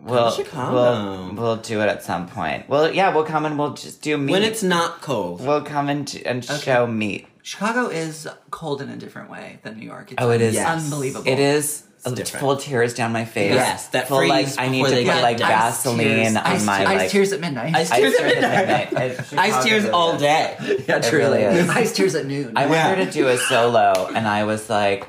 [SPEAKER 1] We'll,
[SPEAKER 3] Chicago.
[SPEAKER 1] We'll, we'll do it at some point. Well, yeah, we'll come and we'll just do meet.
[SPEAKER 3] When it's not cold.
[SPEAKER 1] we'll come and and show meet.
[SPEAKER 2] Chicago is cold in a different way than New York. It's
[SPEAKER 1] Oh, it is.
[SPEAKER 3] Yes.
[SPEAKER 2] unbelievable.
[SPEAKER 1] It is
[SPEAKER 3] different.
[SPEAKER 1] full tears down my face.
[SPEAKER 3] Yes, that
[SPEAKER 1] full like
[SPEAKER 3] freeze
[SPEAKER 1] I need
[SPEAKER 3] before
[SPEAKER 1] to
[SPEAKER 3] they
[SPEAKER 1] put
[SPEAKER 3] get
[SPEAKER 1] like
[SPEAKER 3] done.
[SPEAKER 2] Ice tears.
[SPEAKER 1] Vaseline on
[SPEAKER 2] Ice
[SPEAKER 1] my
[SPEAKER 2] te- ice
[SPEAKER 1] like.
[SPEAKER 2] tears at midnight.
[SPEAKER 3] Ice
[SPEAKER 1] Ice
[SPEAKER 3] tears at
[SPEAKER 1] tears at
[SPEAKER 3] midnight.
[SPEAKER 1] midnight. It's
[SPEAKER 3] Ice
[SPEAKER 1] Chicago,
[SPEAKER 3] tears
[SPEAKER 1] really
[SPEAKER 3] all
[SPEAKER 1] is.
[SPEAKER 3] day. Yeah,
[SPEAKER 1] It really is.
[SPEAKER 2] Ice tears at noon.
[SPEAKER 1] I went
[SPEAKER 3] Yeah.
[SPEAKER 1] there to do a solo, and I was like,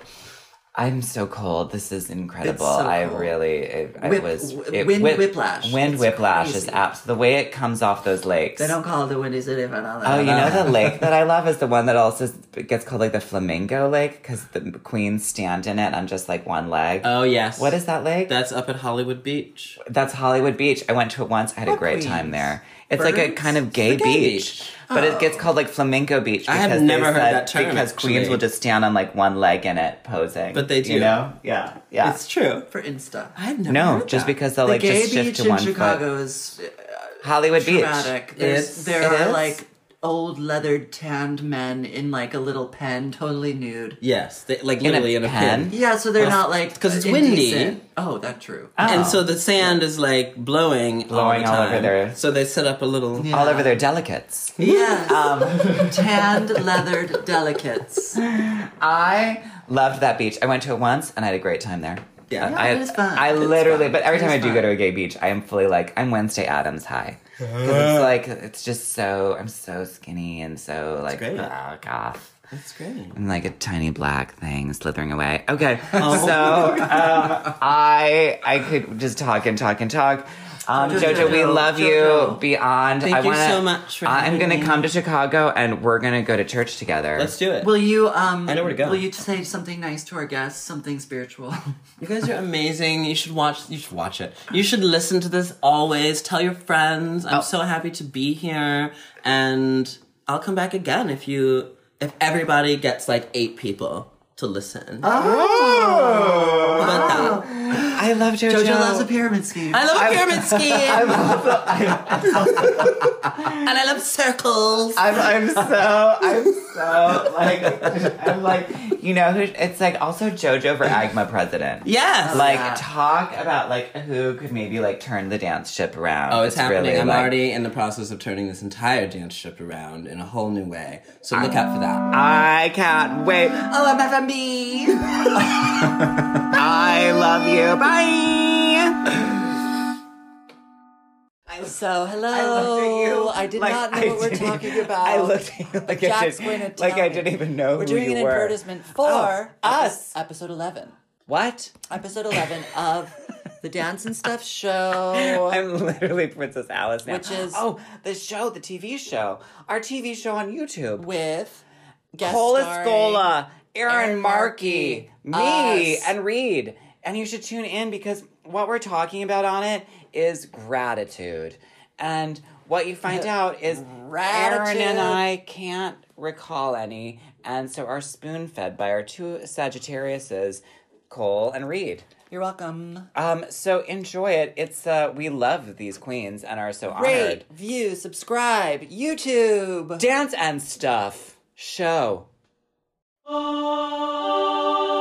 [SPEAKER 1] "I'm so cold. This is incredible.
[SPEAKER 2] It's so
[SPEAKER 1] I
[SPEAKER 2] cold.
[SPEAKER 1] really, it, I
[SPEAKER 2] Whip-
[SPEAKER 1] was
[SPEAKER 2] wh- wind whiplash.
[SPEAKER 1] Wind
[SPEAKER 2] It's
[SPEAKER 1] whiplash is
[SPEAKER 2] crazy.
[SPEAKER 1] abs. The way it comes off those lakes.
[SPEAKER 2] they don't call it the Windy City. but I don't
[SPEAKER 1] Oh, you know
[SPEAKER 2] that.
[SPEAKER 1] the lake that I love is the one that also gets called like the flamingo lake because the queens stand in it on just like one leg.
[SPEAKER 2] Uh,
[SPEAKER 3] Oh yes.
[SPEAKER 1] what is that lake?
[SPEAKER 3] That's up at Hollywood Beach.
[SPEAKER 1] That's Hollywood Beach. I went to it once. I had a
[SPEAKER 2] What
[SPEAKER 1] great
[SPEAKER 2] queens?
[SPEAKER 1] time there. It's like a
[SPEAKER 2] Birds?
[SPEAKER 1] kind of gay
[SPEAKER 3] It's a
[SPEAKER 1] beach,
[SPEAKER 3] gay Oh.
[SPEAKER 1] but it gets called like Flamingo Beach.
[SPEAKER 3] I have
[SPEAKER 1] they
[SPEAKER 3] never heard
[SPEAKER 1] said-
[SPEAKER 3] that term,
[SPEAKER 1] because queens
[SPEAKER 3] actually.
[SPEAKER 1] will just stand on like one leg in it posing.
[SPEAKER 3] But they
[SPEAKER 1] you
[SPEAKER 3] do.
[SPEAKER 1] know, yeah, yeah.
[SPEAKER 3] It's true.
[SPEAKER 2] For Insta.
[SPEAKER 3] I've never
[SPEAKER 1] no,
[SPEAKER 3] heard
[SPEAKER 1] just
[SPEAKER 3] that.
[SPEAKER 1] because they'll
[SPEAKER 2] the
[SPEAKER 1] like
[SPEAKER 2] gay
[SPEAKER 1] just shift
[SPEAKER 2] beach
[SPEAKER 1] to one
[SPEAKER 2] in
[SPEAKER 1] foot.
[SPEAKER 2] Chicago is
[SPEAKER 1] Hollywood
[SPEAKER 2] traumatic.
[SPEAKER 1] Beach.
[SPEAKER 2] There's, there
[SPEAKER 1] It
[SPEAKER 2] are
[SPEAKER 1] is?
[SPEAKER 2] like old leathered tanned men in like a little pen, totally nude.
[SPEAKER 3] Yes, they, like
[SPEAKER 1] a
[SPEAKER 3] literally in a
[SPEAKER 1] pen?
[SPEAKER 3] pen.
[SPEAKER 2] Yeah, so they're not like
[SPEAKER 3] 'cause it's windy.
[SPEAKER 2] Oh, that's true.
[SPEAKER 1] Ah.
[SPEAKER 3] And so the sand is like blowing,
[SPEAKER 1] Blowing
[SPEAKER 3] all, the
[SPEAKER 1] all over
[SPEAKER 3] time.
[SPEAKER 1] there.
[SPEAKER 3] So they set up a little. Oh,
[SPEAKER 1] All over their delicates.
[SPEAKER 2] Yes,
[SPEAKER 1] Um.
[SPEAKER 2] tanned leathered delicates.
[SPEAKER 1] I loved that beach. I went to it once and I had a great time there. Uh,
[SPEAKER 3] Yeah.
[SPEAKER 1] I,
[SPEAKER 2] it is fun.
[SPEAKER 1] I
[SPEAKER 2] It's
[SPEAKER 1] literally,
[SPEAKER 2] fun.
[SPEAKER 1] but every
[SPEAKER 2] It
[SPEAKER 1] time
[SPEAKER 2] is
[SPEAKER 1] I do
[SPEAKER 2] fun.
[SPEAKER 1] go to a gay beach, I am fully like, I'm Wednesday Adams high. 'Cause
[SPEAKER 2] Uh.
[SPEAKER 1] it's like, it's just so, I'm so skinny and so like,
[SPEAKER 3] great.
[SPEAKER 1] blah, goth.
[SPEAKER 3] That's great.
[SPEAKER 1] I'm like a tiny black thing slithering away. Okay.
[SPEAKER 2] Oh.
[SPEAKER 1] So um, I I could just talk and talk and talk. Um,
[SPEAKER 2] Jojo,
[SPEAKER 1] Jojo, we
[SPEAKER 2] Jojo,
[SPEAKER 1] love you
[SPEAKER 2] Jojo.
[SPEAKER 1] beyond.
[SPEAKER 3] Thank
[SPEAKER 1] I
[SPEAKER 3] you
[SPEAKER 1] wanna,
[SPEAKER 3] so much for
[SPEAKER 1] I'm
[SPEAKER 3] having
[SPEAKER 1] gonna
[SPEAKER 3] me.
[SPEAKER 1] come to Chicago and we're gonna go to church together.
[SPEAKER 3] Let's do it.
[SPEAKER 2] Will you? Um,
[SPEAKER 3] I know where to go.
[SPEAKER 2] Will you say something nice to our guests? Something spiritual.
[SPEAKER 3] you guys are amazing. You should watch. You should watch it. You should listen to this always. Tell your friends. I'm so happy to be here, and I'll come back again if you if everybody gets like eight people to listen. Oh, How about that?
[SPEAKER 1] I love Jojo.
[SPEAKER 2] Jojo loves a pyramid scheme.
[SPEAKER 3] I love a pyramid scheme. and I love circles.
[SPEAKER 1] I'm, I'm so I'm so like I'm like you know who it's like also JoJo for AGMA president.
[SPEAKER 3] yes.
[SPEAKER 1] Like
[SPEAKER 2] Yeah.
[SPEAKER 1] talk about like who could maybe like turn the dance ship around.
[SPEAKER 3] Oh, it's, happening.
[SPEAKER 1] really,
[SPEAKER 3] I'm
[SPEAKER 1] like-
[SPEAKER 3] already in the process of turning this entire dance ship around in a whole new way. So look out for that.
[SPEAKER 1] I can't wait.
[SPEAKER 2] Oh, MFMB.
[SPEAKER 1] I love you. Bye.
[SPEAKER 2] So hello.
[SPEAKER 1] I looked at you.
[SPEAKER 2] Oh, I did
[SPEAKER 1] like,
[SPEAKER 2] not know
[SPEAKER 1] I
[SPEAKER 2] what we're
[SPEAKER 1] didn't-
[SPEAKER 2] talking about.
[SPEAKER 1] I looked at you like
[SPEAKER 2] Jack's
[SPEAKER 1] I
[SPEAKER 2] going to
[SPEAKER 1] didn't,
[SPEAKER 2] tell
[SPEAKER 1] like I
[SPEAKER 2] me.
[SPEAKER 1] didn't even know
[SPEAKER 2] We're
[SPEAKER 1] who
[SPEAKER 2] doing
[SPEAKER 1] you
[SPEAKER 2] an
[SPEAKER 1] were.
[SPEAKER 2] advertisement for
[SPEAKER 1] us.
[SPEAKER 2] episode eleven.
[SPEAKER 1] What?
[SPEAKER 2] Episode eleven of the Dance and Stuff show.
[SPEAKER 1] I'm literally Princess Alice now.
[SPEAKER 2] Which is-
[SPEAKER 1] oh, the show, the TV show, our TV show on YouTube.
[SPEAKER 2] with guest
[SPEAKER 1] Cola
[SPEAKER 2] starring-
[SPEAKER 1] Scola, Aaron
[SPEAKER 2] Aaron
[SPEAKER 1] Markey, me,
[SPEAKER 2] Markey, us.
[SPEAKER 1] and Reed. And you should tune in because what we're talking about on it is gratitude. And what you find out is Aaron
[SPEAKER 2] Gratitude.
[SPEAKER 1] and I can't recall any, and so are spoon fed by our two Sagittariuses, Cole and Reed.
[SPEAKER 2] You're welcome.
[SPEAKER 1] Um, so enjoy it. It's uh, we love these queens and are so honored.
[SPEAKER 2] Rate, view, subscribe, YouTube.
[SPEAKER 1] Dance and stuff show.
[SPEAKER 5] Oh